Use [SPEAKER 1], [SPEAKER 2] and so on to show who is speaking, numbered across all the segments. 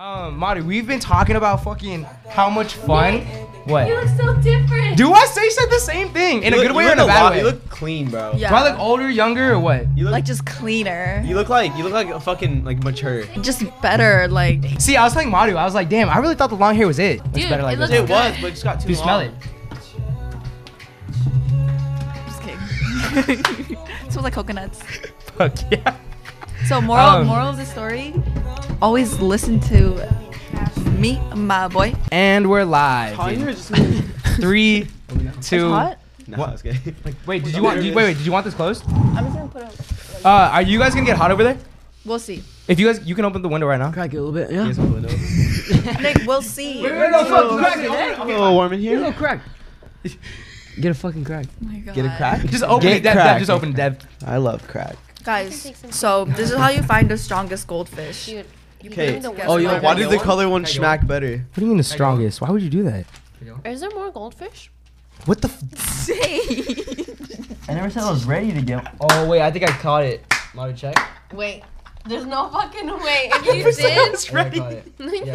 [SPEAKER 1] Um, Mari, we've been talking about fucking how much fun.
[SPEAKER 2] You
[SPEAKER 1] What?
[SPEAKER 2] look so different.
[SPEAKER 1] Do I say said the same thing in a
[SPEAKER 3] You
[SPEAKER 1] good
[SPEAKER 3] look-
[SPEAKER 1] way
[SPEAKER 3] you
[SPEAKER 1] or in a
[SPEAKER 3] look
[SPEAKER 1] bad
[SPEAKER 3] lot-
[SPEAKER 1] way?
[SPEAKER 3] You look clean, bro.
[SPEAKER 2] Yeah.
[SPEAKER 1] Do I look older, younger, or what?
[SPEAKER 3] You look
[SPEAKER 2] like just cleaner.
[SPEAKER 3] You look like you look like a fucking like mature.
[SPEAKER 2] just better. Like
[SPEAKER 1] See, I was telling Mario, I was like, damn, I really thought the long hair was it.
[SPEAKER 2] Dude,
[SPEAKER 1] better like
[SPEAKER 2] it
[SPEAKER 1] this.
[SPEAKER 2] looks
[SPEAKER 3] It
[SPEAKER 2] good.
[SPEAKER 3] was, but it just got too
[SPEAKER 1] You
[SPEAKER 3] long.
[SPEAKER 1] smell it.
[SPEAKER 2] just kidding. smells like coconuts.
[SPEAKER 1] Fuck yeah.
[SPEAKER 2] So moral
[SPEAKER 1] Um,
[SPEAKER 2] moral of the story, always listen to me, my boy.
[SPEAKER 1] And we're live.
[SPEAKER 3] Hot
[SPEAKER 1] in
[SPEAKER 3] in here or just no,
[SPEAKER 1] Three,
[SPEAKER 2] It's
[SPEAKER 1] two.
[SPEAKER 2] hot.
[SPEAKER 3] I was kidding.
[SPEAKER 1] Wait, did you want? Did, wait, wait, did you want this closed?
[SPEAKER 2] I'm just gonna put it.
[SPEAKER 1] Uh, are you guys gonna get hot over there?
[SPEAKER 2] We'll see.
[SPEAKER 1] If you guys, you can open the window right now.
[SPEAKER 4] Crack it a little bit, yeah.
[SPEAKER 3] Here's my window.
[SPEAKER 2] Nick, we'll see. Oh
[SPEAKER 3] A little warm in
[SPEAKER 4] A
[SPEAKER 3] here.
[SPEAKER 4] little crack. Get a fucking crack.
[SPEAKER 2] Get a crack.
[SPEAKER 1] Just open
[SPEAKER 3] Get
[SPEAKER 1] it, Dev, Dev.
[SPEAKER 3] cracked.
[SPEAKER 1] Just open it, Dev.
[SPEAKER 3] I love crack.
[SPEAKER 2] Guys, so this is how you find the strongest goldfish.
[SPEAKER 5] Dude, you
[SPEAKER 3] Okay.
[SPEAKER 5] bring the
[SPEAKER 2] Guess
[SPEAKER 5] worst
[SPEAKER 3] Oh, yo,
[SPEAKER 2] what?
[SPEAKER 5] one.
[SPEAKER 3] why did the
[SPEAKER 1] Regular
[SPEAKER 3] color one
[SPEAKER 1] one?
[SPEAKER 3] smack better?
[SPEAKER 1] What do you mean the strongest? Why would you do that?
[SPEAKER 5] Is there more goldfish?
[SPEAKER 1] What the? F- I never said I was ready to go. Oh wait, I think I caught it. Mario, check.
[SPEAKER 5] Wait, there's no fucking way. If you did,
[SPEAKER 1] It's ready. check.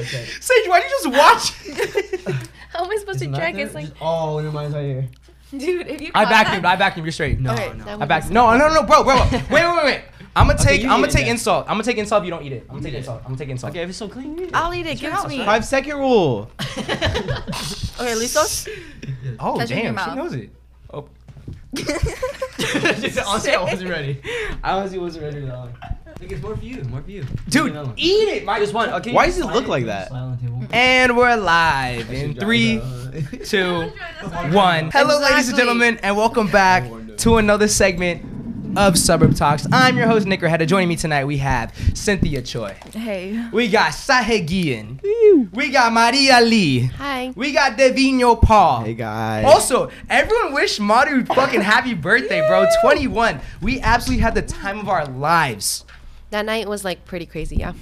[SPEAKER 3] Sage, why did you just watch?
[SPEAKER 5] how am I supposed to check? It's like,
[SPEAKER 3] oh, never mind, right here.
[SPEAKER 5] dude, if you.
[SPEAKER 1] I
[SPEAKER 5] caught
[SPEAKER 1] vacuumed.
[SPEAKER 5] that-
[SPEAKER 1] I vacuumed. You're straight. No,
[SPEAKER 2] Okay,
[SPEAKER 1] no.
[SPEAKER 5] that
[SPEAKER 1] I
[SPEAKER 5] would
[SPEAKER 1] vacuumed. No, no, no, no, bro, bro. bro. Wait, wait, wait, wait. I'm gonna take.
[SPEAKER 3] you
[SPEAKER 1] I'm
[SPEAKER 3] eat
[SPEAKER 1] gonna
[SPEAKER 3] it
[SPEAKER 1] take
[SPEAKER 3] then.
[SPEAKER 1] insult. I'm gonna take insult if you don't eat it. I'm gonna take
[SPEAKER 3] eat it.
[SPEAKER 1] insult. I'm gonna take insult.
[SPEAKER 3] Okay, if it's so clean. you eat it.
[SPEAKER 2] I'll eat it. Give it to me. Okay,
[SPEAKER 3] Five second rule.
[SPEAKER 2] Lisos.
[SPEAKER 1] Oh
[SPEAKER 2] Touch it in
[SPEAKER 1] damn,
[SPEAKER 2] your
[SPEAKER 1] she
[SPEAKER 2] mouth.
[SPEAKER 1] knows it. Oh. honestly, I wasn't ready. I honestly wasn't ready at all.
[SPEAKER 4] It's more for you, more for you.
[SPEAKER 1] Dude,
[SPEAKER 4] another one.
[SPEAKER 1] eat it, Mike. Just one.
[SPEAKER 4] okay,
[SPEAKER 3] Why does it look like that?
[SPEAKER 1] And we're live in three, two, one. Hello, ladies and
[SPEAKER 2] Exactly.
[SPEAKER 1] gentlemen, and welcome back to another segment of Suburb Talks. I'm your host, Nick Rahetta. Joining me tonight, we have Cynthia Choi.
[SPEAKER 2] Hey.
[SPEAKER 1] We got Sahe Guillen. We got Maria Lee.
[SPEAKER 5] Hi.
[SPEAKER 1] We got Devino Paul.
[SPEAKER 3] Hey guys.
[SPEAKER 1] Also, everyone wish Maru fucking happy birthday, bro. 21. We absolutely had the time of our lives.
[SPEAKER 5] That night was like pretty crazy, yeah.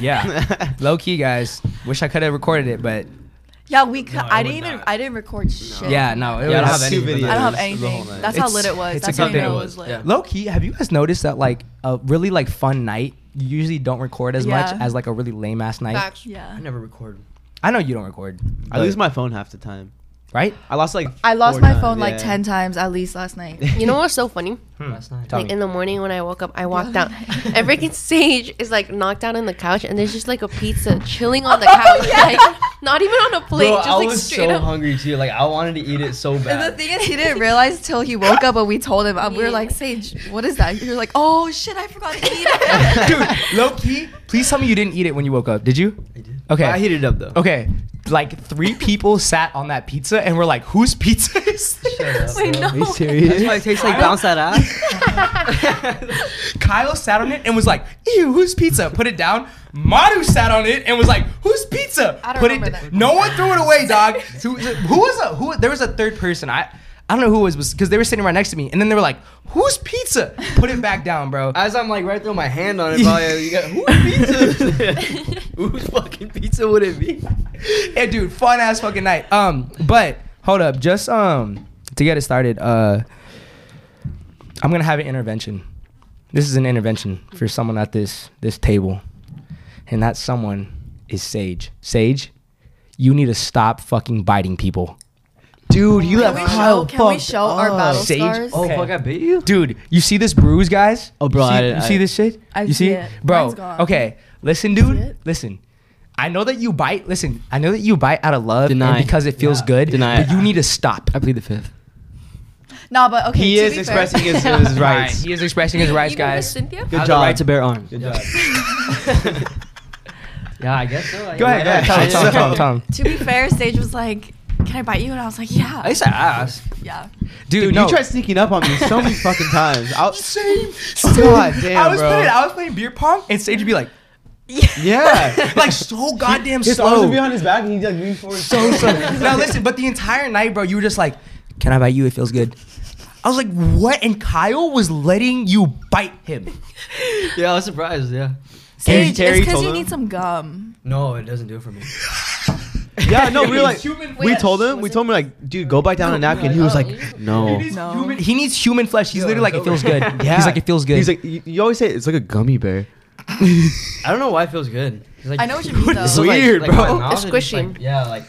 [SPEAKER 1] Yeah. Low key, guys. Wish I could have recorded it, but
[SPEAKER 2] Yeah, we. Cu- I didn't even. I didn't record shit.
[SPEAKER 1] yeah, no. It
[SPEAKER 4] Oh. Yeah, I don't
[SPEAKER 1] was-
[SPEAKER 4] have
[SPEAKER 3] two
[SPEAKER 4] any
[SPEAKER 2] I don't have
[SPEAKER 3] videos of the whole
[SPEAKER 2] anything.
[SPEAKER 3] night.
[SPEAKER 2] That's how
[SPEAKER 1] It's-
[SPEAKER 2] lit it was.
[SPEAKER 1] it's a
[SPEAKER 2] That's how
[SPEAKER 1] good
[SPEAKER 2] you
[SPEAKER 1] thing it
[SPEAKER 2] know it
[SPEAKER 1] was,
[SPEAKER 2] was lit.
[SPEAKER 4] yeah.
[SPEAKER 1] Low key, have you guys noticed that like a really like fun night, you usually don't record as much
[SPEAKER 2] Yeah.
[SPEAKER 1] as like a really lame ass night?
[SPEAKER 5] Facts.
[SPEAKER 2] Yeah.
[SPEAKER 4] never record.
[SPEAKER 1] I know you don't record.
[SPEAKER 3] I lose my phone half the time.
[SPEAKER 1] right.
[SPEAKER 3] I lost like.
[SPEAKER 2] I lost
[SPEAKER 3] four
[SPEAKER 2] my
[SPEAKER 3] times,
[SPEAKER 2] phone like
[SPEAKER 3] yeah.
[SPEAKER 2] ten times at least last night.
[SPEAKER 5] You know what's so funny?
[SPEAKER 4] Last night.
[SPEAKER 1] Tell
[SPEAKER 5] Like
[SPEAKER 1] me.
[SPEAKER 5] in the morning when I woke up, I walked out, and freaking Sage is like knocked out on the couch, and there's just like a pizza chilling on the couch, like not even on a plate,
[SPEAKER 4] Bro,
[SPEAKER 5] just
[SPEAKER 4] I
[SPEAKER 5] like
[SPEAKER 4] was
[SPEAKER 5] straight
[SPEAKER 4] so
[SPEAKER 5] up.
[SPEAKER 4] hungry too. Like I wanted to eat it so
[SPEAKER 2] And the
[SPEAKER 4] bad.
[SPEAKER 2] thing is, he didn't realize till he woke up, and we told him. And we were like, Sage, what is that? You're like, oh shit, I forgot to eat it.
[SPEAKER 1] Dude, low key, please tell me you didn't eat it when you woke up. Did you? I did. Okay.
[SPEAKER 3] I heated up though.
[SPEAKER 1] Okay, like three people sat on that pizza and were like, "Whose pizza is this?"
[SPEAKER 5] Wait, no.
[SPEAKER 3] Are you serious?
[SPEAKER 4] It tastes like bounce that ass.
[SPEAKER 1] Kyle sat on it and was like, "Ew, whose pizza?" Put it down. Madu sat on it and was like, "Whose pizza?"
[SPEAKER 2] I don't
[SPEAKER 1] Put it.
[SPEAKER 2] remember
[SPEAKER 1] d-
[SPEAKER 2] that.
[SPEAKER 1] No one threw it away, dog. who, who was a who? There was a third person. I I don't know who it was was because they were sitting right next to me and then they were like, "Whose pizza?" Put it back down, bro.
[SPEAKER 4] As I'm like right through my hand on it, probably, Oh, you got whose pizza? is this? whose fucking pizza would it be?
[SPEAKER 1] yeah, dude, fun ass fucking night. Um, but hold up, just um to get it started, uh, I'm gonna have an intervention. This is an intervention for someone at this this table, and that someone is Sage. Sage, you need to stop fucking biting people.
[SPEAKER 3] Dude, you
[SPEAKER 2] Can we show, can we show our battle
[SPEAKER 1] Sage?
[SPEAKER 2] scars?
[SPEAKER 4] Oh
[SPEAKER 1] Okay.
[SPEAKER 4] fuck, I bit you.
[SPEAKER 1] Dude, you see this bruise, guys?
[SPEAKER 3] Oh, bro,
[SPEAKER 1] you see,
[SPEAKER 3] I-
[SPEAKER 1] you
[SPEAKER 3] I-
[SPEAKER 1] see this shit?
[SPEAKER 2] I
[SPEAKER 1] you
[SPEAKER 2] see
[SPEAKER 1] see,
[SPEAKER 2] it.
[SPEAKER 1] bro?
[SPEAKER 2] Mine's gone.
[SPEAKER 1] Okay, listen, dude.
[SPEAKER 2] it?
[SPEAKER 1] Listen, I know that you bite. Listen, I know that you bite out of love
[SPEAKER 4] Deny.
[SPEAKER 1] and because it feels good.
[SPEAKER 4] Deny
[SPEAKER 1] but
[SPEAKER 4] it.
[SPEAKER 1] you need to stop.
[SPEAKER 4] I plead the fifth.
[SPEAKER 2] Nah, but okay.
[SPEAKER 3] He
[SPEAKER 2] to
[SPEAKER 3] is
[SPEAKER 2] be
[SPEAKER 3] expressing
[SPEAKER 2] fair,
[SPEAKER 3] his, his
[SPEAKER 1] Right,
[SPEAKER 3] rights.
[SPEAKER 1] He is expressing his rights,
[SPEAKER 5] Even with
[SPEAKER 1] guys.
[SPEAKER 5] Cynthia?
[SPEAKER 4] Good
[SPEAKER 3] job.
[SPEAKER 4] to bear arms.
[SPEAKER 3] Good job.
[SPEAKER 4] Yeah, I guess so. I
[SPEAKER 1] Go ahead, go ahead. Tell him, tell him, tell him, tell him.
[SPEAKER 2] To be fair, Sage was like, "Can I bite you?" And I was like, "Yeah."
[SPEAKER 4] I used to ask.
[SPEAKER 2] yeah.
[SPEAKER 1] Dude,
[SPEAKER 3] Dude,
[SPEAKER 1] no.
[SPEAKER 3] you tried sneaking up on me so many fucking times. I,
[SPEAKER 1] Same,
[SPEAKER 3] God damn,
[SPEAKER 1] I was
[SPEAKER 3] bro.
[SPEAKER 1] playing, I was playing beer pong, and Sage would be like,
[SPEAKER 6] Yeah.
[SPEAKER 1] like so goddamn
[SPEAKER 6] His arms
[SPEAKER 1] slow.
[SPEAKER 6] would be on his back and he'd like lean forward.
[SPEAKER 1] so slow. now listen, but the entire night, bro, you were just like, "Can I bite you? It feels good." I was like, "What?" And Kyle was letting you bite him.
[SPEAKER 3] Yeah, I was surprised. Yeah.
[SPEAKER 6] Terry-
[SPEAKER 7] Sage,
[SPEAKER 6] Terry
[SPEAKER 7] it's because
[SPEAKER 6] told
[SPEAKER 7] you
[SPEAKER 6] him.
[SPEAKER 7] need some gum.
[SPEAKER 3] No, it doesn't do it for me.
[SPEAKER 6] Yeah, no, we were like, we
[SPEAKER 5] Wait,
[SPEAKER 6] told him,
[SPEAKER 5] was
[SPEAKER 6] we
[SPEAKER 5] it-
[SPEAKER 6] told him, like, dude, go bite down a napkin. He was like, no.
[SPEAKER 7] No.
[SPEAKER 1] Human- he needs human flesh. He's literally like, "It feels good."
[SPEAKER 6] Yeah.
[SPEAKER 1] He's like, "It feels good."
[SPEAKER 6] He's like, you, you always say it's like a gummy bear.
[SPEAKER 3] I don't know why it feels good. It's like-
[SPEAKER 7] I know what you mean though.
[SPEAKER 3] It's like-
[SPEAKER 6] Weird,
[SPEAKER 3] like my
[SPEAKER 6] bro.
[SPEAKER 3] mouth
[SPEAKER 5] It's
[SPEAKER 3] is just,
[SPEAKER 5] squishy.
[SPEAKER 3] like- yeah, like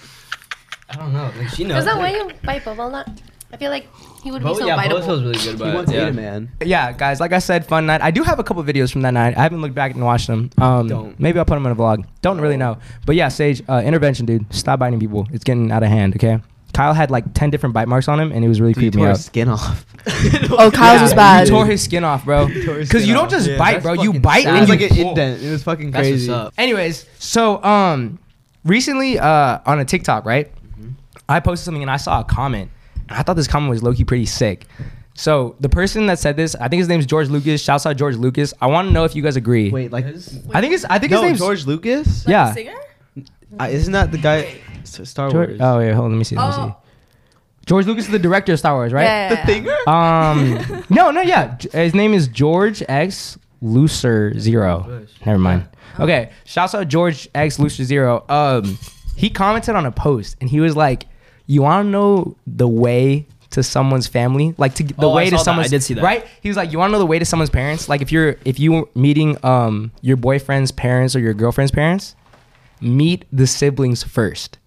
[SPEAKER 3] I don't know. Like she knows.
[SPEAKER 5] Is that why
[SPEAKER 3] like,
[SPEAKER 5] you bite bubble nut? I feel like he would be
[SPEAKER 3] Bo-
[SPEAKER 5] so
[SPEAKER 3] yeah, Bo
[SPEAKER 5] biteable.
[SPEAKER 3] feels really good, but
[SPEAKER 6] he wants
[SPEAKER 3] yeah.
[SPEAKER 6] to eat it, man.
[SPEAKER 1] yeah, guys. Like I said, fun night. I do have a couple videos from that night. I haven't looked back and watched them. Um,
[SPEAKER 3] Don't.
[SPEAKER 1] Maybe I'll put them in a vlog. Don't really know. But yeah, Sage, uh, intervention, dude. Stop biting people. It's getting out of hand. Okay. Kyle had like ten different bite marks on him, and it was really
[SPEAKER 6] Dude, he
[SPEAKER 1] creeping me
[SPEAKER 6] tore
[SPEAKER 1] out.
[SPEAKER 6] his skin off.
[SPEAKER 7] Oh, Kyle's was
[SPEAKER 1] Yeah,
[SPEAKER 7] bad.
[SPEAKER 1] You tore his skin off, bro.
[SPEAKER 6] He tore his
[SPEAKER 1] Because
[SPEAKER 6] skin
[SPEAKER 1] you don't
[SPEAKER 6] off.
[SPEAKER 1] just
[SPEAKER 3] Yeah,
[SPEAKER 1] bite,
[SPEAKER 3] that's
[SPEAKER 1] bro. You
[SPEAKER 3] fucking
[SPEAKER 1] bite
[SPEAKER 3] sad.
[SPEAKER 6] It
[SPEAKER 1] and
[SPEAKER 6] was
[SPEAKER 1] you
[SPEAKER 6] like an
[SPEAKER 1] pull.
[SPEAKER 6] indent. It was fucking
[SPEAKER 3] That's
[SPEAKER 6] crazy.
[SPEAKER 3] what's up.
[SPEAKER 1] Anyways, so um, recently uh on a TikTok, right?
[SPEAKER 6] Mm-hmm.
[SPEAKER 1] I posted something and I saw a comment, and I thought this comment was low key pretty sick. So the person that said this, I think his name's George Lucas. Shouts out George Lucas. I want to know if you guys agree.
[SPEAKER 6] Wait, like,
[SPEAKER 1] I think it's I think his
[SPEAKER 6] no,
[SPEAKER 1] name's
[SPEAKER 6] George Lucas?
[SPEAKER 1] Yeah.
[SPEAKER 7] The singer?
[SPEAKER 6] Uh, isn't that the guy? S- Star Wars.
[SPEAKER 1] George- oh yeah, hold on, let me see. Let me see.
[SPEAKER 7] Oh.
[SPEAKER 1] George Lucas is the director of Star Wars, right?
[SPEAKER 7] Yeah.
[SPEAKER 6] The thinger?
[SPEAKER 1] Um, no, no, yeah. J- His name is George X Lucer Zero. Never mind. Okay, shouts out George X Lucer Zero. Um, he commented on a post and he was like, "You want to know the way to someone's family? Like to g- the
[SPEAKER 3] Oh, I
[SPEAKER 1] way to
[SPEAKER 3] saw that.
[SPEAKER 1] someone's
[SPEAKER 3] I did see that.
[SPEAKER 1] right? He was like, "You want to know the way to someone's parents? Like if you're if you meeting um your boyfriend's parents or your girlfriend's parents, meet the siblings first.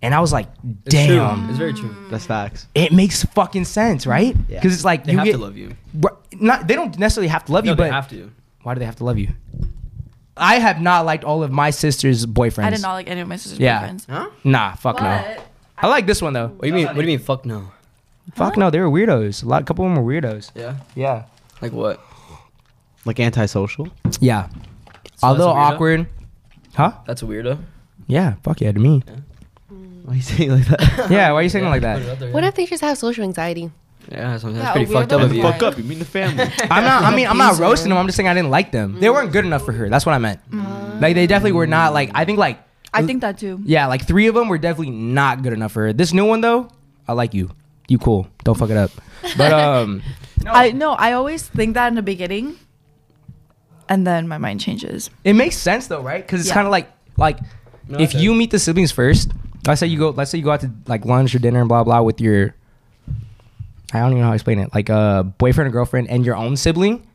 [SPEAKER 1] And I was like,
[SPEAKER 3] It's true.
[SPEAKER 1] "Damn."
[SPEAKER 3] It's very true.
[SPEAKER 6] That's facts.
[SPEAKER 1] it makes fucking sense, right? Because
[SPEAKER 6] Yeah.
[SPEAKER 1] it's like
[SPEAKER 3] They
[SPEAKER 1] you
[SPEAKER 3] have
[SPEAKER 1] get,
[SPEAKER 3] to love you.
[SPEAKER 1] Bru- Not they don't necessarily have to love
[SPEAKER 3] No,
[SPEAKER 1] you,
[SPEAKER 3] they
[SPEAKER 1] but
[SPEAKER 3] have to.
[SPEAKER 1] why do they have to love you? I have not liked all of my sister's boyfriends.
[SPEAKER 7] I did not like any of my sister's
[SPEAKER 1] Yeah.
[SPEAKER 7] boyfriends.
[SPEAKER 3] Huh?
[SPEAKER 1] Nah, fuck no.
[SPEAKER 7] But
[SPEAKER 1] I like this one though. What do you mean?
[SPEAKER 3] What do you mean? Fuck no.
[SPEAKER 1] Fuck no, they were weirdos. A lot, couple of them were weirdos.
[SPEAKER 3] Yeah.
[SPEAKER 1] Yeah.
[SPEAKER 3] Like what?
[SPEAKER 6] Like antisocial?
[SPEAKER 1] Yeah.
[SPEAKER 3] So
[SPEAKER 1] a
[SPEAKER 3] that's
[SPEAKER 1] little
[SPEAKER 3] a weirdo?
[SPEAKER 1] awkward. Huh?
[SPEAKER 3] That's a weirdo.
[SPEAKER 1] Yeah. Fuck yeah to me.
[SPEAKER 6] Why you saying it like that?
[SPEAKER 1] Yeah. Why are you saying it like
[SPEAKER 3] Put it
[SPEAKER 1] that?
[SPEAKER 3] out there,
[SPEAKER 5] What
[SPEAKER 3] yeah.
[SPEAKER 5] if they just have social anxiety?
[SPEAKER 3] Yeah, sometimes
[SPEAKER 7] Yeah,
[SPEAKER 3] that's pretty
[SPEAKER 7] a
[SPEAKER 3] fucked
[SPEAKER 7] weirdo
[SPEAKER 3] up of
[SPEAKER 7] is
[SPEAKER 3] you.
[SPEAKER 7] like-
[SPEAKER 6] you mean the family.
[SPEAKER 1] I'm not. I mean, I'm not
[SPEAKER 7] Abuser.
[SPEAKER 1] roasting them. I'm just saying I didn't like them. They weren't good enough for her. That's what I meant.
[SPEAKER 7] Mm.
[SPEAKER 1] Like they definitely were not. Like I think like
[SPEAKER 7] I think that too.
[SPEAKER 1] Yeah, like three of them were definitely not good enough for her. This new one though, I like you. You cool. Don't fuck it up. But um,
[SPEAKER 7] I no, I always think that in the beginning, and then my mind changes.
[SPEAKER 1] it makes sense though, right? Because it's
[SPEAKER 7] Yeah.
[SPEAKER 1] kind of like like
[SPEAKER 3] No,
[SPEAKER 1] if
[SPEAKER 3] I
[SPEAKER 1] you
[SPEAKER 3] did.
[SPEAKER 1] meet the siblings first. Let's say you go. Let's say you go out to like lunch or dinner and blah blah with your. I don't even know how to explain it. Like a uh, boyfriend or girlfriend and your own sibling,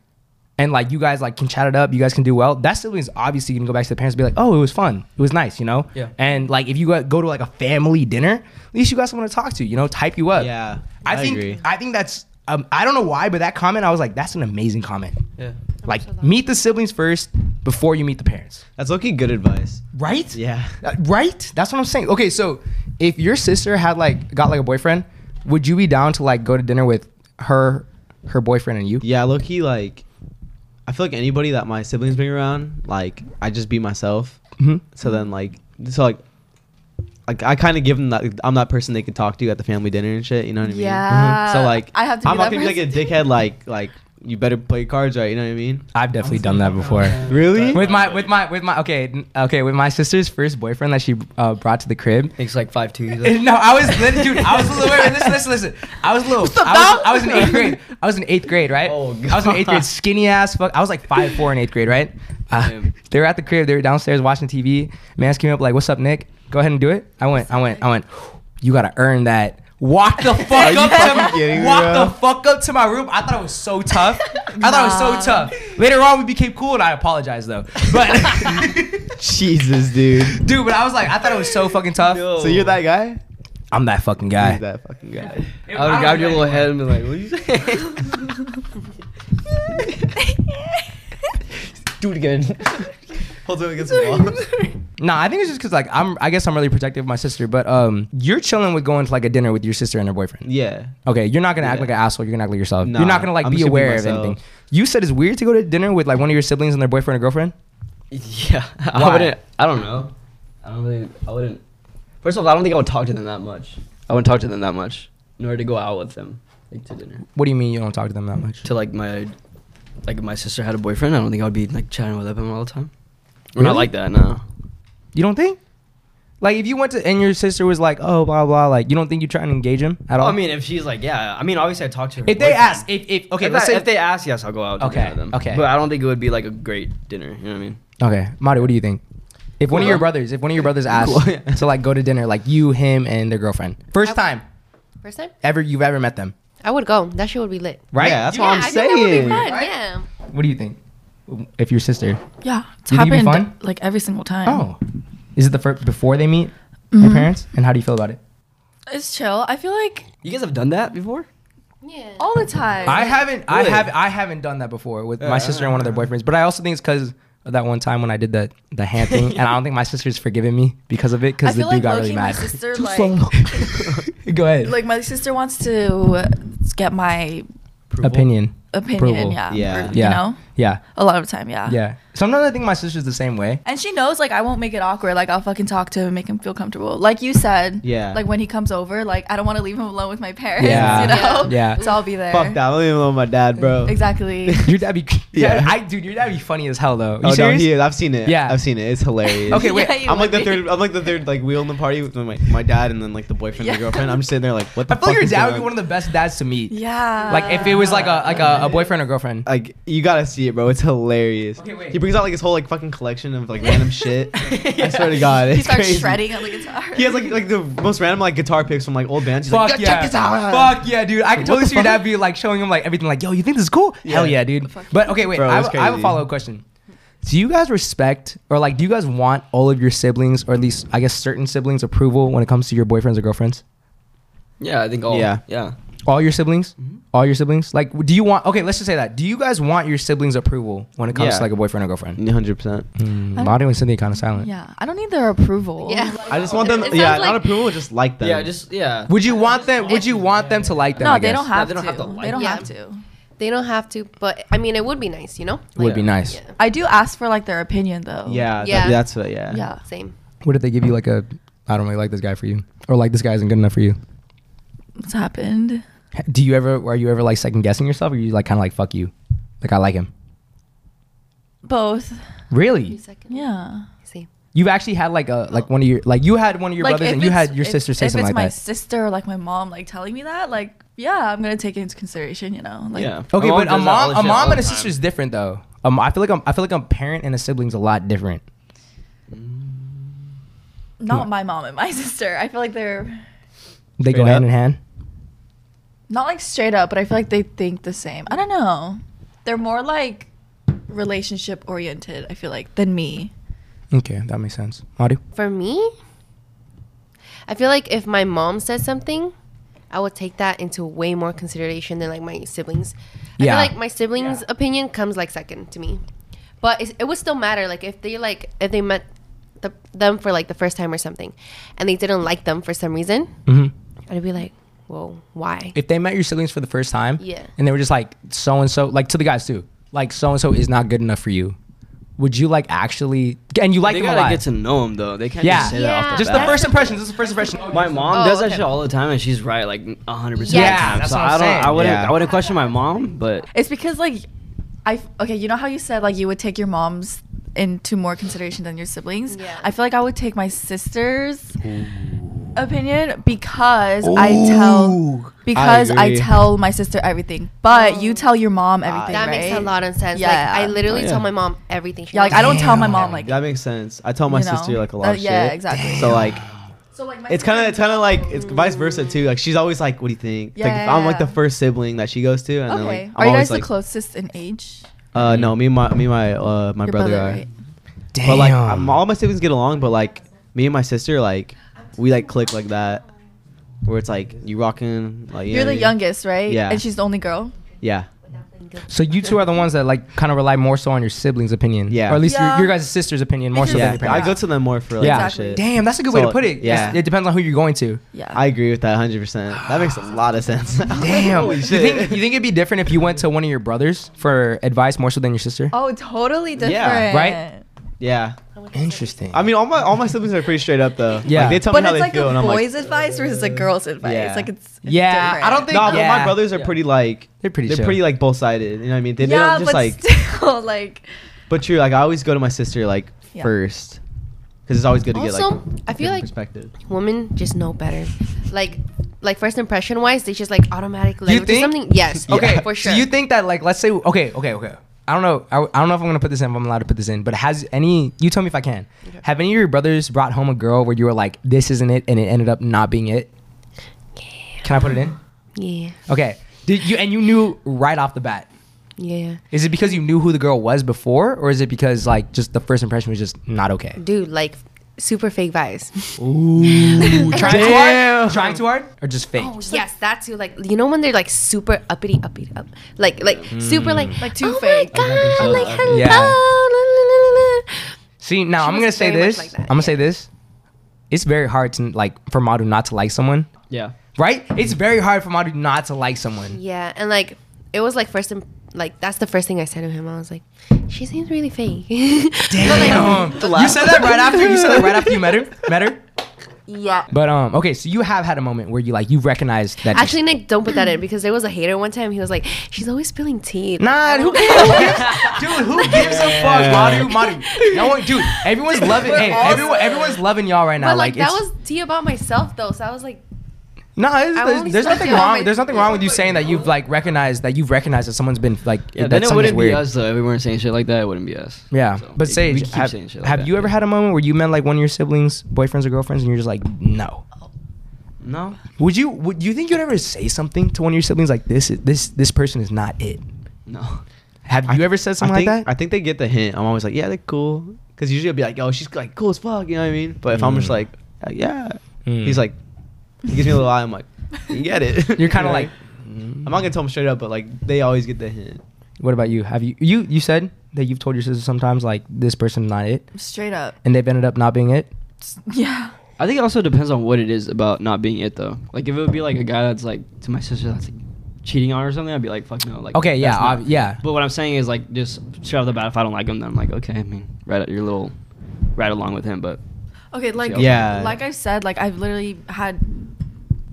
[SPEAKER 1] and like you guys like can chat it up. You guys can do well. That sibling's obviously gonna go back to the parents and be like, "Oh, it was fun. It was nice," you know.
[SPEAKER 3] Yeah.
[SPEAKER 1] And like if you go, go to like a family dinner, at least you got someone to talk to. You know, type you up.
[SPEAKER 6] yeah.
[SPEAKER 1] I, think I think that's um, I don't know why, but that comment I was like, that's an amazing comment.
[SPEAKER 3] Yeah.
[SPEAKER 1] Like meet the siblings first before you meet the parents.
[SPEAKER 6] That's looking good advice.
[SPEAKER 1] Right?
[SPEAKER 6] Yeah.
[SPEAKER 1] Uh, right? That's what I'm saying. Okay, so if your sister had like got like a boyfriend, would you be down to like go to dinner with her her boyfriend and you?
[SPEAKER 6] Yeah, low key, like, I feel like anybody that my siblings bring around, like, I just be myself.
[SPEAKER 1] Mhm.
[SPEAKER 6] So then, like, so, like, like I kind of give them that I'm that person they could talk to at the family dinner and shit. You know what I mean? Mm-hmm.
[SPEAKER 7] Yeah.
[SPEAKER 6] So like,
[SPEAKER 7] I have to.
[SPEAKER 6] I'm
[SPEAKER 7] be
[SPEAKER 6] not
[SPEAKER 7] that
[SPEAKER 6] gonna be like a
[SPEAKER 7] person.
[SPEAKER 6] dickhead. Like, like you better play your cards right. You know what I mean?
[SPEAKER 1] I've definitely done that before.
[SPEAKER 6] Really?
[SPEAKER 1] With my with my with my okay n- okay with my sister's first boyfriend that she uh, brought to the crib,
[SPEAKER 3] It's like five two.
[SPEAKER 1] No, I was lit- dude. I was a little. Wait, wait, listen, listen, listen. I was a little. I was, I was in eighth grade. I was in eighth grade, right?
[SPEAKER 6] Oh,
[SPEAKER 1] I was in eighth grade,
[SPEAKER 6] God.
[SPEAKER 1] skinny ass fuck. I was like five four in eighth grade, right? Uh,
[SPEAKER 3] Damn.
[SPEAKER 1] they were at the crib. They were downstairs watching TV. Mans came up like, "What's up, Nick? Go ahead and do it." I went. I went. I went. You gotta earn that. Walk the fuck
[SPEAKER 6] you
[SPEAKER 1] up
[SPEAKER 6] fucking
[SPEAKER 1] to
[SPEAKER 6] kidding me,
[SPEAKER 1] walk
[SPEAKER 6] bro?
[SPEAKER 1] the fuck up to my room. I thought it was so tough. I thought it was so tough. Later on, we became cool, and I apologized though. But
[SPEAKER 6] Jesus, dude.
[SPEAKER 1] dude, but I was like, I thought it was so fucking tough.
[SPEAKER 6] So you're that guy?
[SPEAKER 1] I'm that fucking
[SPEAKER 6] He's
[SPEAKER 1] guy.
[SPEAKER 6] that fucking guy.
[SPEAKER 3] I would have grabbed your little head and be like, "What you say?"
[SPEAKER 6] Do it again. Hold him against the wall.
[SPEAKER 1] No, I think it's just because like I'm. I guess I'm really protective of my sister. But um, you're chilling with going to like a dinner with your sister and her boyfriend.
[SPEAKER 6] Yeah.
[SPEAKER 1] Okay, you're not gonna act
[SPEAKER 6] Yeah.
[SPEAKER 1] like an asshole. You're gonna act like yourself.
[SPEAKER 6] Nah,
[SPEAKER 1] you're not gonna like
[SPEAKER 6] I'm
[SPEAKER 1] be
[SPEAKER 6] just gonna be
[SPEAKER 1] aware of
[SPEAKER 6] myself.
[SPEAKER 1] anything. You said it's weird to go to dinner with like one of your siblings and their boyfriend or girlfriend.
[SPEAKER 3] yeah.
[SPEAKER 1] Why?
[SPEAKER 3] I wouldn't. I don't know. I don't really. I wouldn't. First of all, I don't think I would talk to them that much. I wouldn't talk to them that much in order to go out with them, like to dinner.
[SPEAKER 1] What do you mean you don't talk to them that much?
[SPEAKER 3] To like my, like if my sister had a boyfriend. I don't think I would be like chatting with them all the time. We're not like that now.
[SPEAKER 1] You don't think? Like if you went to and your sister was like, oh blah blah, like you don't think you try and engage him at all?
[SPEAKER 3] I mean, if she's like, yeah. I mean, obviously, I talk to her.
[SPEAKER 1] if they
[SPEAKER 3] boyfriend.
[SPEAKER 1] ask, if if okay,
[SPEAKER 3] if,
[SPEAKER 1] let's
[SPEAKER 3] I-
[SPEAKER 1] say
[SPEAKER 3] if they ask, yes, I'll go out. To
[SPEAKER 1] Okay,
[SPEAKER 3] dinner with them.
[SPEAKER 1] okay.
[SPEAKER 3] But I don't think it would be like a great dinner. You know what I mean?
[SPEAKER 1] okay, Marty, what do you think? If one of
[SPEAKER 3] Cool.
[SPEAKER 1] your brothers, if one of your brothers asked
[SPEAKER 6] Cool.
[SPEAKER 1] to like go to dinner, like you, him, and their girlfriend, first
[SPEAKER 5] I-
[SPEAKER 1] time
[SPEAKER 5] First time?
[SPEAKER 1] ever you've ever met them,
[SPEAKER 5] I would go. That shit would be lit.
[SPEAKER 1] right?
[SPEAKER 6] Yeah, that's
[SPEAKER 1] You-
[SPEAKER 6] what I'm
[SPEAKER 5] I think that would be
[SPEAKER 6] saying.
[SPEAKER 5] fun. Yeah.
[SPEAKER 1] What do you think? If your sister,
[SPEAKER 2] Yeah, it's
[SPEAKER 1] You think it'd be
[SPEAKER 2] happened
[SPEAKER 1] fun?
[SPEAKER 2] like every single time.
[SPEAKER 1] oh, is it the first before they meet their
[SPEAKER 2] Mm-hmm.
[SPEAKER 1] your parents? And how do you feel about it?
[SPEAKER 2] it's chill. I feel like
[SPEAKER 3] You guys have done that before?
[SPEAKER 5] Yeah.
[SPEAKER 7] all the time.
[SPEAKER 1] I haven't, I
[SPEAKER 3] Really?
[SPEAKER 1] have, I haven't done that before with my sister and one of their boyfriends. But I also think it's because of that one time when I did that the hand thing, and I don't think my sister's forgiven me because of it.
[SPEAKER 2] I
[SPEAKER 1] Because the
[SPEAKER 2] feel
[SPEAKER 1] dude
[SPEAKER 2] like
[SPEAKER 1] got
[SPEAKER 2] low-key
[SPEAKER 1] really
[SPEAKER 2] my
[SPEAKER 1] mad.
[SPEAKER 2] sister
[SPEAKER 1] Too
[SPEAKER 2] like
[SPEAKER 1] slow. Go ahead.
[SPEAKER 2] like my sister wants to get my
[SPEAKER 1] Opinion.
[SPEAKER 2] opinion.
[SPEAKER 1] Approval.
[SPEAKER 2] Yeah,
[SPEAKER 6] Yeah.
[SPEAKER 2] or,
[SPEAKER 1] Yeah.
[SPEAKER 2] You know,
[SPEAKER 1] Yeah.
[SPEAKER 2] a lot of time. Yeah.
[SPEAKER 1] Yeah. Sometimes I think my sister's the same way.
[SPEAKER 2] And she knows like I won't make it awkward. Like I'll fucking talk to him and make him feel comfortable. Like you said.
[SPEAKER 6] Yeah.
[SPEAKER 2] Like when he comes over, like I don't want to leave him alone with my parents.
[SPEAKER 1] Yeah.
[SPEAKER 2] You know.
[SPEAKER 1] Yeah.
[SPEAKER 2] So I'll be there.
[SPEAKER 6] Fuck that. I don't even know my dad, bro.
[SPEAKER 2] Exactly.
[SPEAKER 1] Your dad be.
[SPEAKER 6] Yeah.
[SPEAKER 1] Yeah. I dude, your dad be funny as hell though. You
[SPEAKER 6] Oh, no,
[SPEAKER 1] serious?
[SPEAKER 6] he is. I've seen it.
[SPEAKER 1] Yeah.
[SPEAKER 6] I've seen it. It's hilarious.
[SPEAKER 1] Okay, wait.
[SPEAKER 2] Yeah, you
[SPEAKER 6] I'm like the
[SPEAKER 2] would be.
[SPEAKER 6] third. I'm like the third like wheel in the party with my, my dad and then like the boyfriend and the
[SPEAKER 2] Yeah.
[SPEAKER 6] girlfriend. I'm just sitting there like, what the
[SPEAKER 1] I feel
[SPEAKER 6] fuck
[SPEAKER 1] your
[SPEAKER 6] is
[SPEAKER 1] dad would be
[SPEAKER 6] going on?
[SPEAKER 1] one of the best dads to meet.
[SPEAKER 2] Yeah.
[SPEAKER 1] Like if it was like a like a, a boyfriend or girlfriend.
[SPEAKER 6] like you gotta see it, bro. It's hilarious.
[SPEAKER 1] Okay, wait.
[SPEAKER 6] He brings out like his whole like fucking collection of like random shit. I swear to God, it's
[SPEAKER 2] he starts
[SPEAKER 6] crazy.
[SPEAKER 2] shredding on the guitar.
[SPEAKER 6] He has like like the most random like guitar picks from like old bands. He's
[SPEAKER 1] Fuck
[SPEAKER 6] like, "Yo,
[SPEAKER 1] yeah!
[SPEAKER 6] check this out.
[SPEAKER 1] Fuck yeah, dude! I can
[SPEAKER 6] What
[SPEAKER 1] totally
[SPEAKER 6] the
[SPEAKER 1] see your
[SPEAKER 6] fuck?
[SPEAKER 1] dad be like showing him like everything, like, "Yo, you think this is cool? Hell
[SPEAKER 6] Yeah.
[SPEAKER 1] yeah, dude!" But okay, wait,
[SPEAKER 6] Bro,
[SPEAKER 1] I,
[SPEAKER 6] that's
[SPEAKER 1] have, I have a
[SPEAKER 6] crazy.
[SPEAKER 1] follow up question. Do you guys respect, or like, do you guys want all of your siblings, or at least I guess certain siblings' approval when it comes to your boyfriends or girlfriends?
[SPEAKER 3] Yeah, I think all.
[SPEAKER 6] Yeah.
[SPEAKER 3] Yeah.
[SPEAKER 1] All your siblings,
[SPEAKER 6] Mm-hmm.
[SPEAKER 1] all your siblings. Like, do you want? Okay, let's just say that. Do you guys want your siblings' approval when it comes
[SPEAKER 6] Yeah. Mm-hmm.
[SPEAKER 1] to like a boyfriend or girlfriend?
[SPEAKER 6] Hundred percent.
[SPEAKER 1] Mm, Mario and Cynthia kind of silent.
[SPEAKER 2] yeah. I don't need their approval.
[SPEAKER 5] Yeah.
[SPEAKER 6] I just want them.
[SPEAKER 5] It sounds
[SPEAKER 6] Yeah,
[SPEAKER 5] like-
[SPEAKER 6] not approval, just like them.
[SPEAKER 3] Yeah, just yeah.
[SPEAKER 1] Would you want them? Would you want them to like them?
[SPEAKER 2] No,
[SPEAKER 1] I
[SPEAKER 2] they
[SPEAKER 1] guess?
[SPEAKER 2] don't have
[SPEAKER 3] they don't
[SPEAKER 2] to.
[SPEAKER 3] have to like
[SPEAKER 2] they don't
[SPEAKER 5] it.
[SPEAKER 2] have to.
[SPEAKER 5] They don't have to, but I mean, it would be nice, you know?
[SPEAKER 1] Would be
[SPEAKER 3] Yeah.
[SPEAKER 1] nice.
[SPEAKER 5] Yeah.
[SPEAKER 2] I do ask for like their opinion though.
[SPEAKER 6] yeah,
[SPEAKER 5] Yeah.
[SPEAKER 6] That, that's what. Yeah.
[SPEAKER 2] Yeah.
[SPEAKER 5] Same.
[SPEAKER 1] What if they give you like a? I don't really like this guy for you, or like this guy isn't good enough for you.
[SPEAKER 2] It's happened.
[SPEAKER 1] Do you ever are you ever like second guessing yourself or you like kind of like fuck you? Like I like him.
[SPEAKER 2] Both.
[SPEAKER 5] You
[SPEAKER 1] Really?
[SPEAKER 5] second.
[SPEAKER 2] Yeah.
[SPEAKER 5] Same.
[SPEAKER 1] You've actually had like a like one of your like you had one of your brothers
[SPEAKER 2] if
[SPEAKER 1] and you
[SPEAKER 2] it's-
[SPEAKER 1] had your
[SPEAKER 2] if-
[SPEAKER 1] sister say
[SPEAKER 2] if
[SPEAKER 1] something like
[SPEAKER 2] it's my
[SPEAKER 1] that.
[SPEAKER 2] sister or like my mom like telling me that, like, yeah, I'm gonna take it into consideration, you know. Like
[SPEAKER 3] yeah.
[SPEAKER 1] okay,
[SPEAKER 3] My
[SPEAKER 1] but a
[SPEAKER 3] does that
[SPEAKER 1] mom a
[SPEAKER 3] all the shit all
[SPEAKER 1] mom and
[SPEAKER 3] the
[SPEAKER 1] a
[SPEAKER 3] time.
[SPEAKER 1] sister is different though. Um, I feel like I'm, I feel like a parent and a sibling's a lot different.
[SPEAKER 2] not my mom and my sister. I feel like they're
[SPEAKER 1] They go
[SPEAKER 6] Straight
[SPEAKER 1] hand
[SPEAKER 6] up?
[SPEAKER 1] in hand.
[SPEAKER 2] not like straight up, but I feel like they think the same. I don't know. They're more like relationship oriented, I feel like, than me.
[SPEAKER 1] Okay, that makes sense. Madu?
[SPEAKER 5] For me, I feel like if my mom said something, I would take that into way more consideration than like my siblings.
[SPEAKER 1] Yeah.
[SPEAKER 5] I feel like my siblings' opinion comes like second to me, but it's, it would still matter. Like if they like if they met the, them for like the first time or something, and they didn't like them for some reason,
[SPEAKER 1] Mm-hmm.
[SPEAKER 5] I'd be like, "Whoa, why?"
[SPEAKER 1] If they met your siblings for the first time,
[SPEAKER 5] Yeah.
[SPEAKER 1] and they were just like so and so, like to the guys too, like so and so is not good enough for you. Would you like actually? And you like
[SPEAKER 3] they
[SPEAKER 1] them a
[SPEAKER 3] gotta
[SPEAKER 1] lot.
[SPEAKER 3] get to know them though. They can't
[SPEAKER 1] Yeah.
[SPEAKER 3] just say that off the
[SPEAKER 1] just the
[SPEAKER 3] bat.
[SPEAKER 1] first impressions. This is the first impression.
[SPEAKER 3] My mom
[SPEAKER 5] Oh,
[SPEAKER 3] does that
[SPEAKER 5] okay.
[SPEAKER 3] shit all the time, and she's right, like hundred percent.
[SPEAKER 5] Yeah,
[SPEAKER 1] that's
[SPEAKER 3] so
[SPEAKER 1] what I'm
[SPEAKER 3] I don't.
[SPEAKER 1] saying.
[SPEAKER 3] I wouldn't.
[SPEAKER 6] Yeah.
[SPEAKER 3] I wouldn't question my mom, but
[SPEAKER 2] It's because like I okay, you know how you said like you would take your mom's into more consideration than your siblings.
[SPEAKER 5] Yeah.
[SPEAKER 2] I feel like I would take my sister's opinion because I tell because I,
[SPEAKER 6] agree.
[SPEAKER 2] tell my sister everything, but you tell your mom everything.
[SPEAKER 5] Oh. that
[SPEAKER 2] right?
[SPEAKER 5] makes a lot of sense.
[SPEAKER 2] Yeah.
[SPEAKER 5] Like I literally
[SPEAKER 6] Oh, yeah.
[SPEAKER 5] tell my mom everything. She
[SPEAKER 2] Yeah, like I
[SPEAKER 5] wants.
[SPEAKER 2] don't tell my
[SPEAKER 1] Damn.
[SPEAKER 2] mom like
[SPEAKER 6] That makes sense. I tell my
[SPEAKER 2] You know?
[SPEAKER 6] sister like a lot
[SPEAKER 2] Uh,
[SPEAKER 6] of shit.
[SPEAKER 2] yeah, exactly.
[SPEAKER 6] So like,
[SPEAKER 2] So like my
[SPEAKER 6] it's kind of it's kind of like it's vice versa too. Like she's always like, "What do you think?"
[SPEAKER 2] Yeah,
[SPEAKER 6] like,
[SPEAKER 2] yeah,
[SPEAKER 6] I'm like the
[SPEAKER 2] yeah.
[SPEAKER 6] first sibling that she goes to, and
[SPEAKER 2] Okay.
[SPEAKER 6] then, like, I'm
[SPEAKER 2] Are you
[SPEAKER 6] always
[SPEAKER 2] guys
[SPEAKER 6] like,
[SPEAKER 2] the closest in age?
[SPEAKER 6] uh, no, me and my me and my uh my
[SPEAKER 2] Your
[SPEAKER 6] brother,
[SPEAKER 2] brother,
[SPEAKER 6] are.
[SPEAKER 2] right?
[SPEAKER 1] Damn.
[SPEAKER 6] But like, I'm, all my siblings get along, but like, me and my sister like, we like click like that, where it's like you rocking like you
[SPEAKER 2] You're
[SPEAKER 6] know what
[SPEAKER 2] the
[SPEAKER 6] I mean?
[SPEAKER 2] youngest, right?
[SPEAKER 6] Yeah.
[SPEAKER 2] And she's the only girl.
[SPEAKER 6] Yeah,
[SPEAKER 1] so you two are the ones that like kind of rely more so on your siblings' opinion.
[SPEAKER 6] Yeah.
[SPEAKER 1] Or at least
[SPEAKER 2] Yeah.
[SPEAKER 1] your, your guys' sister's opinion more so
[SPEAKER 2] Yeah.
[SPEAKER 1] than
[SPEAKER 6] yeah.
[SPEAKER 1] your
[SPEAKER 6] I
[SPEAKER 1] parents.
[SPEAKER 6] go to them more for like
[SPEAKER 1] Yeah.
[SPEAKER 6] that
[SPEAKER 2] Exactly.
[SPEAKER 6] shit.
[SPEAKER 1] Damn, that's a good way
[SPEAKER 6] So,
[SPEAKER 1] to put it.
[SPEAKER 6] yeah.
[SPEAKER 1] Yeah. It depends on who you're going to.
[SPEAKER 2] Yeah.
[SPEAKER 6] I agree with that 100. percent That makes a lot of sense.
[SPEAKER 1] Damn.
[SPEAKER 6] Holy
[SPEAKER 1] you
[SPEAKER 6] shit.
[SPEAKER 1] think you think it'd be different if you went to one of your brothers for advice more so than your sister?
[SPEAKER 2] oh, totally different.
[SPEAKER 1] Right?
[SPEAKER 6] yeah.
[SPEAKER 1] Interesting.
[SPEAKER 6] I mean, all my all my siblings are pretty straight up though.
[SPEAKER 1] Yeah.
[SPEAKER 6] like, they tell
[SPEAKER 2] But
[SPEAKER 6] me how
[SPEAKER 2] it's
[SPEAKER 6] they
[SPEAKER 2] like
[SPEAKER 6] feel, and
[SPEAKER 2] a
[SPEAKER 6] I'm like,
[SPEAKER 2] boy's advice versus a girl's advice.
[SPEAKER 6] yeah.
[SPEAKER 2] Like it's, it's
[SPEAKER 1] Yeah,
[SPEAKER 2] different.
[SPEAKER 1] I don't think-
[SPEAKER 6] no, but
[SPEAKER 1] Yeah.
[SPEAKER 6] my brothers are pretty like
[SPEAKER 1] They're pretty
[SPEAKER 6] they're
[SPEAKER 1] chill.
[SPEAKER 6] pretty like both sided. You know what I mean? They, they
[SPEAKER 2] yeah,
[SPEAKER 6] don't just
[SPEAKER 2] but
[SPEAKER 6] like.
[SPEAKER 2] still, like
[SPEAKER 6] But true, like I always go to my sister like
[SPEAKER 2] Yeah.
[SPEAKER 6] first, because it's always good to
[SPEAKER 5] Also,
[SPEAKER 6] get like
[SPEAKER 5] I feel
[SPEAKER 6] different
[SPEAKER 5] like-
[SPEAKER 6] perspective.
[SPEAKER 5] Women just know better. Like, like first impression wise, they just like automatically.
[SPEAKER 1] You
[SPEAKER 5] like, if there's
[SPEAKER 1] think?
[SPEAKER 5] Something. Yes.
[SPEAKER 1] Okay,
[SPEAKER 5] For sure.
[SPEAKER 1] Do you think that like let's say okay, okay, okay. I don't know. I, I don't know if I'm gonna put this in. If I'm allowed to put this in, but has any? You tell me if I can. Have any of your brothers brought home a girl where you were like, "This isn't it," and it ended up not being it? Can I put it in?
[SPEAKER 5] yeah.
[SPEAKER 1] Okay. Did you and you knew right off the bat?
[SPEAKER 5] Yeah.
[SPEAKER 1] Is it because you knew who the girl was before, or is it because like just the first impression was just not okay?
[SPEAKER 5] Dude, like super fake vibes.
[SPEAKER 1] Ooh, trying too hard, trying too hard, or just fake?
[SPEAKER 5] yes, that's who. Like, you know when they're like super uppity, uppity, up, like, like super, like,
[SPEAKER 1] Mm.
[SPEAKER 5] like
[SPEAKER 2] too
[SPEAKER 5] oh
[SPEAKER 2] fake."
[SPEAKER 5] My God, like hello.
[SPEAKER 1] Yeah.
[SPEAKER 5] la, la, la, la."
[SPEAKER 1] See, now I'm
[SPEAKER 5] was
[SPEAKER 1] gonna say
[SPEAKER 5] very much
[SPEAKER 1] this.
[SPEAKER 5] like that,
[SPEAKER 1] I'm gonna
[SPEAKER 5] yeah.
[SPEAKER 1] say this. It's very hard to like for Madu not to like someone,
[SPEAKER 3] Yeah.
[SPEAKER 1] right? It's very hard for Madu not to like someone.
[SPEAKER 5] Yeah, and like it was like first, imp- like that's the first thing I said to him. I was like, she seems really fake.
[SPEAKER 1] Damn. Um, you said that right after you said that right after you met her. Met her.
[SPEAKER 5] yeah.
[SPEAKER 1] But um, okay, so you have had a moment where you like you recognized that.
[SPEAKER 5] Actually, Nick, don't put that in because there was a hater one time. He was like, she's always spilling tea.
[SPEAKER 1] Nah, who gives, who gives- dude? Who gives a fuck, Madu? Madu. No one, dude. Everyone's loving. hey, everyone, everyone's loving y'all right now.
[SPEAKER 5] But like, that
[SPEAKER 1] it's-
[SPEAKER 5] was tea about myself though, so I was like,
[SPEAKER 1] No, it's,
[SPEAKER 5] I
[SPEAKER 1] there's,
[SPEAKER 5] only
[SPEAKER 1] there's
[SPEAKER 5] spoke
[SPEAKER 1] nothing
[SPEAKER 5] to you on
[SPEAKER 1] wrong.
[SPEAKER 5] my-
[SPEAKER 1] There's nothing wrong with you saying that you've like recognized that you've recognized that someone's been like
[SPEAKER 3] Yeah, then
[SPEAKER 1] that
[SPEAKER 3] it
[SPEAKER 1] someone's
[SPEAKER 3] wouldn't
[SPEAKER 1] weird.
[SPEAKER 3] be us though. If we weren't saying shit like that, it wouldn't be us.
[SPEAKER 1] Yeah,
[SPEAKER 3] So,
[SPEAKER 1] but
[SPEAKER 3] it-
[SPEAKER 1] Sage,
[SPEAKER 3] we keep
[SPEAKER 1] have,
[SPEAKER 3] saying shit like
[SPEAKER 1] have
[SPEAKER 3] that.
[SPEAKER 1] you ever had a moment where you met like one of your siblings, boyfriends or girlfriends, and you're just like, no?
[SPEAKER 3] No.
[SPEAKER 1] Would you? Would you think you'd ever say something to one of your siblings like this? is- This this person is not it.
[SPEAKER 3] No.
[SPEAKER 1] Have you ever said something
[SPEAKER 6] I think,
[SPEAKER 1] like that?
[SPEAKER 6] I think they get the hint. I'm always like, yeah, they're cool. Because usually I'll be like, yo, she's like cool as fuck. You know what I mean? But if I'm just
[SPEAKER 1] Mm.
[SPEAKER 6] like, uh, yeah,
[SPEAKER 1] Mm.
[SPEAKER 6] he's like, he gives me a little eye. I'm like, you get it.
[SPEAKER 1] you're kind of
[SPEAKER 6] You know?
[SPEAKER 1] like.
[SPEAKER 3] mm,
[SPEAKER 6] I'm not gonna tell him straight up, but like they always get the hint.
[SPEAKER 1] What about you? Have you you you said that you've told your sister sometimes like this person's not it,
[SPEAKER 2] Straight up.
[SPEAKER 1] and they've ended up not being it?
[SPEAKER 2] Yeah.
[SPEAKER 3] I think it also depends on what it is about not being it though. Like if it would be like a guy that's like to my sister that's like cheating on her or something, I'd be like, fuck no. Like
[SPEAKER 1] Okay, yeah,
[SPEAKER 3] that's not-
[SPEAKER 1] ob- yeah.
[SPEAKER 3] But what I'm saying is like just straight off the bat, if I don't like him, then I'm like, okay, I mean, right at your little, right along with him. But
[SPEAKER 2] Okay, like
[SPEAKER 6] Yeah.
[SPEAKER 2] like I've said, like I've literally had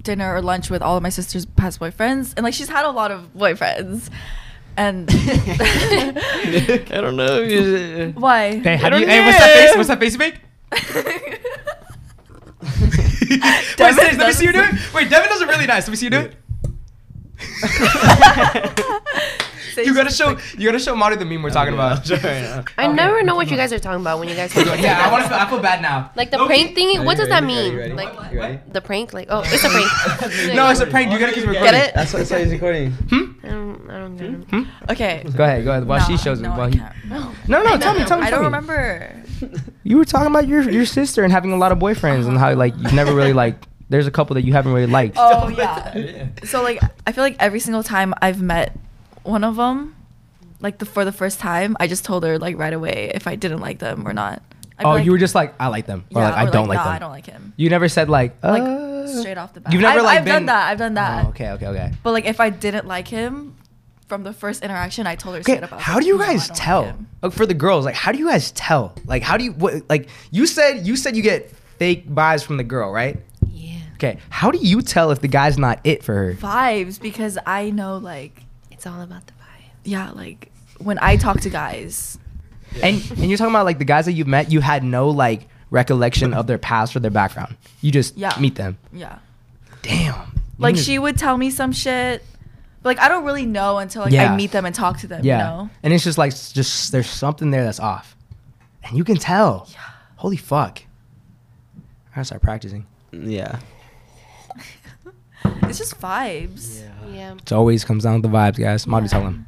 [SPEAKER 2] dinner or lunch with all of my sister's past boyfriends, and like she's had a lot of boyfriends. And
[SPEAKER 6] I don't know.
[SPEAKER 2] why?
[SPEAKER 1] Hey, have you? Hey, what's that face? What's that face you make? Wait,
[SPEAKER 2] Devin
[SPEAKER 1] Sage, let me see you do
[SPEAKER 2] doesn't-
[SPEAKER 1] it. Wait, Devin does it really nice. Let me see you do it. you gotta show you gotta show Marty the meme we're
[SPEAKER 6] Oh,
[SPEAKER 1] talking about.
[SPEAKER 5] I never know what you guys are talking about when you guys.
[SPEAKER 1] yeah, I want to. Feel, I feel bad now.
[SPEAKER 5] Like the
[SPEAKER 1] Okay.
[SPEAKER 5] prank thingy, what does that
[SPEAKER 6] ready? Are you
[SPEAKER 5] mean?
[SPEAKER 6] ready?
[SPEAKER 5] Like
[SPEAKER 6] You ready?
[SPEAKER 5] the prank, like oh, it's a prank.
[SPEAKER 1] No, it's a prank. You gotta keep Hmm? recording.
[SPEAKER 2] Get it?
[SPEAKER 6] That's why, that's why he's recording.
[SPEAKER 5] I don't, I don't get
[SPEAKER 1] Hmm?
[SPEAKER 5] it.
[SPEAKER 2] Okay.
[SPEAKER 1] Go ahead, go ahead. While
[SPEAKER 2] No,
[SPEAKER 1] she shows
[SPEAKER 2] no,
[SPEAKER 1] him,
[SPEAKER 2] I
[SPEAKER 1] while he.
[SPEAKER 2] can't remember.
[SPEAKER 1] No, no, tell me, tell me.
[SPEAKER 2] I
[SPEAKER 1] tell
[SPEAKER 2] don't
[SPEAKER 1] me.
[SPEAKER 2] remember.
[SPEAKER 1] You were talking about your your sister and having a lot of boyfriends and how like you've never really like. There's a couple that you haven't really liked.
[SPEAKER 2] Oh yeah. So like I feel like every single time I've met one of them, like the for the first time, I just told her like right away if I didn't like them or not. I'd be
[SPEAKER 1] Oh,
[SPEAKER 2] like,
[SPEAKER 1] you were just like I like them, or
[SPEAKER 2] yeah,
[SPEAKER 1] like I don't like
[SPEAKER 2] nah,
[SPEAKER 1] them.
[SPEAKER 2] I don't like him.
[SPEAKER 1] You never said like uh,
[SPEAKER 2] Like straight off the bat.
[SPEAKER 1] You've never,
[SPEAKER 2] I've,
[SPEAKER 1] like,
[SPEAKER 2] I've done
[SPEAKER 1] been-
[SPEAKER 2] that. I've done that.
[SPEAKER 1] Oh, okay, okay, okay.
[SPEAKER 2] But like if I didn't like him from the first interaction, I told her
[SPEAKER 1] Okay,
[SPEAKER 2] straight up. I was
[SPEAKER 1] how
[SPEAKER 2] like,
[SPEAKER 1] do you
[SPEAKER 2] "No, I
[SPEAKER 1] guys
[SPEAKER 2] don't like
[SPEAKER 1] tell
[SPEAKER 2] him."
[SPEAKER 1] Uh, for the girls? Like, how do you guys tell? Like, how do you what? Like, you said you said you get fake vibes from the girl, right?
[SPEAKER 5] Yeah,
[SPEAKER 1] Okay, how do you tell if the guy's not it for her?
[SPEAKER 2] vibes because I know like
[SPEAKER 5] it's all about the vibe.
[SPEAKER 2] yeah like when I talk to guys.
[SPEAKER 1] And and you're talking about like the guys that you met, you had no like recollection of their past or their background. You just
[SPEAKER 2] Yeah.
[SPEAKER 1] meet them.
[SPEAKER 2] Yeah.
[SPEAKER 1] Damn.
[SPEAKER 2] Like
[SPEAKER 1] You-
[SPEAKER 2] she would tell me some shit. Like I don't really know until like
[SPEAKER 1] Yeah.
[SPEAKER 2] I meet them and talk to them.
[SPEAKER 1] Yeah.
[SPEAKER 2] You know?
[SPEAKER 1] And it's just like s- just there's something there that's off, and you can tell. Holy fuck. I gotta start practicing.
[SPEAKER 6] Yeah.
[SPEAKER 2] It's just vibes.
[SPEAKER 5] Yeah,
[SPEAKER 1] It always comes down to the vibes, guys. Madu, tell him.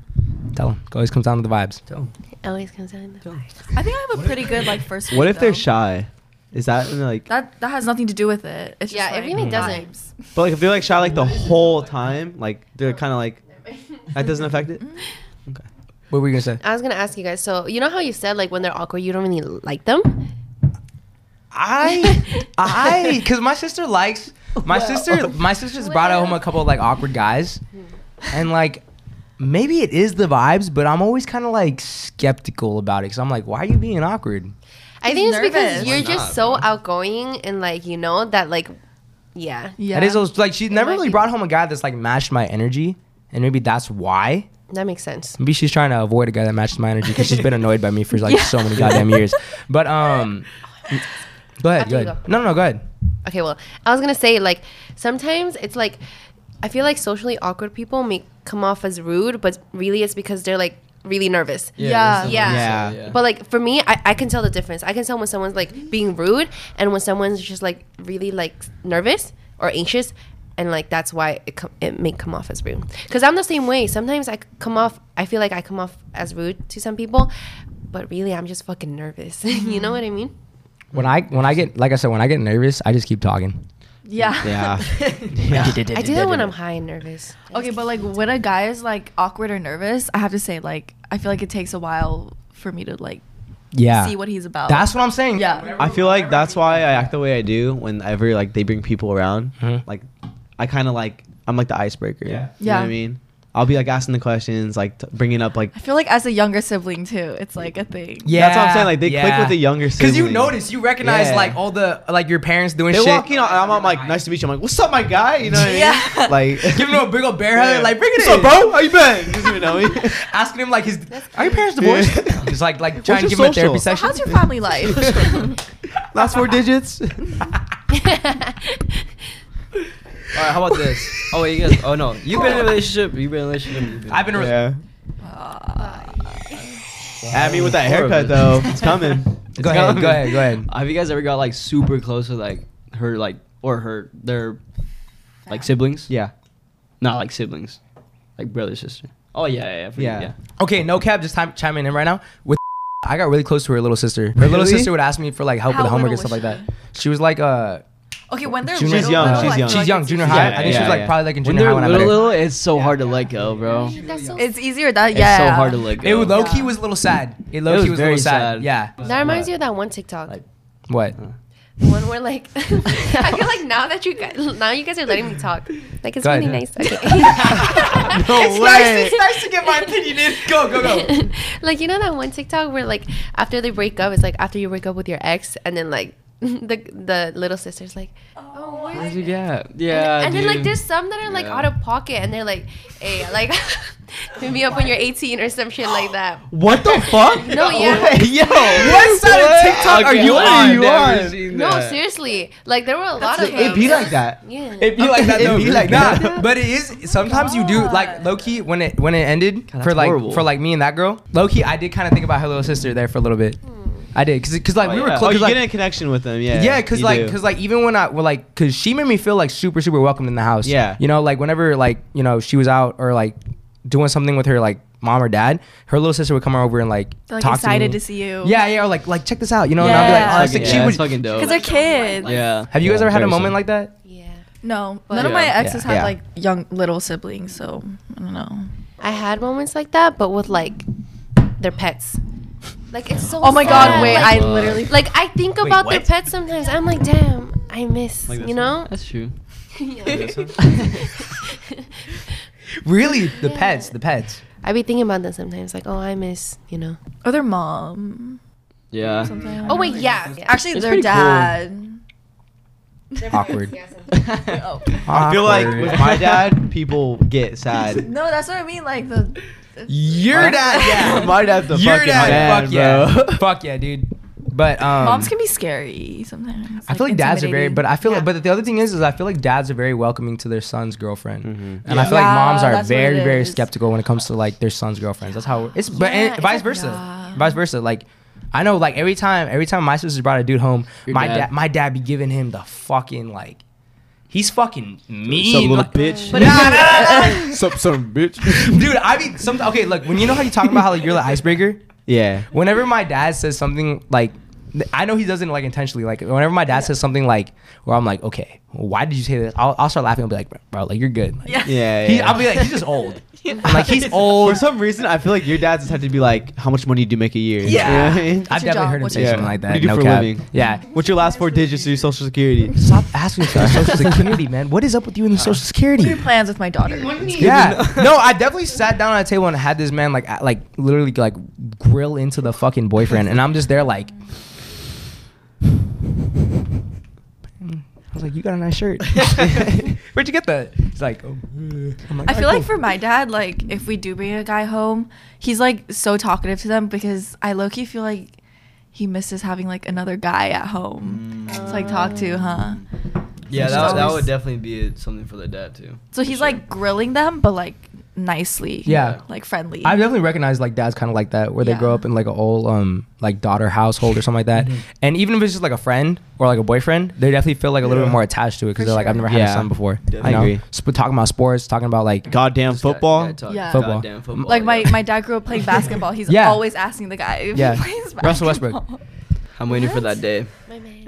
[SPEAKER 1] Tell him. It always comes down to the vibes.
[SPEAKER 5] it always comes out in the vibe.
[SPEAKER 2] I think I have a pretty good like first.
[SPEAKER 6] What
[SPEAKER 2] date,
[SPEAKER 6] if they're
[SPEAKER 2] though.
[SPEAKER 6] shy? Is that like?
[SPEAKER 2] That that has nothing to do with it. It's
[SPEAKER 5] Yeah,
[SPEAKER 2] just,
[SPEAKER 5] it
[SPEAKER 2] like,
[SPEAKER 5] really doesn't.
[SPEAKER 2] vibes.
[SPEAKER 6] But like if they're like shy like the whole time, like they're kind of like that doesn't affect it.
[SPEAKER 1] What were you gonna say?
[SPEAKER 5] I was gonna ask you guys. So you know how you said like when they're awkward, you don't really like them.
[SPEAKER 1] I, I, because my sister likes my sister. My sister's brought home a couple of like awkward guys,
[SPEAKER 2] Hmm.
[SPEAKER 1] and like maybe it is the vibes, but I'm always kind of like skeptical about it because I'm like, why are you being awkward?
[SPEAKER 5] I
[SPEAKER 2] He's
[SPEAKER 5] think it's because
[SPEAKER 2] nervous.
[SPEAKER 5] you're just so outgoing and like you know that like, yeah,
[SPEAKER 2] Yeah.
[SPEAKER 1] That is those- like she's never
[SPEAKER 5] might
[SPEAKER 1] really
[SPEAKER 5] be.
[SPEAKER 1] brought home a guy that's like matched my energy, and maybe that's why.
[SPEAKER 5] That makes sense.
[SPEAKER 1] Maybe she's trying to avoid a guy that matches my energy because she's been annoyed by me for like so many goddamn years. But um, go ahead, go
[SPEAKER 5] After you
[SPEAKER 1] ahead.
[SPEAKER 5] go.
[SPEAKER 1] No, no, no, go ahead.
[SPEAKER 5] Okay, well, I was gonna say like sometimes it's like I feel like socially awkward people may come off as rude, but really it's because they're like really nervous.
[SPEAKER 3] Yeah.
[SPEAKER 5] Yeah.
[SPEAKER 6] Yeah.
[SPEAKER 5] But like for me, I, I can tell the difference. I can tell when someone's like being rude and when someone's just like really like nervous or anxious, and like that's why it com- it may come off as rude. Because I'm the same way. Sometimes I c- come off. I feel like I come off as rude to some people, but really I'm just fucking nervous. you know what I mean?
[SPEAKER 1] When I when I get like I said when I get nervous, I just keep talking.
[SPEAKER 2] Yeah.
[SPEAKER 6] Yeah.
[SPEAKER 5] I do that when I'm high and nervous.
[SPEAKER 2] Okay, but like when a guy is like awkward or nervous, I have to say like I feel like it takes a while for me to like
[SPEAKER 1] Yeah,
[SPEAKER 2] see what he's about.
[SPEAKER 1] that's what I'm saying.
[SPEAKER 2] yeah.
[SPEAKER 6] I feel like that's why I act the way I do whenever like they bring people around.
[SPEAKER 1] Mhm.
[SPEAKER 6] Like, I kind of like I'm like the icebreaker.
[SPEAKER 1] Yeah.
[SPEAKER 6] You know what
[SPEAKER 2] Yeah.
[SPEAKER 6] I mean? I'll be like asking the questions, like t- bringing up like
[SPEAKER 2] I feel like as a younger sibling too, it's like a thing.
[SPEAKER 1] Yeah,
[SPEAKER 6] That's what I'm saying, like, they click with the younger
[SPEAKER 1] Because you
[SPEAKER 6] sibling.
[SPEAKER 1] notice, you recognize
[SPEAKER 6] Yeah.
[SPEAKER 1] like all the like your parents doing
[SPEAKER 6] they
[SPEAKER 1] shit.
[SPEAKER 6] walk in, and I'm, I'm like, nice to meet you. I'm like, what's up, my guy? You know what I mean?
[SPEAKER 2] Yeah.
[SPEAKER 6] Like,
[SPEAKER 1] Give him a big old bear
[SPEAKER 6] Yeah.
[SPEAKER 1] hug, like bring it
[SPEAKER 6] what's
[SPEAKER 1] in,
[SPEAKER 6] up, bro? How you been? You just even know me.
[SPEAKER 1] Asking him like his, are your parents divorced?
[SPEAKER 6] Yeah.
[SPEAKER 1] It's like like trying to
[SPEAKER 6] your
[SPEAKER 1] give him a
[SPEAKER 6] social?
[SPEAKER 1] therapy
[SPEAKER 6] So
[SPEAKER 1] session.
[SPEAKER 2] How's your family life?
[SPEAKER 6] Last four digits.
[SPEAKER 3] All right. How about this? Oh wait, you guys. Oh no, you've been in a relationship. You've been in a relationship. you've been-
[SPEAKER 1] I've been. Re-
[SPEAKER 6] yeah. I mean, with that
[SPEAKER 3] Horrible.
[SPEAKER 6] haircut though, it's coming.
[SPEAKER 1] Go
[SPEAKER 3] It's
[SPEAKER 1] ahead,
[SPEAKER 3] coming.
[SPEAKER 1] go ahead, go ahead.
[SPEAKER 3] Have you guys ever got like super close with like her like or her their like siblings?
[SPEAKER 6] Yeah.
[SPEAKER 3] Not like siblings, like brother sister. Oh yeah, yeah, yeah. for-
[SPEAKER 6] Yeah.
[SPEAKER 1] Okay, no cap. Just time, chiming in right now. With I got really close to her little sister. Her little
[SPEAKER 6] Really?
[SPEAKER 1] sister would ask me for like help
[SPEAKER 2] How
[SPEAKER 1] with homework and
[SPEAKER 2] little
[SPEAKER 1] stuff
[SPEAKER 2] was
[SPEAKER 1] like that. She was like uh,
[SPEAKER 2] okay, when they're
[SPEAKER 1] Junior-
[SPEAKER 2] little,
[SPEAKER 1] She's young,
[SPEAKER 2] little,
[SPEAKER 6] she's
[SPEAKER 2] I
[SPEAKER 6] young.
[SPEAKER 2] feel
[SPEAKER 1] she's
[SPEAKER 2] like
[SPEAKER 1] young,
[SPEAKER 2] it's
[SPEAKER 1] junior
[SPEAKER 2] easier.
[SPEAKER 1] high.
[SPEAKER 6] Yeah,
[SPEAKER 1] I think she was
[SPEAKER 6] yeah,
[SPEAKER 1] like
[SPEAKER 6] yeah.
[SPEAKER 1] probably like in
[SPEAKER 3] When
[SPEAKER 1] junior high
[SPEAKER 3] they're
[SPEAKER 1] when I met her.
[SPEAKER 3] little, little, it's so hard to let go, bro.
[SPEAKER 5] That's so
[SPEAKER 2] It's easier that yeah.
[SPEAKER 3] It's so hard to let go.
[SPEAKER 1] It was low key
[SPEAKER 2] Yeah.
[SPEAKER 1] was a little sad. It low
[SPEAKER 3] It
[SPEAKER 1] key
[SPEAKER 3] was
[SPEAKER 1] was a little
[SPEAKER 3] very
[SPEAKER 1] sad.
[SPEAKER 3] sad.
[SPEAKER 1] Yeah.
[SPEAKER 5] That reminds you of that one TikTok.
[SPEAKER 3] Like-
[SPEAKER 1] What?
[SPEAKER 5] the one where like I feel like now that you guys now you guys are letting me talk. Like it's
[SPEAKER 1] Go ahead.
[SPEAKER 5] really nice. Okay.
[SPEAKER 6] No
[SPEAKER 1] it's
[SPEAKER 6] way.
[SPEAKER 1] nice. It's nice to get my opinion in. Go go go.
[SPEAKER 5] like you know that one TikTok where like after they break up, it's like after you break up with your ex and then like the the little sister's like Oh, where's
[SPEAKER 3] Where'd you get?
[SPEAKER 5] And,
[SPEAKER 3] Yeah.
[SPEAKER 5] and then like
[SPEAKER 3] dude.
[SPEAKER 5] there's some that are like
[SPEAKER 3] Yeah.
[SPEAKER 5] out of pocket and they're like, hey, like hit me up when you're 18 or some shit like that.
[SPEAKER 6] What the fuck?
[SPEAKER 5] No, yeah.
[SPEAKER 6] way. Yo, what
[SPEAKER 1] side of TikTok
[SPEAKER 6] are
[SPEAKER 1] Okay,
[SPEAKER 6] you
[SPEAKER 1] what
[SPEAKER 6] on?
[SPEAKER 1] are
[SPEAKER 3] I've
[SPEAKER 1] you
[SPEAKER 3] never
[SPEAKER 6] on?
[SPEAKER 3] seen
[SPEAKER 5] No,
[SPEAKER 3] that.
[SPEAKER 5] seriously. Like there were a lot of
[SPEAKER 2] That's-
[SPEAKER 6] It
[SPEAKER 5] them.
[SPEAKER 6] be like that.
[SPEAKER 5] yeah.
[SPEAKER 1] It be like that.
[SPEAKER 6] It
[SPEAKER 1] though.
[SPEAKER 6] be like
[SPEAKER 1] nah,
[SPEAKER 6] that.
[SPEAKER 1] But it is sometimes you do like low key when it when it ended
[SPEAKER 3] God,
[SPEAKER 1] for
[SPEAKER 3] that's
[SPEAKER 1] like
[SPEAKER 3] horrible.
[SPEAKER 1] for like me and that girl. Low key, I did kind of think about her little sister there for a little bit.
[SPEAKER 2] Hmm.
[SPEAKER 1] I did because because like we were
[SPEAKER 6] yeah.
[SPEAKER 1] close.
[SPEAKER 6] Oh, you
[SPEAKER 1] 'cause, like,
[SPEAKER 6] get in a connection with them, yeah.
[SPEAKER 1] yeah, because
[SPEAKER 6] you
[SPEAKER 1] like,
[SPEAKER 6] do.
[SPEAKER 1] because like, even when I well, like, because she made me feel like super, super welcomed in the house.
[SPEAKER 6] Yeah.
[SPEAKER 1] you know, like whenever like you know she was out or like doing something with her like mom or dad, her little sister would come over and like,
[SPEAKER 2] They're, like
[SPEAKER 1] talk
[SPEAKER 2] excited
[SPEAKER 1] to,
[SPEAKER 2] to
[SPEAKER 1] me.
[SPEAKER 2] see you.
[SPEAKER 1] Yeah, yeah, or like like check this out, you know, and I'd be like,
[SPEAKER 2] Yeah.
[SPEAKER 1] oh,
[SPEAKER 3] Fucking-
[SPEAKER 1] that's sick.
[SPEAKER 3] yeah,
[SPEAKER 1] she
[SPEAKER 3] it's
[SPEAKER 1] would.
[SPEAKER 3] fucking dope.
[SPEAKER 2] Because they're kids.
[SPEAKER 3] yeah.
[SPEAKER 1] Have you guys
[SPEAKER 3] Yeah,
[SPEAKER 1] ever had a
[SPEAKER 3] very
[SPEAKER 1] moment
[SPEAKER 3] similar.
[SPEAKER 1] like that?
[SPEAKER 5] yeah.
[SPEAKER 2] No,
[SPEAKER 5] But-
[SPEAKER 2] none of
[SPEAKER 3] Yeah.
[SPEAKER 2] my exes
[SPEAKER 1] Yeah.
[SPEAKER 2] had
[SPEAKER 6] Yeah.
[SPEAKER 2] like young little siblings, so I don't know.
[SPEAKER 5] I had moments like that, but with like their pets. Like it's so.
[SPEAKER 2] Oh my
[SPEAKER 5] sad.
[SPEAKER 2] god, wait,
[SPEAKER 5] Like,
[SPEAKER 2] I literally
[SPEAKER 5] like I think
[SPEAKER 1] Wait,
[SPEAKER 5] about their
[SPEAKER 1] what?
[SPEAKER 5] pets sometimes. I'm like, damn, I miss.
[SPEAKER 3] Like this
[SPEAKER 5] you
[SPEAKER 3] one.
[SPEAKER 5] know.
[SPEAKER 3] That's true.
[SPEAKER 1] Really, the pets, the pets.
[SPEAKER 5] I be thinking about that sometimes. Like, oh, I miss. You know.
[SPEAKER 2] or their oh, mom.
[SPEAKER 3] Yeah.
[SPEAKER 2] Something.
[SPEAKER 5] Oh wait, yeah. yeah.
[SPEAKER 2] Actually,
[SPEAKER 3] It's
[SPEAKER 2] their
[SPEAKER 3] pretty cool.
[SPEAKER 2] dad.
[SPEAKER 1] Awkward.
[SPEAKER 3] Oh.
[SPEAKER 6] I feel like
[SPEAKER 1] Awkward.
[SPEAKER 6] with my dad, people get sad.
[SPEAKER 2] No, that's what I mean. Like the
[SPEAKER 1] Your dad, yeah.
[SPEAKER 6] my dad's the
[SPEAKER 1] Your
[SPEAKER 6] fucking
[SPEAKER 1] dad,
[SPEAKER 6] man,
[SPEAKER 1] fuck yeah,
[SPEAKER 6] bro.
[SPEAKER 1] fuck yeah, dude. But um,
[SPEAKER 2] moms can be scary sometimes.
[SPEAKER 1] I feel like dads are very,
[SPEAKER 2] intimidating.
[SPEAKER 1] but I feel like,
[SPEAKER 2] Yeah.
[SPEAKER 1] but the other thing is, is I feel like dads are very welcoming to their son's girlfriend,
[SPEAKER 6] Mm-hmm.
[SPEAKER 1] and I
[SPEAKER 2] Yeah.
[SPEAKER 1] feel like moms
[SPEAKER 2] Yeah,
[SPEAKER 1] are
[SPEAKER 2] that's what
[SPEAKER 1] very,
[SPEAKER 2] it
[SPEAKER 1] very
[SPEAKER 2] is.
[SPEAKER 1] skeptical when it comes to like their son's girlfriends. That's how it's, but
[SPEAKER 5] Yeah,
[SPEAKER 1] and
[SPEAKER 5] it's
[SPEAKER 1] vice
[SPEAKER 5] like,
[SPEAKER 1] versa,
[SPEAKER 2] yeah.
[SPEAKER 1] vice versa. Like I know, like every time, every time my sisters brought a dude home,
[SPEAKER 3] Your
[SPEAKER 1] my dad.
[SPEAKER 3] dad.
[SPEAKER 1] my dad be giving him the fucking like, he's fucking mean,
[SPEAKER 6] Some little
[SPEAKER 1] like-
[SPEAKER 6] bitch.
[SPEAKER 1] Nah, nah, nah, nah.
[SPEAKER 6] some some bitch.
[SPEAKER 1] dude. I be some okay. Look, when you know how you talking about how like, you're the icebreaker.
[SPEAKER 6] Yeah.
[SPEAKER 1] Whenever my dad says something like, th- I know he doesn't like intentionally. Like whenever my dad says something like, where I'm like, okay, why did you say this? I'll, I'll start laughing. I'll be like, bro, bro, like you're good. Like,
[SPEAKER 2] yeah.
[SPEAKER 6] Yeah.
[SPEAKER 1] he,
[SPEAKER 6] yeah.
[SPEAKER 1] I'll be like, he's just old. I'm like he's old.
[SPEAKER 6] For some reason, I feel like your dads just have to be like, how much money do you make a year?
[SPEAKER 2] Yeah.
[SPEAKER 6] You know what I
[SPEAKER 1] I've
[SPEAKER 6] mean?
[SPEAKER 2] your
[SPEAKER 1] definitely
[SPEAKER 2] job?
[SPEAKER 1] heard him
[SPEAKER 2] What's
[SPEAKER 1] say
[SPEAKER 2] your
[SPEAKER 1] something
[SPEAKER 6] job?
[SPEAKER 1] like
[SPEAKER 6] What
[SPEAKER 1] that.
[SPEAKER 6] do you do
[SPEAKER 1] no
[SPEAKER 6] for a
[SPEAKER 1] cap.
[SPEAKER 6] living?
[SPEAKER 1] Yeah.
[SPEAKER 6] What's your last four digits to your social security?
[SPEAKER 1] Stop asking for your social security, man. What is up with you and the social
[SPEAKER 2] What are
[SPEAKER 1] security?
[SPEAKER 2] your plans with my daughter?
[SPEAKER 1] Yeah. No, I definitely sat down at a table and had this man like a- like literally like grill into the fucking boyfriend, and I'm just there like. was like, "You got a nice shirt. Where'd you get that?" He's like, "Oh." I'm like,
[SPEAKER 2] I
[SPEAKER 1] "All
[SPEAKER 2] feel
[SPEAKER 1] right,
[SPEAKER 2] like
[SPEAKER 1] cool."
[SPEAKER 2] for my dad, like if we do bring a guy home, he's like so talkative to them because I low key feel like he misses having like another guy at home to like talk to, huh?
[SPEAKER 1] Mm.
[SPEAKER 3] Yeah,
[SPEAKER 2] It's
[SPEAKER 3] that, that
[SPEAKER 2] always-
[SPEAKER 3] would definitely be it, something for the dad too.
[SPEAKER 2] So he's like grilling them, but like nicely,
[SPEAKER 1] Yeah.
[SPEAKER 2] like friendly.
[SPEAKER 1] I definitely recognize like dads kind of like that where they
[SPEAKER 2] Yeah. Mm-hmm.
[SPEAKER 1] grow up in like a old um like daughter household or something like that. And even if it's just like a friend or like a boyfriend, they definitely feel like a little bit more attached to it because
[SPEAKER 2] For
[SPEAKER 1] they're like,
[SPEAKER 2] sure.
[SPEAKER 1] I've never had a
[SPEAKER 6] Yeah.
[SPEAKER 1] son before.
[SPEAKER 6] I
[SPEAKER 1] You know?
[SPEAKER 6] agree.
[SPEAKER 1] Sp- talking about sports, talking about like
[SPEAKER 6] Goddamn
[SPEAKER 3] This guy-
[SPEAKER 6] football.
[SPEAKER 3] guy talk-
[SPEAKER 2] Yeah.
[SPEAKER 1] Football.
[SPEAKER 3] goddamn football.
[SPEAKER 2] like my,
[SPEAKER 3] yeah.
[SPEAKER 2] my dad grew up playing basketball. He's
[SPEAKER 1] Yeah.
[SPEAKER 2] always asking the guy if
[SPEAKER 1] Yeah.
[SPEAKER 2] he plays basketball.
[SPEAKER 1] Russell Westbrook.
[SPEAKER 3] I'm waiting for that day.
[SPEAKER 5] My man.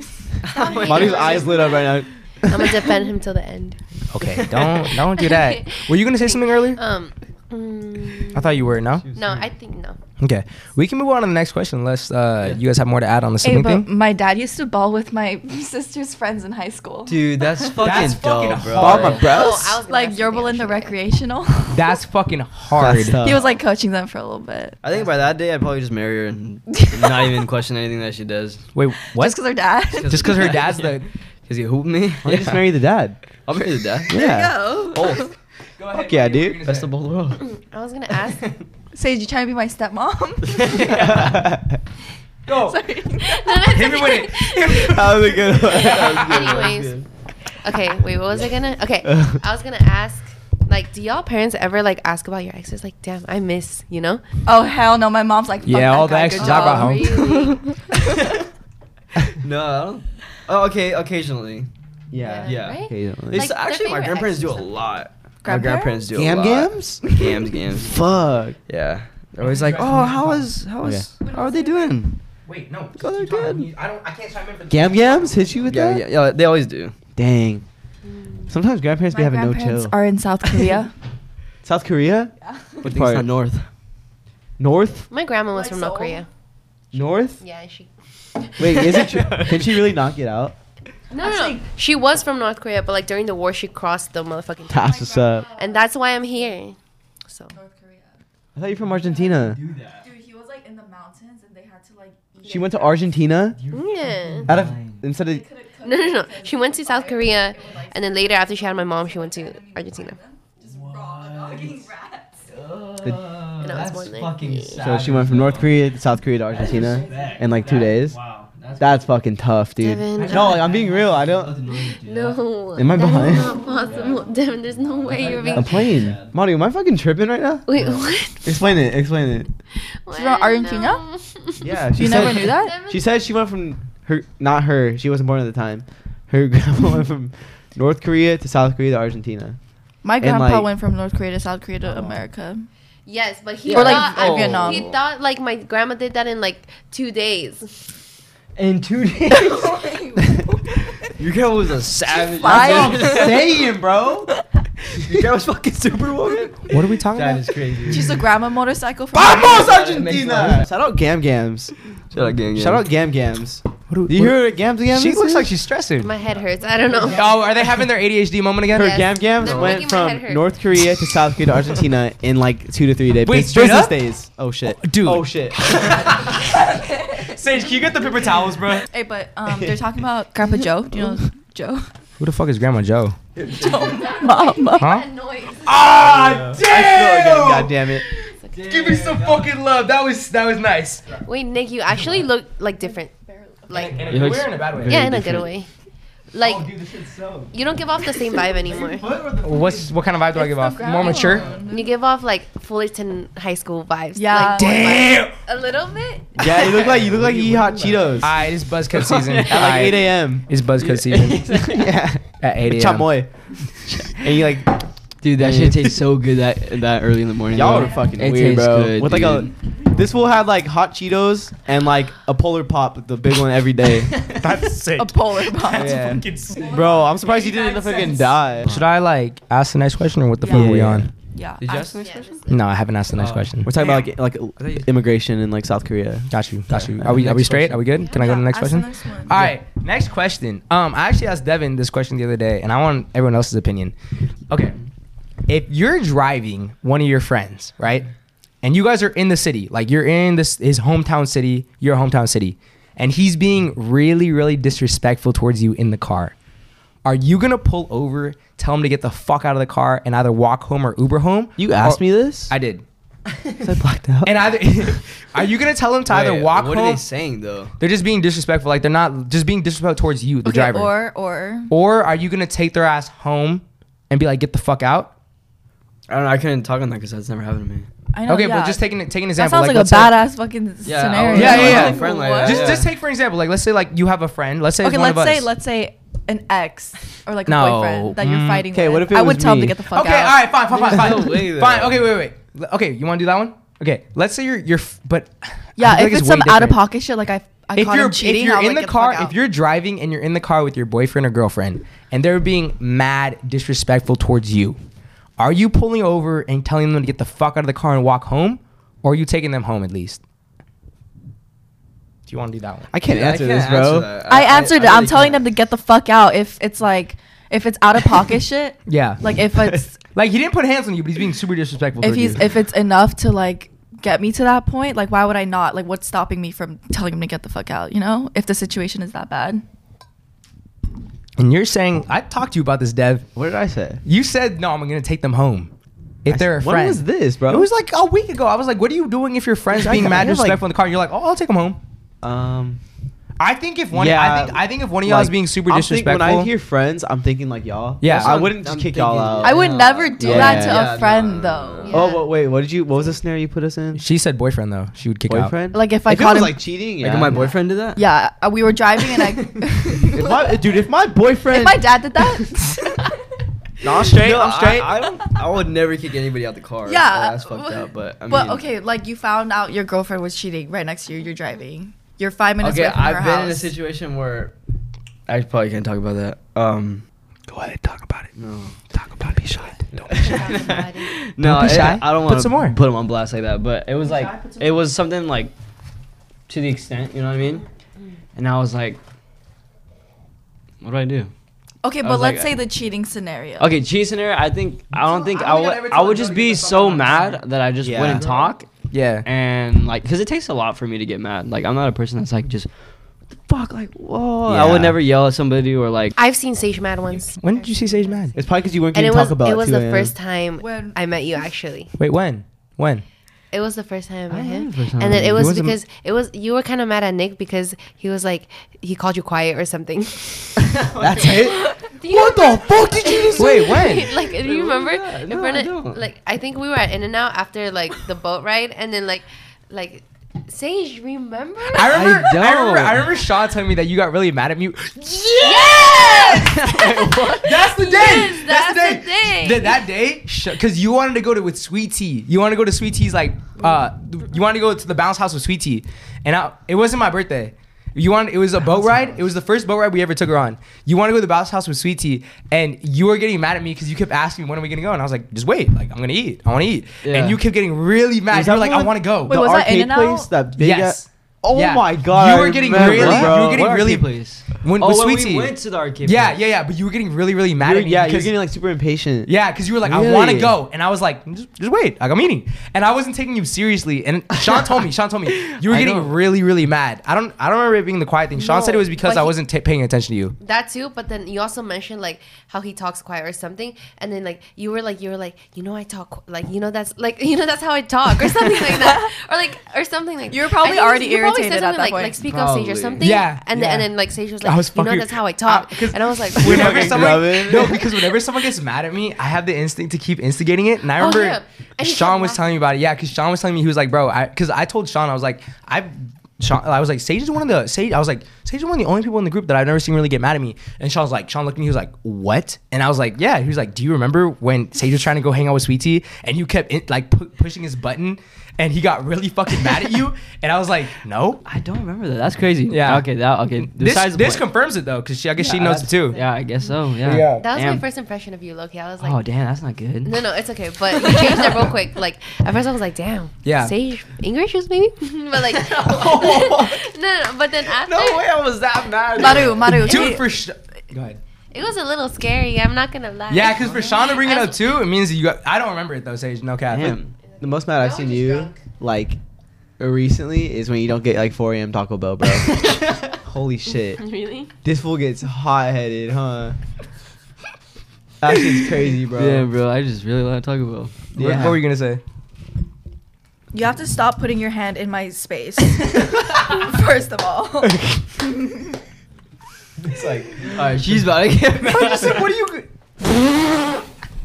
[SPEAKER 6] Manu's eyes lit up right now.
[SPEAKER 5] I'm gonna defend him till the end.
[SPEAKER 1] okay, don't don't do that. Were you gonna say something earlier?
[SPEAKER 5] Um. mm,
[SPEAKER 1] I thought you were no.
[SPEAKER 5] no, I think no.
[SPEAKER 1] Okay, we can move on to the next question unless uh,
[SPEAKER 3] Yeah.
[SPEAKER 1] you guys have more to add on the
[SPEAKER 2] Hey,
[SPEAKER 1] sibling
[SPEAKER 2] but
[SPEAKER 1] thing.
[SPEAKER 2] my dad used to ball with my sister's friends in high school.
[SPEAKER 3] Dude, that's fucking
[SPEAKER 1] fucking
[SPEAKER 3] dope, bro.
[SPEAKER 1] hard.
[SPEAKER 6] Barbara Bros.
[SPEAKER 5] Oh, I was gonna
[SPEAKER 2] like
[SPEAKER 5] ask you
[SPEAKER 2] Yerbal in the
[SPEAKER 5] actually.
[SPEAKER 2] recreational.
[SPEAKER 1] That's fucking hard.
[SPEAKER 6] That's tough.
[SPEAKER 2] he was like coaching them for a little bit.
[SPEAKER 3] I think by that day, I'd probably just marry her and not even question anything that she does.
[SPEAKER 1] Wait, what?
[SPEAKER 2] Just because her dad.
[SPEAKER 1] Just because her dad's the
[SPEAKER 3] Because he hooped me?
[SPEAKER 6] Why don't you just marry the dad?
[SPEAKER 3] I'll marry the dad.
[SPEAKER 6] Yeah.
[SPEAKER 2] Oh.
[SPEAKER 6] Fuck yeah, dude.
[SPEAKER 3] Best of both worlds.
[SPEAKER 5] I was gonna ask.
[SPEAKER 2] Sage, you trying to be my stepmom?
[SPEAKER 1] Go.
[SPEAKER 2] Sorry.
[SPEAKER 5] No, no,
[SPEAKER 1] Hit me with it.
[SPEAKER 6] That was a good one. That was good.
[SPEAKER 5] Anyways, okay. Wait, what was I gonna? Okay, I was gonna ask. Like, do y'all parents ever like ask about your exes? Like, damn, I miss. You know?
[SPEAKER 2] oh hell no, my mom's like. Fuck
[SPEAKER 1] Yeah,
[SPEAKER 2] that
[SPEAKER 1] all the
[SPEAKER 2] guy,
[SPEAKER 1] exes
[SPEAKER 2] good
[SPEAKER 1] I
[SPEAKER 6] Oh,
[SPEAKER 1] brought
[SPEAKER 2] job.
[SPEAKER 1] home.
[SPEAKER 3] No, I don't. Oh, okay, occasionally.
[SPEAKER 6] Yeah.
[SPEAKER 3] Yeah.
[SPEAKER 5] Right?
[SPEAKER 6] Okay,
[SPEAKER 3] It's
[SPEAKER 5] Like, their
[SPEAKER 3] actually my
[SPEAKER 5] favorite
[SPEAKER 3] grandparents do a
[SPEAKER 5] exes or
[SPEAKER 3] lot. My grandparents
[SPEAKER 2] Grandparents?
[SPEAKER 3] do a
[SPEAKER 6] Gam
[SPEAKER 3] lot.
[SPEAKER 6] gams?
[SPEAKER 3] Gams, gams.
[SPEAKER 6] Fuck.
[SPEAKER 3] Yeah. They're always like, oh, how is how
[SPEAKER 6] Okay.
[SPEAKER 3] is how are they doing?
[SPEAKER 1] Wait, no.
[SPEAKER 6] Oh, they're good.
[SPEAKER 1] I don't. I can't chime in for the
[SPEAKER 6] Gam gams hit you with
[SPEAKER 3] Yeah,
[SPEAKER 6] that?
[SPEAKER 3] yeah, yeah. They always do.
[SPEAKER 6] Dang. Mm. Sometimes grandparents
[SPEAKER 2] My
[SPEAKER 6] be having no
[SPEAKER 2] grandparents
[SPEAKER 6] chill.
[SPEAKER 2] are in South Korea.
[SPEAKER 6] South Korea?
[SPEAKER 3] Which
[SPEAKER 6] part?
[SPEAKER 3] part? North.
[SPEAKER 6] North?
[SPEAKER 5] My grandma was from North
[SPEAKER 2] Seoul?
[SPEAKER 5] Korea.
[SPEAKER 6] North?
[SPEAKER 5] Yeah, she.
[SPEAKER 6] Wait, is it true? Can she really knock it out?
[SPEAKER 5] No, no, no. She was from North Korea, but like during the war, she crossed the motherfucking.
[SPEAKER 6] That's what's up.
[SPEAKER 5] and that's why I'm here. So
[SPEAKER 6] I thought you were from Argentina.
[SPEAKER 2] Dude, he was like in the mountains, and they had to like.
[SPEAKER 6] She went to Argentina
[SPEAKER 5] yeah.
[SPEAKER 6] out of instead of
[SPEAKER 5] No, no, no. She went to South Korea, and then later after she had my mom, she went to Argentina. And I was born there.
[SPEAKER 6] so she went from North Korea to South Korea to Argentina in like two days. Wow, that's fucking tough, dude.
[SPEAKER 5] Devin,
[SPEAKER 6] No, like, I'm being real. I don't.
[SPEAKER 5] No.
[SPEAKER 6] Am I
[SPEAKER 5] that is
[SPEAKER 6] behind?
[SPEAKER 5] not possible. Devin, there's no way you're
[SPEAKER 6] I'm
[SPEAKER 5] being.
[SPEAKER 6] playing. Mario, am I fucking tripping right now?
[SPEAKER 5] Wait, what?
[SPEAKER 6] Explain it. Explain it.
[SPEAKER 5] What?
[SPEAKER 2] She's from Argentina?
[SPEAKER 5] No.
[SPEAKER 6] Yeah, she
[SPEAKER 2] You
[SPEAKER 6] said,
[SPEAKER 2] never knew that?
[SPEAKER 5] Devin,
[SPEAKER 6] She said she went from her, not her. She wasn't born at the time. Her grandma went from North Korea to South Korea to Argentina.
[SPEAKER 2] My
[SPEAKER 6] grandpa
[SPEAKER 2] grandpa
[SPEAKER 6] like- went
[SPEAKER 2] went from North Korea to South Korea
[SPEAKER 1] Oh.
[SPEAKER 2] to America.
[SPEAKER 5] Yes, but he
[SPEAKER 2] Or, like,
[SPEAKER 5] thought
[SPEAKER 2] oh.
[SPEAKER 5] I-
[SPEAKER 2] Vietnam.
[SPEAKER 5] He thought like my grandma did that in like two days.
[SPEAKER 6] In two days.
[SPEAKER 3] Your girl was a savage.
[SPEAKER 6] I'm saying, bro.
[SPEAKER 3] Your girl was fucking Superwoman.
[SPEAKER 1] What are we talking
[SPEAKER 3] That
[SPEAKER 1] about?
[SPEAKER 3] is crazy.
[SPEAKER 2] She's a grandma motorcycle. From
[SPEAKER 6] Vamos
[SPEAKER 3] Makes
[SPEAKER 6] Argentina!
[SPEAKER 3] sense.
[SPEAKER 6] Shout out Gam Gams.
[SPEAKER 3] Shout out, gang.
[SPEAKER 6] Shout out Gam Gams.
[SPEAKER 1] What are-
[SPEAKER 6] Do you
[SPEAKER 1] what-
[SPEAKER 6] hear what Gam Gams?
[SPEAKER 1] She
[SPEAKER 6] is?
[SPEAKER 1] looks like she's stressing.
[SPEAKER 5] My head hurts. I don't know.
[SPEAKER 1] Oh, are they having their ADHD moment again?
[SPEAKER 6] her
[SPEAKER 5] Yes.
[SPEAKER 6] Gam Gams
[SPEAKER 5] They're
[SPEAKER 6] went
[SPEAKER 5] making my head
[SPEAKER 6] from
[SPEAKER 5] hurt.
[SPEAKER 6] North Korea to South Korea to Argentina in like two to three days.
[SPEAKER 1] Wait, straight
[SPEAKER 6] business
[SPEAKER 1] up?
[SPEAKER 6] days. Oh shit.
[SPEAKER 1] dude.
[SPEAKER 6] Oh shit.
[SPEAKER 1] Sage, can you get the paper towels, bro?
[SPEAKER 2] Hey, but um, they're talking about Grandpa Joe. Do you know Joe?
[SPEAKER 1] Who the fuck is Grandma Joe?
[SPEAKER 2] Mama.
[SPEAKER 1] Huh?
[SPEAKER 5] Noise.
[SPEAKER 1] Ah,
[SPEAKER 6] God damn it.
[SPEAKER 1] Give me some fucking love. That was that was nice.
[SPEAKER 5] Wait, Nick, you actually look like different. Like
[SPEAKER 1] And
[SPEAKER 3] It looks
[SPEAKER 1] we're in a bad way.
[SPEAKER 5] yeah, in a good way. Like
[SPEAKER 1] Oh, this shit's so.
[SPEAKER 5] you don't give off the same vibe anymore.
[SPEAKER 1] What's what kind of vibe do I give off? More mature.
[SPEAKER 5] You give off like Fullerton High School vibes.
[SPEAKER 2] Yeah.
[SPEAKER 5] Like,
[SPEAKER 1] Damn.
[SPEAKER 5] a little bit.
[SPEAKER 6] Yeah, you look like you look like you eat hot Cheetos.
[SPEAKER 1] Alright, it's buzzcut season.
[SPEAKER 6] At like 8
[SPEAKER 1] Aight,
[SPEAKER 6] a.m.
[SPEAKER 1] It's buzzcut season
[SPEAKER 6] yeah.
[SPEAKER 1] at 8
[SPEAKER 6] Chop
[SPEAKER 1] a.m.
[SPEAKER 6] moy. And you like
[SPEAKER 3] Dude, that
[SPEAKER 6] shit
[SPEAKER 3] shit tastes so good that that early in the morning.
[SPEAKER 6] y'all are fucking
[SPEAKER 3] It
[SPEAKER 6] weird,
[SPEAKER 3] tastes
[SPEAKER 6] bro.
[SPEAKER 3] good,
[SPEAKER 6] With like a this fool had like hot Cheetos and like a polar pop, the big one every day.
[SPEAKER 1] That's sick.
[SPEAKER 2] A polar pop.
[SPEAKER 6] yeah. Bro, I'm surprised you didn't fucking die.
[SPEAKER 1] Should I like ask the next question or what the fuck
[SPEAKER 6] Yeah.
[SPEAKER 1] are we on?
[SPEAKER 2] Yeah.
[SPEAKER 3] Did you ask
[SPEAKER 2] I-
[SPEAKER 3] me?
[SPEAKER 5] Yeah, this is-
[SPEAKER 1] No, I haven't asked the next
[SPEAKER 3] Oh.
[SPEAKER 1] question.
[SPEAKER 6] We're talking about like like immigration in like South Korea.
[SPEAKER 1] Got you. Got you.
[SPEAKER 6] Yeah.
[SPEAKER 1] Are we are we
[SPEAKER 6] Next
[SPEAKER 1] straight?
[SPEAKER 6] question.
[SPEAKER 1] Are we good? Can I go to the
[SPEAKER 2] Yeah,
[SPEAKER 1] next
[SPEAKER 2] ask the
[SPEAKER 1] question?
[SPEAKER 2] next one.
[SPEAKER 1] All right. Next question. Um, I actually asked Devin this question the other day, and I want everyone else's opinion. Okay, if you're driving one of your friends, right, and you guys are in the city, like you're in this his hometown city, your hometown city, and he's being really really disrespectful towards you in the car, are you gonna pull over, tell him to get the fuck out of the car, and either walk home or Uber home?
[SPEAKER 6] You asked
[SPEAKER 1] Or-
[SPEAKER 6] me this?
[SPEAKER 1] I did.
[SPEAKER 6] I blacked out.
[SPEAKER 1] And either are you gonna tell him to either
[SPEAKER 3] Wait,
[SPEAKER 1] walk
[SPEAKER 3] What are
[SPEAKER 1] home?
[SPEAKER 3] they saying though?
[SPEAKER 1] They are just being disrespectful. Like they're not just being disrespectful towards you, the
[SPEAKER 2] Okay,
[SPEAKER 1] driver. Or,
[SPEAKER 2] or or
[SPEAKER 1] are you gonna take their ass home and be like, get the fuck out?
[SPEAKER 3] I don't know. I couldn't talk on that because that's never happened to me.
[SPEAKER 2] I know,
[SPEAKER 1] okay,
[SPEAKER 2] yeah.
[SPEAKER 1] but just taking take an
[SPEAKER 2] that
[SPEAKER 1] example.
[SPEAKER 2] sounds like,
[SPEAKER 1] let's say-
[SPEAKER 2] a badass fucking scenario.
[SPEAKER 1] Yeah, yeah, yeah.
[SPEAKER 2] What?
[SPEAKER 1] Just, just take for example, like let's say like you have a friend. Let's say
[SPEAKER 2] Okay,
[SPEAKER 1] it's one
[SPEAKER 2] let's
[SPEAKER 1] of us.
[SPEAKER 2] say let's say an ex or like a
[SPEAKER 1] No.
[SPEAKER 2] boyfriend that you're
[SPEAKER 1] Mm.
[SPEAKER 2] fighting.
[SPEAKER 6] Okay,
[SPEAKER 2] with.
[SPEAKER 6] what if it
[SPEAKER 2] I
[SPEAKER 6] was
[SPEAKER 2] would tell him to
[SPEAKER 6] me?
[SPEAKER 2] get the fuck
[SPEAKER 1] okay,
[SPEAKER 2] out.
[SPEAKER 1] all right, fine, fine, fine,
[SPEAKER 3] There's
[SPEAKER 1] fine.
[SPEAKER 3] no way, though.
[SPEAKER 1] fine. Okay, wait, wait, wait. Okay, you want to do that one? Okay, let's say you're you're, f- but I
[SPEAKER 2] Yeah,
[SPEAKER 1] feel
[SPEAKER 2] if
[SPEAKER 1] like way
[SPEAKER 2] it's, some out of
[SPEAKER 1] different.
[SPEAKER 2] pocket shit, like I, I
[SPEAKER 1] If
[SPEAKER 2] caught
[SPEAKER 1] you're
[SPEAKER 2] him cheating.
[SPEAKER 1] if you're
[SPEAKER 2] I would
[SPEAKER 1] in the
[SPEAKER 2] get
[SPEAKER 1] car,
[SPEAKER 2] fuck out.
[SPEAKER 1] if you're driving and you're in the car with your boyfriend or girlfriend, and they're being mad disrespectful towards you, are you pulling over and telling them to get the fuck out of the car and walk home, or are you taking them home at least? Do you want to do that one?
[SPEAKER 6] I can't
[SPEAKER 3] Dude, I
[SPEAKER 6] answer
[SPEAKER 3] can't
[SPEAKER 6] this, bro.
[SPEAKER 3] answer that.
[SPEAKER 2] I answered it.
[SPEAKER 3] really
[SPEAKER 2] I'm telling
[SPEAKER 3] can't.
[SPEAKER 2] them to get the fuck out. If it's like, if it's out of pocket shit,
[SPEAKER 1] Yeah, like
[SPEAKER 2] like if it's
[SPEAKER 1] like he didn't put hands on you, but he's being super disrespectful.
[SPEAKER 2] if
[SPEAKER 1] towards
[SPEAKER 2] he's
[SPEAKER 1] you.
[SPEAKER 2] if it's enough to like get me to that point, like why would I not? Like what's stopping me from telling him to get the fuck out? You know, if the situation is that bad.
[SPEAKER 1] and you're saying I talked to you about this, Dev.
[SPEAKER 6] What did I say?
[SPEAKER 1] You said no, I'm gonna take them home if they're a friend.
[SPEAKER 6] When was this, bro?
[SPEAKER 1] It was like a week ago. I was like, "What are you doing if your friend's being mad
[SPEAKER 6] It was like-
[SPEAKER 1] disrespectful in the car?" And you're like, "Oh, I'll take them home."
[SPEAKER 6] um.
[SPEAKER 1] I think if one, I
[SPEAKER 6] Yeah,
[SPEAKER 1] think I think if one of y'all is
[SPEAKER 6] like,
[SPEAKER 1] being super
[SPEAKER 6] I'm think-
[SPEAKER 1] disrespectful,
[SPEAKER 6] when I hear friends, I'm thinking like y'all.
[SPEAKER 1] Yeah.
[SPEAKER 6] I wouldn't just
[SPEAKER 3] I'm
[SPEAKER 6] kick y'all
[SPEAKER 3] thinking-
[SPEAKER 6] out.
[SPEAKER 2] I would
[SPEAKER 3] no,
[SPEAKER 2] never do
[SPEAKER 3] no,
[SPEAKER 2] that to
[SPEAKER 6] yeah,
[SPEAKER 2] a
[SPEAKER 3] no,
[SPEAKER 2] friend
[SPEAKER 3] no,
[SPEAKER 2] though.
[SPEAKER 3] no, no.
[SPEAKER 6] Oh, but wait. What did you? What was the scenario you put us in?
[SPEAKER 1] she said boyfriend though, she would kick
[SPEAKER 6] Boyfriend.
[SPEAKER 2] Like if I
[SPEAKER 6] if it
[SPEAKER 2] caught
[SPEAKER 6] was
[SPEAKER 2] him-
[SPEAKER 6] like cheating. Yeah.
[SPEAKER 3] Like, if my boyfriend did that?
[SPEAKER 2] Yeah, uh, we were driving and I.
[SPEAKER 6] If
[SPEAKER 2] uh,
[SPEAKER 6] my dude, if my boyfriend.
[SPEAKER 2] if my dad did that.
[SPEAKER 3] No, I'm
[SPEAKER 6] straight, I'm straight.
[SPEAKER 3] I, I don't. I would never kick anybody out the car.
[SPEAKER 2] Yeah,
[SPEAKER 3] Oh, that's fucked up. But I mean,
[SPEAKER 2] but okay, like you found out your girlfriend was cheating right next to you. You're driving. You're five minutes
[SPEAKER 3] Okay,
[SPEAKER 2] away from
[SPEAKER 3] I've
[SPEAKER 2] her
[SPEAKER 3] been
[SPEAKER 2] house.
[SPEAKER 3] in a situation where I probably can't talk about that. Um,
[SPEAKER 1] Go ahead, talk about it.
[SPEAKER 3] no,
[SPEAKER 1] Talk about it. Be shy.
[SPEAKER 3] no,
[SPEAKER 1] be shy.
[SPEAKER 3] It, I don't
[SPEAKER 1] Put
[SPEAKER 3] want to
[SPEAKER 1] some more.
[SPEAKER 3] put him on blast like that. But it was like it was something like to the extent, you know what I mean?
[SPEAKER 2] Mm.
[SPEAKER 3] And I was like, what do I do?
[SPEAKER 2] Okay,
[SPEAKER 3] I
[SPEAKER 2] but
[SPEAKER 3] was like,
[SPEAKER 2] let's say the cheating scenario.
[SPEAKER 3] Okay, cheese in there. I think I don't think
[SPEAKER 1] I
[SPEAKER 3] I,
[SPEAKER 1] don't think I've ever
[SPEAKER 3] would. I
[SPEAKER 1] told
[SPEAKER 3] would
[SPEAKER 1] you
[SPEAKER 3] just
[SPEAKER 1] to
[SPEAKER 3] be
[SPEAKER 1] get the fuck
[SPEAKER 3] so
[SPEAKER 1] out of my
[SPEAKER 3] mad that I just
[SPEAKER 6] Yeah.
[SPEAKER 3] wouldn't talk.
[SPEAKER 1] Yeah.
[SPEAKER 3] and like because it takes a lot for me to get mad like i'm not a person that's like just "What the fuck like whoa i
[SPEAKER 6] Yeah.
[SPEAKER 3] would never yell at somebody or like
[SPEAKER 5] I've seen Sage mad once,
[SPEAKER 1] When did you see Sage mad?
[SPEAKER 6] It's probably because you weren't
[SPEAKER 5] and
[SPEAKER 6] going
[SPEAKER 5] it
[SPEAKER 6] to talk
[SPEAKER 5] was
[SPEAKER 6] about
[SPEAKER 5] it was
[SPEAKER 6] too,
[SPEAKER 5] the
[SPEAKER 6] yeah.
[SPEAKER 5] first time
[SPEAKER 2] When-
[SPEAKER 5] I met you. Actually,
[SPEAKER 1] Wait, when? When?
[SPEAKER 5] it was the first time I met
[SPEAKER 3] don't
[SPEAKER 5] him,
[SPEAKER 3] remember the first
[SPEAKER 5] and then
[SPEAKER 3] time.
[SPEAKER 5] it was
[SPEAKER 1] wasn't-
[SPEAKER 5] because it was you were kind of mad at Nick because he was like he called you quiet or something.
[SPEAKER 6] That's it.
[SPEAKER 5] Do you
[SPEAKER 6] What the fuck did you just
[SPEAKER 1] Wait, when?
[SPEAKER 5] like do you remember
[SPEAKER 3] that?
[SPEAKER 5] in
[SPEAKER 3] No,
[SPEAKER 5] front
[SPEAKER 3] I
[SPEAKER 5] of-
[SPEAKER 3] don't.
[SPEAKER 5] like i think we were at in and out after like the boat ride and then like like sage remember
[SPEAKER 1] I remember. I,
[SPEAKER 3] don't.
[SPEAKER 1] remember. I remember Shaw telling me that you got really mad at me.
[SPEAKER 5] yes
[SPEAKER 1] that's the day.
[SPEAKER 5] Yes,
[SPEAKER 1] that's,
[SPEAKER 5] that's
[SPEAKER 1] the
[SPEAKER 5] the
[SPEAKER 1] day.
[SPEAKER 5] day.
[SPEAKER 1] Th- that day, because you wanted to go to with Sweet Tea. You wanted to go to Sweet Tea's like, uh, you wanted to go to the bounce house with Sweet Tea, and I, it wasn't my birthday. You wanted it was a boat ride. It was the first boat ride we ever took her on. You wanted to go to the bounce house with Sweet Tea, and you were getting mad at me because you kept asking me when are we gonna go, and I was like, just wait, like I'm gonna eat, I want to eat,
[SPEAKER 3] Yeah.
[SPEAKER 1] and you kept getting really mad.
[SPEAKER 6] Was
[SPEAKER 1] You were
[SPEAKER 6] that
[SPEAKER 1] like,
[SPEAKER 6] the
[SPEAKER 1] I
[SPEAKER 6] one-
[SPEAKER 1] want to go.
[SPEAKER 2] Wait,
[SPEAKER 6] the
[SPEAKER 2] was that
[SPEAKER 6] arcade
[SPEAKER 2] In-N-Out?
[SPEAKER 6] place that big
[SPEAKER 1] yes.
[SPEAKER 6] ass- Oh
[SPEAKER 1] Yeah.
[SPEAKER 6] my god!
[SPEAKER 1] You were
[SPEAKER 6] I
[SPEAKER 1] getting
[SPEAKER 6] remember,
[SPEAKER 1] really- you
[SPEAKER 6] bro.
[SPEAKER 1] were getting
[SPEAKER 6] What
[SPEAKER 1] really-
[SPEAKER 6] arcade place?
[SPEAKER 1] When,
[SPEAKER 3] oh
[SPEAKER 1] with
[SPEAKER 3] when
[SPEAKER 1] Sweet
[SPEAKER 3] we
[SPEAKER 1] Tea.
[SPEAKER 3] went to the arcade
[SPEAKER 1] yeah,
[SPEAKER 3] place.
[SPEAKER 1] yeah, yeah. But you were getting really, really mad
[SPEAKER 6] You're-
[SPEAKER 1] at me.
[SPEAKER 6] yeah, you're
[SPEAKER 1] because-
[SPEAKER 6] getting like super impatient.
[SPEAKER 1] Yeah, because you were like, I want to
[SPEAKER 6] Really?
[SPEAKER 1] go, and I was like, just, just wait, like I'm eating, and I wasn't taking you seriously. And Sean told me, Sean told me, you were
[SPEAKER 6] I
[SPEAKER 1] getting
[SPEAKER 6] know.
[SPEAKER 1] really, really mad. I don't, I don't remember it being the quiet thing. Sean said it
[SPEAKER 5] No,
[SPEAKER 1] was because
[SPEAKER 5] but
[SPEAKER 1] I
[SPEAKER 5] he-
[SPEAKER 1] wasn't ta paying attention to you.
[SPEAKER 5] that too but then you also mentioned like how he talks quiet or something and then like you were like you were like you know i talk qu- like you know that's like you know that's how i talk or something like that or like or something like
[SPEAKER 2] You were probably
[SPEAKER 5] I think it
[SPEAKER 2] already
[SPEAKER 5] you probably said
[SPEAKER 2] irritated at
[SPEAKER 5] something
[SPEAKER 2] that
[SPEAKER 5] like,
[SPEAKER 2] point.
[SPEAKER 5] like speak up sage or
[SPEAKER 3] Probably.
[SPEAKER 5] something
[SPEAKER 1] Yeah,
[SPEAKER 5] and
[SPEAKER 1] yeah.
[SPEAKER 5] then and then like sage was like
[SPEAKER 1] I was
[SPEAKER 5] you know
[SPEAKER 1] fucking-
[SPEAKER 5] that's how i talk
[SPEAKER 1] I- 'cause
[SPEAKER 5] and i was like
[SPEAKER 1] Whenever
[SPEAKER 6] Fucking
[SPEAKER 1] someone,
[SPEAKER 6] grab it.
[SPEAKER 1] no, because whenever someone gets mad at me, I have the instinct to keep instigating it. And I
[SPEAKER 5] Oh,
[SPEAKER 1] remember
[SPEAKER 5] yeah. And he
[SPEAKER 1] Sean
[SPEAKER 5] kept
[SPEAKER 1] was telling me about it. Yeah, because Sean was telling me he was like, bro, because I, told Sean I was like, I've. Sean, I was like, Sage is one of the Sage. I was like, Sage is one of the only people in the group that I've never seen really get mad at me. And Sean was like, Sean looked at me, he was like, what? And I was like, yeah. He was like, do you remember when Sage was trying to go hang out with Sweetie and you kept in, like pu- pushing his button and he got really fucking mad at you? And I was like, no.
[SPEAKER 3] i don't remember that that's crazy
[SPEAKER 1] Yeah.
[SPEAKER 3] okay that okay
[SPEAKER 1] This
[SPEAKER 3] besides the
[SPEAKER 1] this
[SPEAKER 3] point.
[SPEAKER 1] confirms it though, because she I guess she
[SPEAKER 3] Yeah,
[SPEAKER 1] knows it
[SPEAKER 3] that's-
[SPEAKER 1] too.
[SPEAKER 3] yeah i guess so yeah,
[SPEAKER 1] Yeah.
[SPEAKER 5] that was
[SPEAKER 3] Damn.
[SPEAKER 5] my first impression of you loki i was like
[SPEAKER 3] oh damn that's not good
[SPEAKER 5] No, no, it's okay. But you changed it real quick. Like at first, I was like, "Damn,
[SPEAKER 1] Yeah.
[SPEAKER 5] Sage English is maybe." but like, no, no, no. But then after,
[SPEAKER 3] i was that mad
[SPEAKER 2] Maru, Maru,
[SPEAKER 1] Dude, for sh- go ahead.
[SPEAKER 5] it was a little scary. I'm not gonna lie.
[SPEAKER 1] Yeah, because for Sean to bring it
[SPEAKER 5] As-
[SPEAKER 1] up too, it means you got. I don't remember it though, Sage. No cap. Like,
[SPEAKER 6] Damn. The most mad I've
[SPEAKER 5] No,
[SPEAKER 6] seen
[SPEAKER 5] he's
[SPEAKER 6] you
[SPEAKER 5] drunk.
[SPEAKER 6] like recently is when you don't get like 4 a.m. Taco Bell, bro. holy shit,
[SPEAKER 5] really?
[SPEAKER 6] this fool gets hot headed, huh? That shit's crazy, bro.
[SPEAKER 3] Yeah, bro. I just really want to talk
[SPEAKER 1] What-
[SPEAKER 3] about.
[SPEAKER 1] What, were you gonna say?
[SPEAKER 2] You have to stop putting your hand in my space. First of all.
[SPEAKER 6] It's like,
[SPEAKER 3] All right, she's about to get
[SPEAKER 1] I was just like, what are you? g- I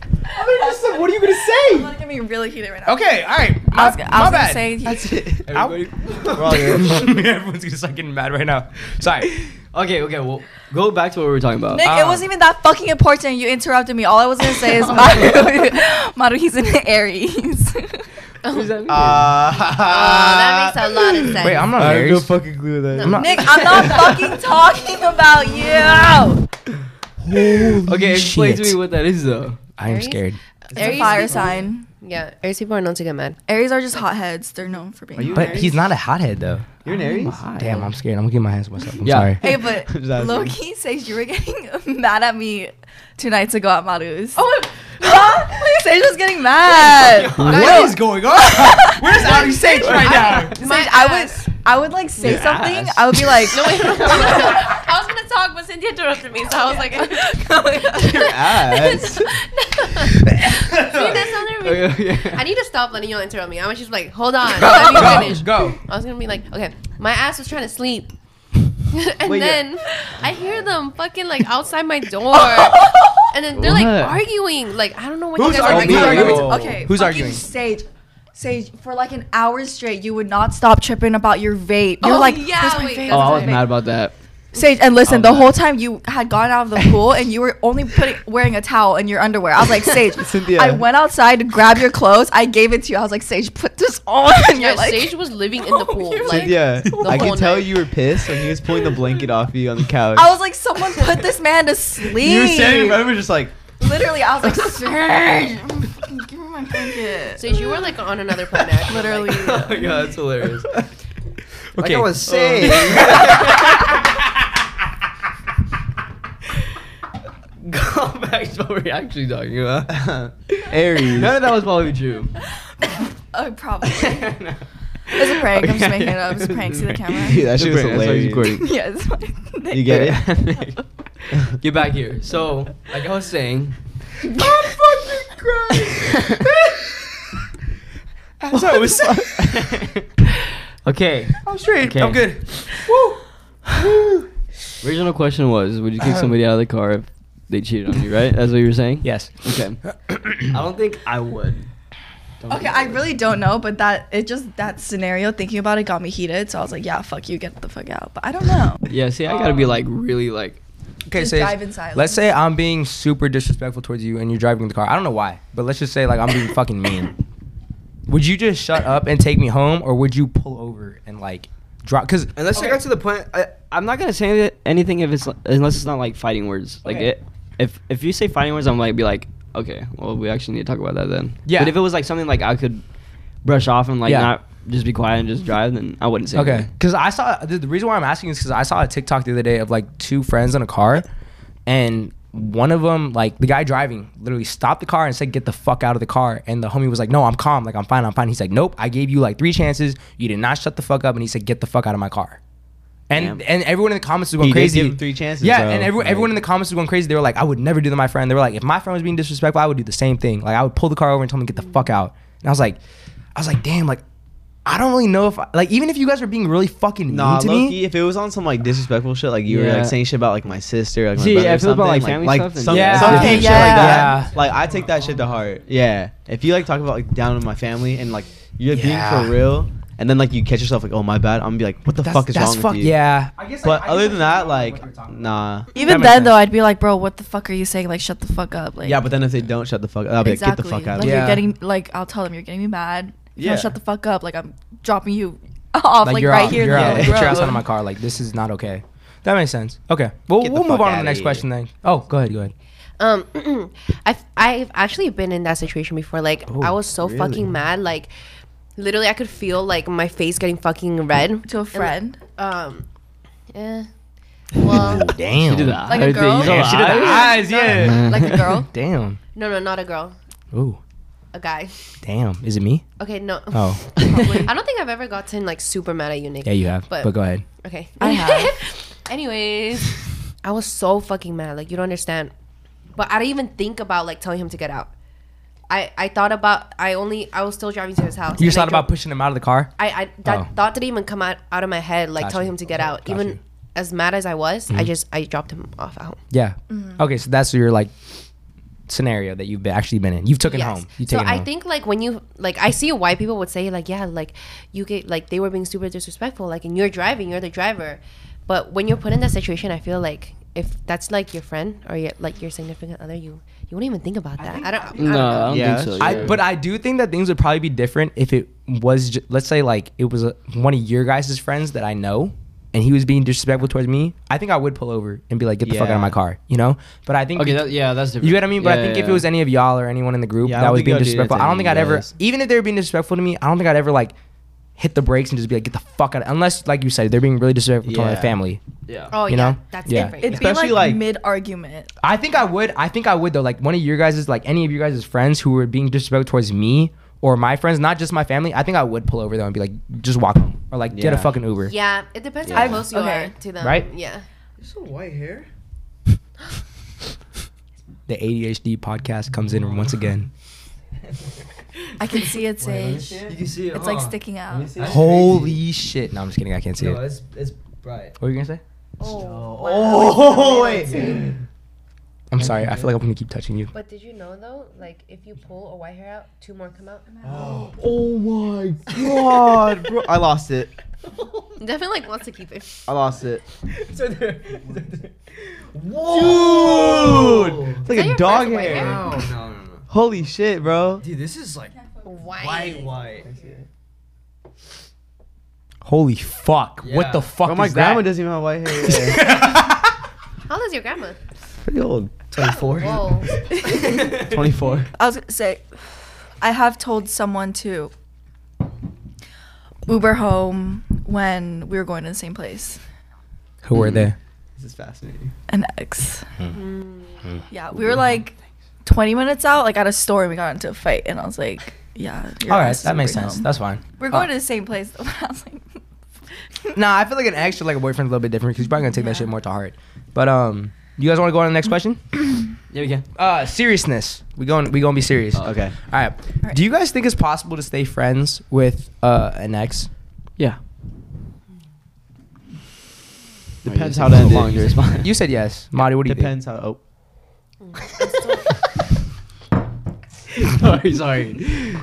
[SPEAKER 1] mean, I was just like, what are you gonna say?
[SPEAKER 2] I'm getting really heated right now.
[SPEAKER 1] Okay, all right. My,
[SPEAKER 2] I was, I
[SPEAKER 1] my
[SPEAKER 2] was
[SPEAKER 1] bad.
[SPEAKER 2] gonna say
[SPEAKER 6] that's it.
[SPEAKER 1] We're all here. Everyone's gonna start getting mad right now. Sorry.
[SPEAKER 3] Okay, okay. Well, go back to what we were talking about.
[SPEAKER 2] Nick,
[SPEAKER 1] Ah.
[SPEAKER 2] it wasn't even that fucking important. You interrupted me. All I was gonna say is Maru. Maru, he's an Aries.
[SPEAKER 6] Uh,
[SPEAKER 1] Uh,
[SPEAKER 5] Oh, that makes a lot of sense.
[SPEAKER 1] Wait, I'm not
[SPEAKER 6] I have no
[SPEAKER 1] Aries.
[SPEAKER 6] fucking clue that.
[SPEAKER 1] I'm not-
[SPEAKER 2] Nick, I'm not fucking talking about you.
[SPEAKER 3] Okay, explain
[SPEAKER 1] Shit.
[SPEAKER 3] to me what that is though.
[SPEAKER 1] I am
[SPEAKER 5] Aries?
[SPEAKER 1] scared.
[SPEAKER 2] It's a
[SPEAKER 5] Aries
[SPEAKER 2] fire
[SPEAKER 5] people-
[SPEAKER 2] sign.
[SPEAKER 5] Yeah, Aries people are known to get mad.
[SPEAKER 2] Aries are just hotheads. They're known for being.
[SPEAKER 6] you-
[SPEAKER 1] But he's not a hothead though.
[SPEAKER 6] You're an Aries?
[SPEAKER 1] Damn, I'm scared. I'm gonna get my hands to myself. I'm
[SPEAKER 3] Yeah.
[SPEAKER 1] sorry.
[SPEAKER 2] Hey, but
[SPEAKER 6] Just asking.
[SPEAKER 2] Loki says you were getting mad at me two nights ago at Maru's. Oh, Sage was getting mad.
[SPEAKER 1] What is going on? uh, Where's Audi Sage right now?
[SPEAKER 2] Sage, I would, I would like say something. I would be like, no
[SPEAKER 5] I was gonna talk, but Cynthia interrupted me, so I was like,
[SPEAKER 6] Your ass.
[SPEAKER 5] that's another reason-
[SPEAKER 3] Okay,
[SPEAKER 5] I need to stop letting y'all interrupt me. I was just like, hold on, let me
[SPEAKER 1] Go,
[SPEAKER 5] finish.
[SPEAKER 1] go.
[SPEAKER 5] I was gonna be like, okay, my ass was trying to sleep. and
[SPEAKER 6] Wait, yeah.
[SPEAKER 5] then I hear them fucking like outside my door. and then they're like
[SPEAKER 3] What?
[SPEAKER 5] arguing. Like, I don't know what
[SPEAKER 1] Who's
[SPEAKER 5] you guys
[SPEAKER 1] arguing?
[SPEAKER 5] are
[SPEAKER 1] Who's
[SPEAKER 5] arguing.
[SPEAKER 1] arguing?
[SPEAKER 2] Okay.
[SPEAKER 1] Who's
[SPEAKER 2] fucking
[SPEAKER 1] arguing?
[SPEAKER 2] Sage. Sage, for like an hour straight, you would not stop tripping about your vape. You're
[SPEAKER 5] Oh,
[SPEAKER 2] like,
[SPEAKER 5] yeah,
[SPEAKER 2] "That's my
[SPEAKER 5] wait,
[SPEAKER 2] vape,
[SPEAKER 5] that's
[SPEAKER 3] Oh, I
[SPEAKER 2] that's
[SPEAKER 3] was
[SPEAKER 2] my
[SPEAKER 3] mad
[SPEAKER 2] vape."
[SPEAKER 3] about that.
[SPEAKER 2] Sage, and listen,
[SPEAKER 6] Oh,
[SPEAKER 3] I'm
[SPEAKER 2] the
[SPEAKER 3] mad.
[SPEAKER 2] whole time you had gone out of the pool and you were only putting wearing a towel in your underwear. I was like, Sage,
[SPEAKER 6] Cynthia.
[SPEAKER 2] I went outside to grab your clothes. I gave it to you. I was like, Sage, put this on. And
[SPEAKER 5] Yeah,
[SPEAKER 2] you're like, oh,
[SPEAKER 5] Sage was living in the pool. Like,
[SPEAKER 6] yeah, I
[SPEAKER 5] whole
[SPEAKER 6] can tell
[SPEAKER 5] night.
[SPEAKER 6] you were pissed when he was pulling the blanket off you on the couch.
[SPEAKER 2] I was like, someone put this man to sleep.
[SPEAKER 6] you were standing in front of him just like,
[SPEAKER 2] Literally, I was like, Sage, give me my blanket.
[SPEAKER 5] Sage, you were like on another planet.
[SPEAKER 2] Literally.
[SPEAKER 3] Oh my god, that's hilarious.
[SPEAKER 1] Okay.
[SPEAKER 6] saying.
[SPEAKER 3] go back to what we're actually talking about.
[SPEAKER 6] Aries.
[SPEAKER 3] None of that was probably true.
[SPEAKER 2] Oh, probably. It's a prank. I'm just making it up. It's a prank. See the
[SPEAKER 6] Dude,
[SPEAKER 2] camera?
[SPEAKER 6] that shit was
[SPEAKER 3] That's why he's
[SPEAKER 6] hilarious.
[SPEAKER 3] recording.
[SPEAKER 2] Yeah, it's fine.
[SPEAKER 6] You get it?
[SPEAKER 3] Get back here. So, like I was saying,
[SPEAKER 1] As I was,
[SPEAKER 3] okay.
[SPEAKER 1] I'm straight.
[SPEAKER 3] Okay.
[SPEAKER 1] I'm good.
[SPEAKER 3] Original question was, would you kick
[SPEAKER 1] Uh-huh.
[SPEAKER 3] somebody out of the car if they cheated on you? Right? That's what you were saying.
[SPEAKER 1] Yes.
[SPEAKER 3] Okay. I don't think I would. Don't
[SPEAKER 2] Okay,
[SPEAKER 3] think
[SPEAKER 2] I
[SPEAKER 3] would.
[SPEAKER 2] really don't know, but that it just that scenario thinking about it got me heated. So I was like, yeah, fuck you, get the fuck out. But I don't know.
[SPEAKER 3] Yeah. See, I gotta be like really like.
[SPEAKER 1] Okay,
[SPEAKER 2] Just
[SPEAKER 1] Sage.
[SPEAKER 2] drive in silence.
[SPEAKER 1] Let's say I'm being super disrespectful towards you, and you're driving the car. I don't know why, but let's just say like I'm being fucking mean. Would you just shut up and take me home, or would you pull over and like drop? Because
[SPEAKER 3] Unless it got to the point, I, I'm not gonna say it- anything if it's unless it's not like fighting words. Like
[SPEAKER 1] Okay.
[SPEAKER 3] it, if if you say fighting words, I'm like be like, okay, well we actually need to talk about that then.
[SPEAKER 1] Yeah.
[SPEAKER 3] But if it was like something like I could brush off and like
[SPEAKER 1] Yeah.
[SPEAKER 3] not just be quiet and just drive, then I wouldn't say.
[SPEAKER 1] Okay,
[SPEAKER 3] anything.
[SPEAKER 1] because I saw the, the reason why I'm asking is because I saw a TikTok the other day of like two friends in a car, and one of them like the guy driving literally stopped the car and said, "Get the fuck out of the car." And the homie was like, "No, I'm calm. Like I'm fine. I'm fine." He's like, "Nope. I gave you like three chances. You did not shut the fuck up." And he said, "Get the fuck out of my car." And
[SPEAKER 3] Damn.
[SPEAKER 1] and everyone in the comments was going
[SPEAKER 6] You did
[SPEAKER 1] crazy.
[SPEAKER 6] give him three chances,
[SPEAKER 1] Yeah,
[SPEAKER 6] bro.
[SPEAKER 1] and everyone
[SPEAKER 6] Like-
[SPEAKER 1] everyone in the comments was going crazy. They were like, "I would never do that, to my friend." They were like, "If my friend was being disrespectful, I would do the same thing. Like I would pull the car over and tell him to get the fuck out." And I was like, I was like, "Damn, like." I don't really know if I, like even if you guys are being really fucking mean
[SPEAKER 6] Nah,
[SPEAKER 1] to
[SPEAKER 6] Loki.
[SPEAKER 1] me.
[SPEAKER 6] If it was on some like disrespectful shit, like you were
[SPEAKER 3] Yeah.
[SPEAKER 6] like saying shit about like my sister, like my
[SPEAKER 3] See,
[SPEAKER 6] brother,
[SPEAKER 3] yeah,
[SPEAKER 6] or
[SPEAKER 3] if it was about,
[SPEAKER 6] something,
[SPEAKER 3] like, family stuff, then
[SPEAKER 6] some,
[SPEAKER 1] yeah.
[SPEAKER 6] some
[SPEAKER 1] Yeah.
[SPEAKER 6] deep shit like that.
[SPEAKER 1] Yeah.
[SPEAKER 6] Like I take that shit to heart. Yeah, if you like talk about like down in my family and like you're
[SPEAKER 1] Yeah.
[SPEAKER 6] being for real, and then like you catch yourself like, oh my bad, I'm gonna be like, what the
[SPEAKER 1] That's,
[SPEAKER 6] fuck is
[SPEAKER 1] that's
[SPEAKER 6] wrong
[SPEAKER 1] fuck,
[SPEAKER 6] with you?
[SPEAKER 1] Yeah.
[SPEAKER 6] But other than that, like, nah.
[SPEAKER 2] Even
[SPEAKER 1] That makes
[SPEAKER 2] then, though,
[SPEAKER 1] sense.
[SPEAKER 2] I'd be like, bro, what the fuck are you saying? Like, shut the fuck up. Like,
[SPEAKER 6] Yeah, but then if they don't shut the fuck up, I'll be like, get the fuck out.
[SPEAKER 2] Like,
[SPEAKER 1] Yeah.
[SPEAKER 2] you're getting like, I'll tell them you're getting me mad. Yeah.
[SPEAKER 6] Yeah.
[SPEAKER 2] shut the fuck up. Like, I'm dropping you off. Like, right
[SPEAKER 1] out,
[SPEAKER 2] here.
[SPEAKER 1] You're
[SPEAKER 2] in the
[SPEAKER 1] out.
[SPEAKER 2] middle of
[SPEAKER 1] Get
[SPEAKER 2] the
[SPEAKER 1] your
[SPEAKER 2] road.
[SPEAKER 1] ass out of my car. Like this is not okay. That makes sense. Okay. Well,
[SPEAKER 6] Get the
[SPEAKER 1] we'll move on
[SPEAKER 6] fuck
[SPEAKER 1] to the
[SPEAKER 6] outta
[SPEAKER 1] next
[SPEAKER 6] here.
[SPEAKER 1] question then. Oh, go ahead. Go ahead.
[SPEAKER 5] um I've, I've actually been in that situation before like i was so
[SPEAKER 6] really?
[SPEAKER 5] fucking mad like literally i could feel like my face getting fucking red
[SPEAKER 2] To a friend.
[SPEAKER 5] um yeah well
[SPEAKER 1] Damn.
[SPEAKER 3] She did the
[SPEAKER 2] a
[SPEAKER 3] eye
[SPEAKER 2] girl?
[SPEAKER 3] thing. You
[SPEAKER 1] Damn,
[SPEAKER 3] saw
[SPEAKER 1] she
[SPEAKER 3] the
[SPEAKER 1] did the
[SPEAKER 3] eye?
[SPEAKER 1] eyes. Yeah.
[SPEAKER 2] Like a girl.
[SPEAKER 1] damn.
[SPEAKER 5] no no not a girl
[SPEAKER 1] Ooh.
[SPEAKER 5] a guy
[SPEAKER 1] Damn. Is it me?
[SPEAKER 5] okay no
[SPEAKER 1] Oh.
[SPEAKER 5] i don't think i've ever gotten like super mad at you nick
[SPEAKER 1] Yeah, you have. But,
[SPEAKER 5] But-
[SPEAKER 1] go ahead.
[SPEAKER 5] okay
[SPEAKER 2] I have.
[SPEAKER 5] Anyways, I was so fucking mad. Like you don't understand. But I didn't even think about like telling him to get out. I, I thought about I only I was still driving to his house.
[SPEAKER 1] You just
[SPEAKER 5] And I
[SPEAKER 1] thought about
[SPEAKER 5] dro-
[SPEAKER 1] pushing him out of the car?
[SPEAKER 5] I, I that
[SPEAKER 1] Oh.
[SPEAKER 5] thought didn't even come out, out of my head like
[SPEAKER 1] Got
[SPEAKER 5] telling
[SPEAKER 1] you.
[SPEAKER 5] him to get out.
[SPEAKER 1] Got
[SPEAKER 5] even
[SPEAKER 1] you. Mm-hmm.
[SPEAKER 5] as mad as I was, I just I dropped him off at home.
[SPEAKER 1] Yeah.
[SPEAKER 2] Mm-hmm.
[SPEAKER 1] Okay, so that's your like scenario that you've been, actually been in. You've taken
[SPEAKER 5] Yes.
[SPEAKER 1] home. You've
[SPEAKER 5] so
[SPEAKER 1] taken
[SPEAKER 5] I
[SPEAKER 1] home.
[SPEAKER 5] think like when you like I see why people would say like yeah like you get like they were being super disrespectful like and you're driving you're the driver, but when you're put in that situation I feel like if that's like your friend or your, like your significant other you you wouldn't even think about that I, don't I don't
[SPEAKER 3] No, I
[SPEAKER 5] know.
[SPEAKER 3] don't
[SPEAKER 6] Yeah,
[SPEAKER 3] think so.
[SPEAKER 1] I, but I do think that things would probably be different if it was, ju- let's say, like it was a, one of your guys' friends that I know, and he was being disrespectful towards me. I think I would pull over and be like, "Get the fuck out of
[SPEAKER 6] Yeah.
[SPEAKER 1] my car," you know. But I think
[SPEAKER 3] okay, that, yeah, that's different.
[SPEAKER 1] you know what I mean. But I
[SPEAKER 3] Yeah,
[SPEAKER 1] think if
[SPEAKER 3] yeah.
[SPEAKER 1] it was any of y'all or anyone in the group
[SPEAKER 6] Yeah, I
[SPEAKER 1] that
[SPEAKER 6] don't
[SPEAKER 1] was
[SPEAKER 6] think
[SPEAKER 1] being
[SPEAKER 6] I would do that
[SPEAKER 1] disrespectful,
[SPEAKER 6] to
[SPEAKER 1] I don't think
[SPEAKER 6] any
[SPEAKER 1] I'd
[SPEAKER 6] of you
[SPEAKER 1] ever,
[SPEAKER 6] guys.
[SPEAKER 1] even if they were being disrespectful to me, I don't think I'd ever like hit the brakes and just be like, "Get the fuck out," unless like you said, they're being really disrespectful to my
[SPEAKER 6] Yeah.
[SPEAKER 1] family.
[SPEAKER 3] Yeah.
[SPEAKER 5] oh
[SPEAKER 1] You
[SPEAKER 5] yeah
[SPEAKER 1] know?
[SPEAKER 5] that's
[SPEAKER 1] Yeah.
[SPEAKER 5] different
[SPEAKER 2] It'd
[SPEAKER 6] Especially,
[SPEAKER 2] be like,
[SPEAKER 6] like-
[SPEAKER 2] mid argument.
[SPEAKER 1] I think I would. I think I would though. Like one of your guys' like any of you guys' friends who were being disrespectful towards me or my friends, not just my family. I think I would pull over though and be like, just walk home or like get a
[SPEAKER 6] Yeah.
[SPEAKER 1] fucking Uber.
[SPEAKER 5] yeah it depends
[SPEAKER 6] Yeah.
[SPEAKER 5] how close you
[SPEAKER 2] Okay.
[SPEAKER 5] are to them
[SPEAKER 1] Right?
[SPEAKER 5] yeah
[SPEAKER 3] Some white hair.
[SPEAKER 1] The ADHD podcast comes in once again.
[SPEAKER 2] I can see its age.
[SPEAKER 3] You can see it.
[SPEAKER 2] It's like sticking out.
[SPEAKER 1] Holy shit! No, I'm just kidding. I can't see it.
[SPEAKER 3] it's it's bright.
[SPEAKER 1] What were you gonna say?
[SPEAKER 5] Oh.
[SPEAKER 6] Oh wait.
[SPEAKER 1] I'm sorry. I feel like I'm gonna keep touching you.
[SPEAKER 5] but did you know though like if you pull a white hair out two more come out
[SPEAKER 6] Oh my god, bro! I lost it.
[SPEAKER 5] definitely like wants to keep it
[SPEAKER 6] I lost it.
[SPEAKER 3] So there.
[SPEAKER 6] Whoa! Dude, it's like
[SPEAKER 5] that your
[SPEAKER 6] a dog
[SPEAKER 5] first white
[SPEAKER 6] hair.
[SPEAKER 5] hair?
[SPEAKER 3] No, no, no, no.
[SPEAKER 6] Holy shit, bro!
[SPEAKER 3] Dude, this is like
[SPEAKER 5] why
[SPEAKER 3] white.
[SPEAKER 1] Holy fuck! What
[SPEAKER 3] Yeah.
[SPEAKER 1] the fuck?
[SPEAKER 6] Bro, my
[SPEAKER 1] is
[SPEAKER 6] grandma
[SPEAKER 1] that?
[SPEAKER 6] doesn't even have white hair.
[SPEAKER 5] how old is your grandma
[SPEAKER 6] Pretty old.
[SPEAKER 3] 24.
[SPEAKER 5] whoa
[SPEAKER 6] 24.
[SPEAKER 2] I was gonna say, I have told someone to Uber home when we were going to the same place.
[SPEAKER 1] Who were there?
[SPEAKER 6] This is fascinating.
[SPEAKER 2] An ex.
[SPEAKER 1] Hmm.
[SPEAKER 5] Hmm.
[SPEAKER 2] Yeah, we were like 20 minutes out, like at a store, and we got into a fight, and I was like, "Yeah, your
[SPEAKER 1] All right,
[SPEAKER 2] ass is
[SPEAKER 1] that makes
[SPEAKER 2] Ubering
[SPEAKER 1] sense.
[SPEAKER 2] home.
[SPEAKER 1] That's fine. Uh,
[SPEAKER 2] we're going to the same place." Though. I was like,
[SPEAKER 1] Nah, I feel like an extra like a boyfriend's a little bit different because you're probably gonna take
[SPEAKER 2] Yeah.
[SPEAKER 1] that shit more to heart. But um, you guys want to go on to the next
[SPEAKER 6] Mm-hmm.
[SPEAKER 1] question?
[SPEAKER 3] Yeah, we can.
[SPEAKER 1] Uh, seriousness. We going we gonna be serious.
[SPEAKER 3] Oh,
[SPEAKER 6] Uh, Okay.
[SPEAKER 1] All right.
[SPEAKER 2] right.
[SPEAKER 1] Do you guys think it's possible to stay friends with uh, an ex?
[SPEAKER 3] Yeah.
[SPEAKER 6] Depends how to end it. Your response.
[SPEAKER 1] You said yes, Marty. What do you
[SPEAKER 6] Depends how. Oh.
[SPEAKER 3] sorry, sorry.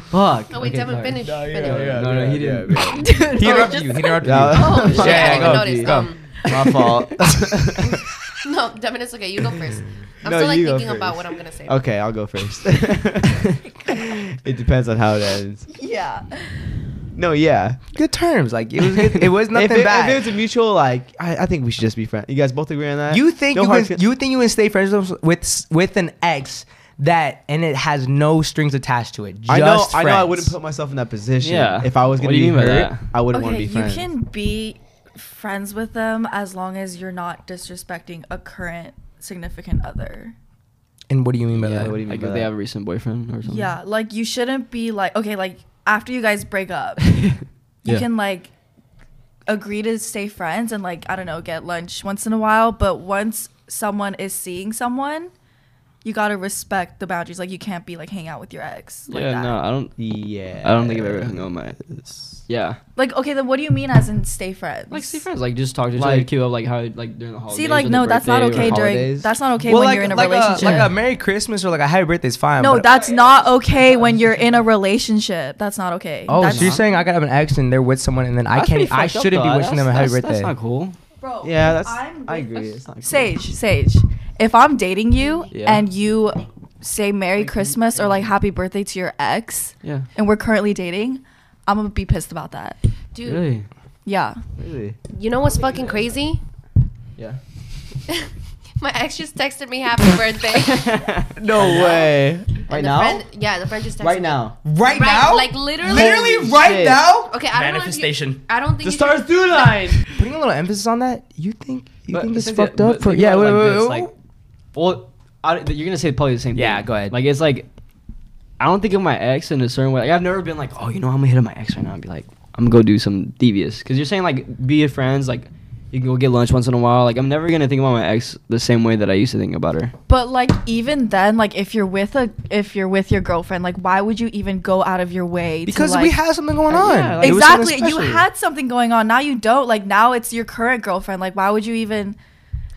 [SPEAKER 3] Fuck.
[SPEAKER 5] oh wait Devin finish finish
[SPEAKER 3] yeah, no, no, he didn't.
[SPEAKER 1] think?
[SPEAKER 6] Oh,
[SPEAKER 1] He interrupted you. He interrupted you.
[SPEAKER 5] Oh, shit,
[SPEAKER 1] Yeah,
[SPEAKER 5] I
[SPEAKER 1] go,
[SPEAKER 5] didn't notice.
[SPEAKER 1] go.
[SPEAKER 5] Um,
[SPEAKER 6] My fault.
[SPEAKER 5] no, Devin, it's okay. You go first. I'm
[SPEAKER 6] No,
[SPEAKER 5] still like
[SPEAKER 6] you go
[SPEAKER 5] thinking about what
[SPEAKER 6] first.
[SPEAKER 5] I'm gonna say.
[SPEAKER 6] okay, I'll go first. it depends on how it ends.
[SPEAKER 2] "Yeah,
[SPEAKER 6] No, yeah.
[SPEAKER 1] Good terms. Like it was. Good. It was
[SPEAKER 6] If
[SPEAKER 1] nothing
[SPEAKER 6] it,
[SPEAKER 1] bad.
[SPEAKER 6] if it was a mutual, like I, I think we should just be friends. You guys both agree on that?
[SPEAKER 1] you think
[SPEAKER 6] No
[SPEAKER 1] you
[SPEAKER 6] hard
[SPEAKER 1] can,
[SPEAKER 6] feel-
[SPEAKER 1] you think you can stay friends with with with an ex that and it has no strings attached to it. Just
[SPEAKER 6] I know. I know. I
[SPEAKER 1] friends.
[SPEAKER 6] wouldn't put myself in that position.
[SPEAKER 3] Yeah.
[SPEAKER 6] If I was
[SPEAKER 3] What
[SPEAKER 6] gonna
[SPEAKER 3] do
[SPEAKER 6] be
[SPEAKER 3] you mean by
[SPEAKER 6] hurt,
[SPEAKER 3] that?
[SPEAKER 6] I wouldn't want
[SPEAKER 2] okay,
[SPEAKER 6] to be
[SPEAKER 2] you
[SPEAKER 6] friends.
[SPEAKER 2] can be friends with them as long as you're not disrespecting a current significant other."
[SPEAKER 1] And what do you mean by
[SPEAKER 6] Yeah,
[SPEAKER 1] that?
[SPEAKER 6] what do you mean
[SPEAKER 3] Like
[SPEAKER 6] by
[SPEAKER 3] if
[SPEAKER 6] that?
[SPEAKER 3] they have a recent boyfriend or something.
[SPEAKER 2] Yeah, like you shouldn't be like okay, like after you guys break up, you
[SPEAKER 1] Yeah.
[SPEAKER 2] can like agree to stay friends and like I don't know, get lunch once in a while, but once someone is seeing someone, you got to respect the boundaries. Like you can't be like hang out with your ex like
[SPEAKER 3] yeah,
[SPEAKER 2] that.
[SPEAKER 3] no, I don't.
[SPEAKER 6] Yeah.
[SPEAKER 3] I don't think I've ever hung out with my. Yeah.
[SPEAKER 2] Like okay, then what do you mean as in stay friends?
[SPEAKER 3] Like stay friends. Like just talk to each other,
[SPEAKER 6] Like-
[SPEAKER 3] queue up like how like during the holidays.
[SPEAKER 2] See, like
[SPEAKER 3] or
[SPEAKER 2] no,
[SPEAKER 3] the
[SPEAKER 2] that's not
[SPEAKER 3] birthday or
[SPEAKER 2] okay during
[SPEAKER 6] holidays.
[SPEAKER 2] that's not okay
[SPEAKER 1] Well,
[SPEAKER 2] when
[SPEAKER 1] like,
[SPEAKER 2] you're in a
[SPEAKER 1] like
[SPEAKER 2] relationship.
[SPEAKER 1] like a Merry Christmas or like a Happy Birthday is fine.
[SPEAKER 2] no,
[SPEAKER 1] but-
[SPEAKER 2] that's not okay when you're in a relationship. That's not okay.
[SPEAKER 1] Oh,
[SPEAKER 2] that's,
[SPEAKER 1] so you're saying I gotta have an ex and they're with someone and then I
[SPEAKER 3] That's
[SPEAKER 1] can't? e,
[SPEAKER 3] pretty
[SPEAKER 1] I
[SPEAKER 3] fucked up,
[SPEAKER 1] shouldn't be
[SPEAKER 3] though.
[SPEAKER 1] wishing them a happy
[SPEAKER 3] That's-
[SPEAKER 1] birthday.
[SPEAKER 3] That's not cool.
[SPEAKER 2] bro?
[SPEAKER 6] Yeah, that's.
[SPEAKER 2] I'm
[SPEAKER 6] I
[SPEAKER 2] with-
[SPEAKER 6] agree. It's not cool.
[SPEAKER 2] Sage, Sage, if I'm dating you
[SPEAKER 3] Yeah.
[SPEAKER 2] and you say Merry Christmas or like Happy Birthday to your ex,
[SPEAKER 3] Yeah.
[SPEAKER 2] and we're currently dating, I'm gonna be pissed about that.
[SPEAKER 5] Dude,
[SPEAKER 3] Really.
[SPEAKER 2] Yeah.
[SPEAKER 6] Really?
[SPEAKER 5] you know what's fucking crazy?
[SPEAKER 3] Yeah.
[SPEAKER 5] My ex just texted me happy birthday.
[SPEAKER 6] No way.
[SPEAKER 5] And
[SPEAKER 6] Right
[SPEAKER 5] the
[SPEAKER 6] now?
[SPEAKER 5] Friend, yeah, the friend just texted
[SPEAKER 6] right
[SPEAKER 5] me.
[SPEAKER 6] now.
[SPEAKER 1] Right,
[SPEAKER 5] Right,
[SPEAKER 1] now,
[SPEAKER 5] like literally.
[SPEAKER 1] literally
[SPEAKER 6] Holy
[SPEAKER 1] right
[SPEAKER 6] shit.
[SPEAKER 1] now.
[SPEAKER 5] Okay, I don't know. If
[SPEAKER 1] Manifestation.
[SPEAKER 5] you, I don't think
[SPEAKER 6] The
[SPEAKER 5] you
[SPEAKER 6] stars
[SPEAKER 5] should-
[SPEAKER 6] do line.
[SPEAKER 1] Putting a little emphasis on that, you think you
[SPEAKER 3] But
[SPEAKER 1] think it's
[SPEAKER 3] Cynthia,
[SPEAKER 1] fucked up?
[SPEAKER 3] but
[SPEAKER 1] For,
[SPEAKER 3] think
[SPEAKER 1] yeah,
[SPEAKER 3] about
[SPEAKER 1] wait,
[SPEAKER 3] it
[SPEAKER 1] wait,
[SPEAKER 3] like
[SPEAKER 1] wait,
[SPEAKER 3] this,
[SPEAKER 1] wait.
[SPEAKER 3] Like, well, I, you're gonna say probably the same thing.
[SPEAKER 1] Yeah, go ahead.
[SPEAKER 3] Like it's like, I don't think of my ex in a certain way. Like I've never been like, oh, you know, I'm gonna hit up my ex right now and be like, I'm gonna go do some devious. Because you're saying like, be friends, like, You can go get lunch once in a while. Like I'm never gonna think about my ex the same way that I used to think about her.
[SPEAKER 2] But like even then, like if you're with a if you're with your girlfriend, like why would you even go out of your way?
[SPEAKER 1] because
[SPEAKER 2] to, like,
[SPEAKER 1] we had something going
[SPEAKER 3] Uh,
[SPEAKER 1] on.
[SPEAKER 3] yeah, like, it was something
[SPEAKER 2] exactly you
[SPEAKER 3] special.
[SPEAKER 2] had something going on. Now you don't. Like now it's your current girlfriend. Like why would you even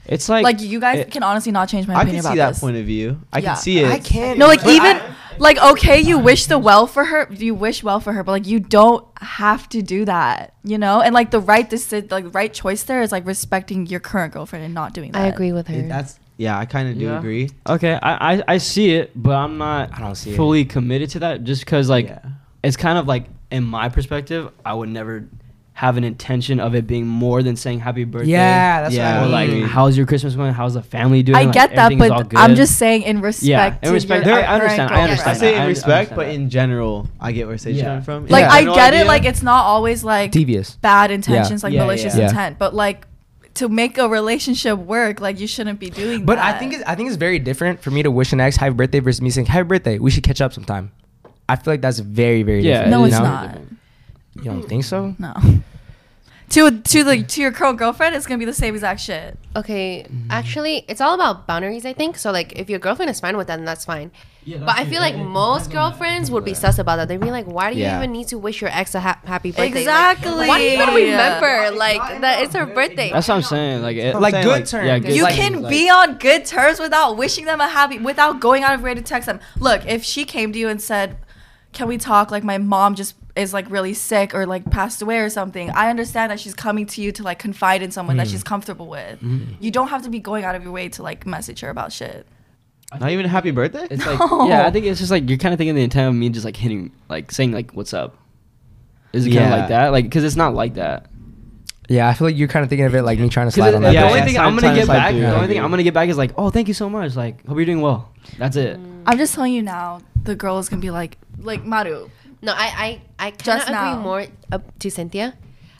[SPEAKER 6] It's like
[SPEAKER 2] like you guys
[SPEAKER 6] it-
[SPEAKER 2] can honestly not change my
[SPEAKER 6] I can
[SPEAKER 2] opinion
[SPEAKER 6] see
[SPEAKER 2] about
[SPEAKER 6] that
[SPEAKER 2] this.
[SPEAKER 6] point of view. I
[SPEAKER 2] Yeah.
[SPEAKER 6] can see it.
[SPEAKER 1] I can't.
[SPEAKER 2] No, like
[SPEAKER 1] but
[SPEAKER 2] even
[SPEAKER 1] I-
[SPEAKER 2] like okay, you wish the well for her, you wish well for her, but like you don't have to do that, you know. And like the right deci- like right choice there is like respecting your current girlfriend and not doing that.
[SPEAKER 5] I agree with
[SPEAKER 6] It-
[SPEAKER 5] her.
[SPEAKER 6] that's yeah. I kind of do
[SPEAKER 3] Yeah.
[SPEAKER 6] agree.
[SPEAKER 3] Okay, I, I I see it, but I'm not.
[SPEAKER 1] I don't see it.
[SPEAKER 3] fully committed to that just because like
[SPEAKER 6] Yeah.
[SPEAKER 3] it's kind of like in my perspective, I would never have an intention of it being more than saying happy birthday.
[SPEAKER 1] yeah, that's
[SPEAKER 6] Yeah,
[SPEAKER 3] Or
[SPEAKER 1] what I
[SPEAKER 3] like,
[SPEAKER 1] mean.
[SPEAKER 6] Agreed.
[SPEAKER 3] how's your Christmas going? How's the family doing?
[SPEAKER 2] I
[SPEAKER 3] Like,
[SPEAKER 2] get that,
[SPEAKER 3] everything is all
[SPEAKER 2] but
[SPEAKER 3] good.
[SPEAKER 2] I'm just saying in respect.
[SPEAKER 3] Yeah, in
[SPEAKER 2] to
[SPEAKER 3] respect-
[SPEAKER 2] your
[SPEAKER 3] there- I
[SPEAKER 2] current
[SPEAKER 3] understand, I
[SPEAKER 2] girlfriend.
[SPEAKER 3] understand
[SPEAKER 6] I say
[SPEAKER 3] that.
[SPEAKER 6] in
[SPEAKER 3] I
[SPEAKER 6] respect,
[SPEAKER 3] understand
[SPEAKER 6] but
[SPEAKER 3] that.
[SPEAKER 6] in general, I get where Sage
[SPEAKER 3] Yeah.
[SPEAKER 6] coming from.
[SPEAKER 2] Like
[SPEAKER 1] Yeah.
[SPEAKER 2] I
[SPEAKER 6] no
[SPEAKER 2] get
[SPEAKER 6] idea.
[SPEAKER 2] it. Like it's not always like
[SPEAKER 1] devious.
[SPEAKER 2] bad intentions,
[SPEAKER 1] Yeah.
[SPEAKER 2] like
[SPEAKER 3] Yeah,
[SPEAKER 2] malicious
[SPEAKER 1] yeah, yeah.
[SPEAKER 2] intent, but like to make a relationship work, like you shouldn't be doing.
[SPEAKER 1] But
[SPEAKER 2] that.
[SPEAKER 1] I think it's, I think it's very different for me to wish an ex happy birthday versus me saying happy birthday. We should catch up sometime. I feel like that's very very
[SPEAKER 3] Yeah,
[SPEAKER 1] different.
[SPEAKER 2] no,
[SPEAKER 3] you
[SPEAKER 2] it's
[SPEAKER 3] know?
[SPEAKER 2] not.
[SPEAKER 1] You don't think so?
[SPEAKER 2] No. To to the to your current girlfriend, it's gonna be the same exact shit.
[SPEAKER 5] Okay,
[SPEAKER 6] Mm-hmm.
[SPEAKER 5] actually, it's all about boundaries, I think. So, like, if your girlfriend is fine with that, then that's fine. but I feel like most girlfriends would be sus about that. They'd be like, "Why do you
[SPEAKER 6] Yeah.
[SPEAKER 5] even need to wish your ex a ha- happy birthday? Like,
[SPEAKER 2] Exactly.
[SPEAKER 5] why do you even
[SPEAKER 2] Yeah.
[SPEAKER 5] remember? Like, that it's her birthday.
[SPEAKER 3] That's what I'm saying. Like it,
[SPEAKER 6] I'm
[SPEAKER 1] Like
[SPEAKER 6] saying,
[SPEAKER 1] good
[SPEAKER 6] like,
[SPEAKER 1] terms.
[SPEAKER 3] yeah, good
[SPEAKER 2] You
[SPEAKER 3] like-
[SPEAKER 2] can
[SPEAKER 3] like-
[SPEAKER 2] be on good terms without wishing them a happy, without going out of your way to text them. Look, if she came to you and said, "Can we talk? Like my mom just is like really sick or like passed away or something," I understand that she's coming to you to like confide in someone that she's comfortable with. You don't have to be going out of your way to like message her about shit.
[SPEAKER 6] Not even a happy birthday.
[SPEAKER 3] It's like yeah, I think it's just like you're kind of thinking the intent of me just like hitting, like saying like what's up. Is it kind
[SPEAKER 6] Yeah.
[SPEAKER 3] of like that? Like because it's not like that.
[SPEAKER 1] Yeah, I feel like you're kind of thinking of it like me trying to
[SPEAKER 3] 'Cause
[SPEAKER 1] slide
[SPEAKER 3] it-
[SPEAKER 1] on that.
[SPEAKER 3] the
[SPEAKER 6] yeah,
[SPEAKER 3] only
[SPEAKER 6] yeah,
[SPEAKER 3] thing I'm gonna
[SPEAKER 6] sometimes
[SPEAKER 3] get
[SPEAKER 6] I
[SPEAKER 3] back,
[SPEAKER 6] do,
[SPEAKER 3] the
[SPEAKER 6] I
[SPEAKER 3] only thing
[SPEAKER 6] do.
[SPEAKER 3] I'm gonna get back is like, oh, thank you so much. Like, hope you're doing well. That's it.
[SPEAKER 2] I'm just telling you now, the girl is gonna be like, like Maru.
[SPEAKER 5] No, I I I
[SPEAKER 2] Just
[SPEAKER 5] cannot agree
[SPEAKER 2] now.
[SPEAKER 5] more uh, to Cynthia.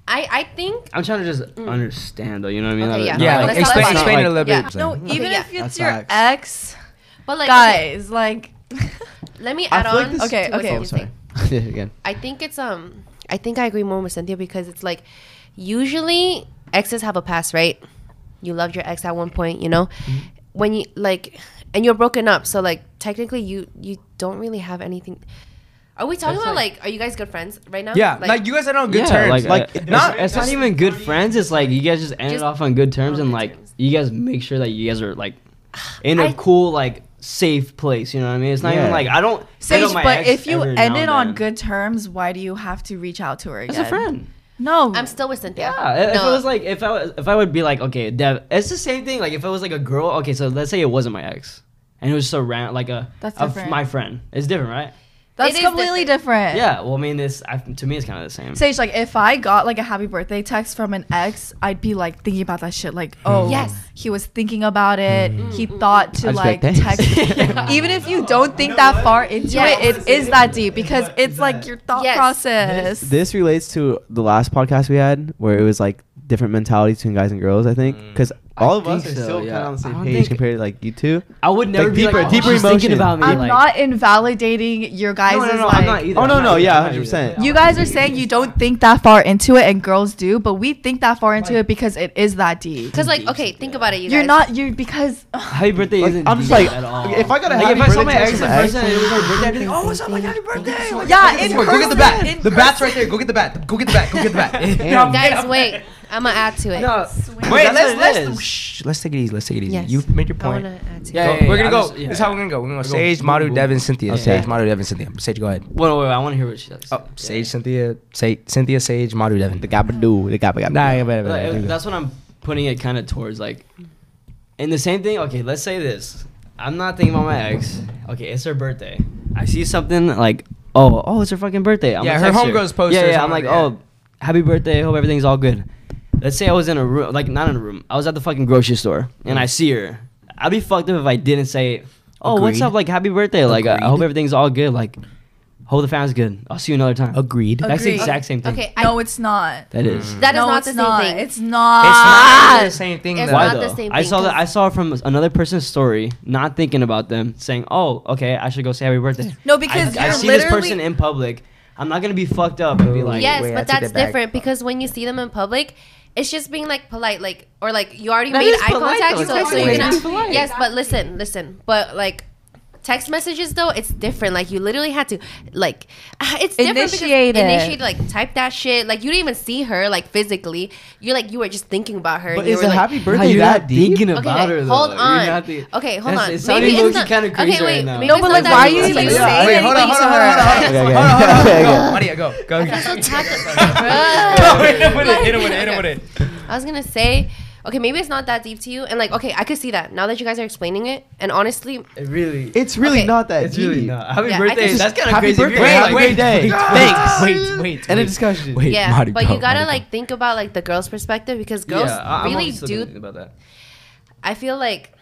[SPEAKER 5] I I think
[SPEAKER 3] I'm trying to just understand though. You know what I mean?
[SPEAKER 5] Okay,
[SPEAKER 3] Like,
[SPEAKER 5] yeah.
[SPEAKER 3] not
[SPEAKER 1] Yeah,
[SPEAKER 3] like-
[SPEAKER 1] like,
[SPEAKER 5] Let's not-
[SPEAKER 1] explain,
[SPEAKER 5] let's not,
[SPEAKER 1] explain it a
[SPEAKER 3] like-
[SPEAKER 1] little
[SPEAKER 5] yeah.
[SPEAKER 1] bit.
[SPEAKER 2] No,
[SPEAKER 5] Okay,
[SPEAKER 2] even
[SPEAKER 5] yeah.
[SPEAKER 2] if it's
[SPEAKER 6] That's
[SPEAKER 2] your
[SPEAKER 6] facts.
[SPEAKER 2] ex,
[SPEAKER 5] But like, okay,
[SPEAKER 2] guys, like.
[SPEAKER 5] let me
[SPEAKER 6] I
[SPEAKER 5] add
[SPEAKER 6] feel like
[SPEAKER 5] on.
[SPEAKER 6] this-
[SPEAKER 2] Okay,
[SPEAKER 5] to what
[SPEAKER 2] okay.
[SPEAKER 5] Cynthia's
[SPEAKER 6] Oh,
[SPEAKER 5] saying.
[SPEAKER 6] sorry. Again.
[SPEAKER 5] I think it's um. I think I agree more with Cynthia because it's like, usually exes have a past, right? You loved your ex at one point, you know. When you like, and you're broken up, so like technically you you don't really have anything. Are we talking about like, are you guys good friends right now?
[SPEAKER 1] Yeah, like, you guys are on good
[SPEAKER 3] yeah,
[SPEAKER 1] terms.
[SPEAKER 3] Like,
[SPEAKER 6] Like,
[SPEAKER 3] like it's,
[SPEAKER 1] not-
[SPEAKER 3] not, it's not even good friends. It's like you guys just end it
[SPEAKER 5] Just
[SPEAKER 3] off on good terms
[SPEAKER 5] on
[SPEAKER 3] and
[SPEAKER 5] good
[SPEAKER 3] like
[SPEAKER 5] terms.
[SPEAKER 3] you guys make sure that you guys are like in a
[SPEAKER 5] I-
[SPEAKER 3] cool like safe place. You know what I mean? It's not
[SPEAKER 6] Yeah.
[SPEAKER 3] even like I don't. hit
[SPEAKER 2] Sage,
[SPEAKER 3] on my
[SPEAKER 2] but
[SPEAKER 3] ex
[SPEAKER 2] if you
[SPEAKER 3] every
[SPEAKER 2] end
[SPEAKER 3] now
[SPEAKER 2] it
[SPEAKER 3] and
[SPEAKER 2] on
[SPEAKER 3] then.
[SPEAKER 2] good terms, why do you have to reach out to her again?
[SPEAKER 3] as a friend.
[SPEAKER 2] No.
[SPEAKER 5] I'm still with Cynthia.
[SPEAKER 3] Yeah, if
[SPEAKER 5] No.
[SPEAKER 3] it was like if I was, if I would be like okay, Dev, it's the same thing. Like if it was like a girl, okay, so let's say it wasn't my ex, and it was just a rant like a,
[SPEAKER 2] That's
[SPEAKER 3] a f-
[SPEAKER 2] different.
[SPEAKER 3] my friend. It's different, right?
[SPEAKER 5] It
[SPEAKER 2] That's
[SPEAKER 5] is
[SPEAKER 2] completely different.
[SPEAKER 3] Yeah. Well, I mean, this I, to me it's kind of the same.
[SPEAKER 2] Sage, like if I got like a happy birthday text from an ex, I'd be like thinking about that shit. Like, oh,
[SPEAKER 5] Hmm. Yes.
[SPEAKER 2] he was thinking about it.
[SPEAKER 3] Hmm.
[SPEAKER 2] He thought to
[SPEAKER 6] I'd be
[SPEAKER 2] like
[SPEAKER 6] like,
[SPEAKER 2] text.
[SPEAKER 6] "Thanks."
[SPEAKER 2] Even if you don't think that far into
[SPEAKER 5] Yes.
[SPEAKER 2] it, it is that deep because it's like your thought
[SPEAKER 5] Yes.
[SPEAKER 2] process.
[SPEAKER 6] This relates to the last podcast we had where it was like different mentalities between guys and girls. I think
[SPEAKER 3] Mm.
[SPEAKER 6] because all of us
[SPEAKER 3] think
[SPEAKER 6] are
[SPEAKER 3] so,
[SPEAKER 6] still
[SPEAKER 3] yeah.
[SPEAKER 6] kind of on the
[SPEAKER 3] I
[SPEAKER 6] same
[SPEAKER 3] don't
[SPEAKER 6] page
[SPEAKER 3] think-
[SPEAKER 6] compared to like you two.
[SPEAKER 3] I would never
[SPEAKER 6] Like,
[SPEAKER 3] be
[SPEAKER 6] deeper-
[SPEAKER 3] like, oh,
[SPEAKER 6] deeper
[SPEAKER 3] she's thinking
[SPEAKER 6] emotion.
[SPEAKER 3] about me.
[SPEAKER 2] I'm
[SPEAKER 3] like,
[SPEAKER 2] not invalidating your guys'
[SPEAKER 3] no, no, no,
[SPEAKER 2] like.
[SPEAKER 3] I'm not either.
[SPEAKER 6] Oh,
[SPEAKER 3] I'm
[SPEAKER 6] no,
[SPEAKER 3] not
[SPEAKER 6] no,
[SPEAKER 3] either,
[SPEAKER 6] yeah,
[SPEAKER 3] I'm not either.
[SPEAKER 6] 100%.
[SPEAKER 2] You guys are saying you don't think that far into it, and girls do, but we think that far into it because it is that deep.
[SPEAKER 5] Because like, okay, think about it. You
[SPEAKER 2] You're
[SPEAKER 5] guys.
[SPEAKER 2] not you because
[SPEAKER 3] Happy birthday
[SPEAKER 6] Like,
[SPEAKER 3] isn't.
[SPEAKER 6] I'm just
[SPEAKER 3] deep
[SPEAKER 6] like,
[SPEAKER 3] at all.
[SPEAKER 6] if I got a
[SPEAKER 3] like,
[SPEAKER 6] happy
[SPEAKER 3] if I saw my
[SPEAKER 6] birthday text
[SPEAKER 3] ex in
[SPEAKER 6] from my ex-
[SPEAKER 3] person, and it was her birthday. I'd be like, oh, what's up? Like, happy birthday. Like,
[SPEAKER 2] yeah, in
[SPEAKER 1] Go get the
[SPEAKER 2] person,
[SPEAKER 1] bat.
[SPEAKER 2] in
[SPEAKER 1] The bat's
[SPEAKER 2] person.
[SPEAKER 1] right there. Go get the bat. Go get the bat. Go get the bat.
[SPEAKER 5] Guys, wait. I'm gonna add to it.
[SPEAKER 3] no.
[SPEAKER 1] Wait, let's
[SPEAKER 3] that's what it
[SPEAKER 1] let's,
[SPEAKER 3] is.
[SPEAKER 1] shh, let's take it easy. Let's take it easy.
[SPEAKER 5] Yes.
[SPEAKER 1] You made your
[SPEAKER 5] I
[SPEAKER 1] point.
[SPEAKER 5] wanna add to it.
[SPEAKER 3] Yeah,
[SPEAKER 1] Go-
[SPEAKER 3] yeah, yeah,
[SPEAKER 1] we're gonna
[SPEAKER 3] I'm
[SPEAKER 1] go.
[SPEAKER 3] just- yeah.
[SPEAKER 1] This is how we're gonna go. We're gonna go.
[SPEAKER 3] go.
[SPEAKER 1] Sage,
[SPEAKER 3] Boom,
[SPEAKER 1] Madu,
[SPEAKER 3] boom.
[SPEAKER 1] Devin, Cynthia.
[SPEAKER 6] Okay.
[SPEAKER 1] Sage, Madu, Devin, Cynthia. Sage, go ahead.
[SPEAKER 3] Wait, wait, wait. I want to hear what she says.
[SPEAKER 1] Oh, Sage, Cynthia, Sage, Cynthia, Sage, Madu, Devin.
[SPEAKER 6] The gabadoo, the gabadoo.
[SPEAKER 1] Nah, yeah, whatever,
[SPEAKER 3] Like,
[SPEAKER 1] whatever.
[SPEAKER 3] it- that's what I'm putting it kind of towards. Like, and the same thing. Okay, let's say this. I'm not thinking about my ex. Okay, it's her birthday. I see something like, oh, oh, it's her fucking birthday. I'm
[SPEAKER 1] Yeah,
[SPEAKER 3] gonna
[SPEAKER 1] her homegirls
[SPEAKER 3] text
[SPEAKER 1] posted
[SPEAKER 3] Yeah,
[SPEAKER 1] or
[SPEAKER 3] yeah. I'm like,
[SPEAKER 1] something, yeah.
[SPEAKER 3] oh, happy birthday. Hope everything's all good. Let's say I was in a room, like not in a room. I was at the fucking grocery store and
[SPEAKER 1] Mm.
[SPEAKER 3] I see her. I'd be fucked up if I didn't say, oh, what's
[SPEAKER 1] Agreed.
[SPEAKER 3] up? Like, happy birthday. Like, I I hope
[SPEAKER 1] Agreed.
[SPEAKER 3] everything's all good. Like, hope the family's good. I'll see you another time.
[SPEAKER 1] Agreed.
[SPEAKER 3] That's the
[SPEAKER 2] Agreed.
[SPEAKER 3] exact same thing.
[SPEAKER 5] Okay, I,
[SPEAKER 2] No, it's not.
[SPEAKER 3] That is.
[SPEAKER 5] that is
[SPEAKER 2] no,
[SPEAKER 5] not
[SPEAKER 2] it's
[SPEAKER 5] the same
[SPEAKER 2] not.
[SPEAKER 5] thing.
[SPEAKER 2] It's not.
[SPEAKER 1] It's not the same thing.
[SPEAKER 5] Ah! It's
[SPEAKER 1] though.
[SPEAKER 5] not
[SPEAKER 3] Why
[SPEAKER 5] the
[SPEAKER 3] though?
[SPEAKER 5] same
[SPEAKER 3] I
[SPEAKER 5] thing,
[SPEAKER 3] saw that.
[SPEAKER 5] 'cause-
[SPEAKER 3] I saw it from another person's story, not thinking about them, saying, "Oh, okay, I should go say happy birthday."
[SPEAKER 2] No, because
[SPEAKER 3] I, I
[SPEAKER 2] you're
[SPEAKER 3] see this
[SPEAKER 2] literally-
[SPEAKER 3] person in public. I'm not gonna be fucked up and be like,
[SPEAKER 5] yes,
[SPEAKER 1] wait, I
[SPEAKER 5] but
[SPEAKER 1] take
[SPEAKER 5] that's
[SPEAKER 1] that back.
[SPEAKER 5] different because when you see them in public, It's just being like polite, like or like you already
[SPEAKER 6] That
[SPEAKER 5] made
[SPEAKER 6] is
[SPEAKER 5] eye
[SPEAKER 6] polite,
[SPEAKER 5] contact,
[SPEAKER 6] though.
[SPEAKER 5] so,
[SPEAKER 6] Exactly.
[SPEAKER 5] so you're gonna
[SPEAKER 6] It's polite.
[SPEAKER 5] yes. But listen, listen, but like. Text messages though it's different. Like you literally had to, like, it's different because-
[SPEAKER 8] Initiate it.
[SPEAKER 5] Initiate, like type that shit. Like you didn't even see her, like physically. You're like you were just thinking about her.
[SPEAKER 6] But
[SPEAKER 5] and you
[SPEAKER 6] is
[SPEAKER 5] were,
[SPEAKER 6] a
[SPEAKER 5] like,
[SPEAKER 6] happy
[SPEAKER 3] Nah,
[SPEAKER 6] birthday
[SPEAKER 3] you're
[SPEAKER 6] that
[SPEAKER 3] not
[SPEAKER 6] deep?
[SPEAKER 3] thinking about
[SPEAKER 5] okay,
[SPEAKER 3] her though.
[SPEAKER 5] hold
[SPEAKER 3] You're
[SPEAKER 5] on.
[SPEAKER 3] not thi-
[SPEAKER 5] okay, hold
[SPEAKER 3] That's-
[SPEAKER 5] on.
[SPEAKER 3] It sounded
[SPEAKER 5] it's
[SPEAKER 3] low-key
[SPEAKER 5] not-
[SPEAKER 3] kind of crazy
[SPEAKER 5] okay, wait,
[SPEAKER 3] right now.
[SPEAKER 5] maybe
[SPEAKER 3] No,
[SPEAKER 5] it's
[SPEAKER 2] but,
[SPEAKER 5] not
[SPEAKER 2] like,
[SPEAKER 5] that
[SPEAKER 2] why are
[SPEAKER 5] deep
[SPEAKER 2] you
[SPEAKER 5] to
[SPEAKER 2] even
[SPEAKER 5] you.
[SPEAKER 2] saying
[SPEAKER 1] Wait, hold on,
[SPEAKER 2] anything
[SPEAKER 1] hold
[SPEAKER 2] to
[SPEAKER 1] on, hold
[SPEAKER 2] her?
[SPEAKER 1] on, hold on, hold
[SPEAKER 6] Okay, okay.
[SPEAKER 1] on, hold on, hold on, hold on.
[SPEAKER 6] Okay,
[SPEAKER 1] Maria, go, go.
[SPEAKER 5] That's so tactile,
[SPEAKER 1] Go, hit him with it, hit him with it, hit him with it.
[SPEAKER 5] I was gonna say, okay, maybe it's not that deep to you, and like, okay, I could see that now that you guys are explaining it. And honestly,
[SPEAKER 3] It really.
[SPEAKER 6] It's really
[SPEAKER 5] Okay.
[SPEAKER 6] not that
[SPEAKER 3] It's
[SPEAKER 6] deep.
[SPEAKER 3] really not. Happy
[SPEAKER 5] Yeah, I
[SPEAKER 3] birthday.
[SPEAKER 5] think-
[SPEAKER 3] That's kind of
[SPEAKER 6] Happy
[SPEAKER 3] crazy.
[SPEAKER 6] birthday. Have a great day.
[SPEAKER 1] Thanks. Wait, wait.
[SPEAKER 6] End of
[SPEAKER 1] wait.
[SPEAKER 6] discussion.
[SPEAKER 1] Wait,
[SPEAKER 5] yeah,
[SPEAKER 1] Marty,
[SPEAKER 5] but
[SPEAKER 1] go,
[SPEAKER 5] you gotta
[SPEAKER 1] Marty,
[SPEAKER 5] like think about like the girl's perspective because girls really do.
[SPEAKER 3] about that.
[SPEAKER 5] I feel like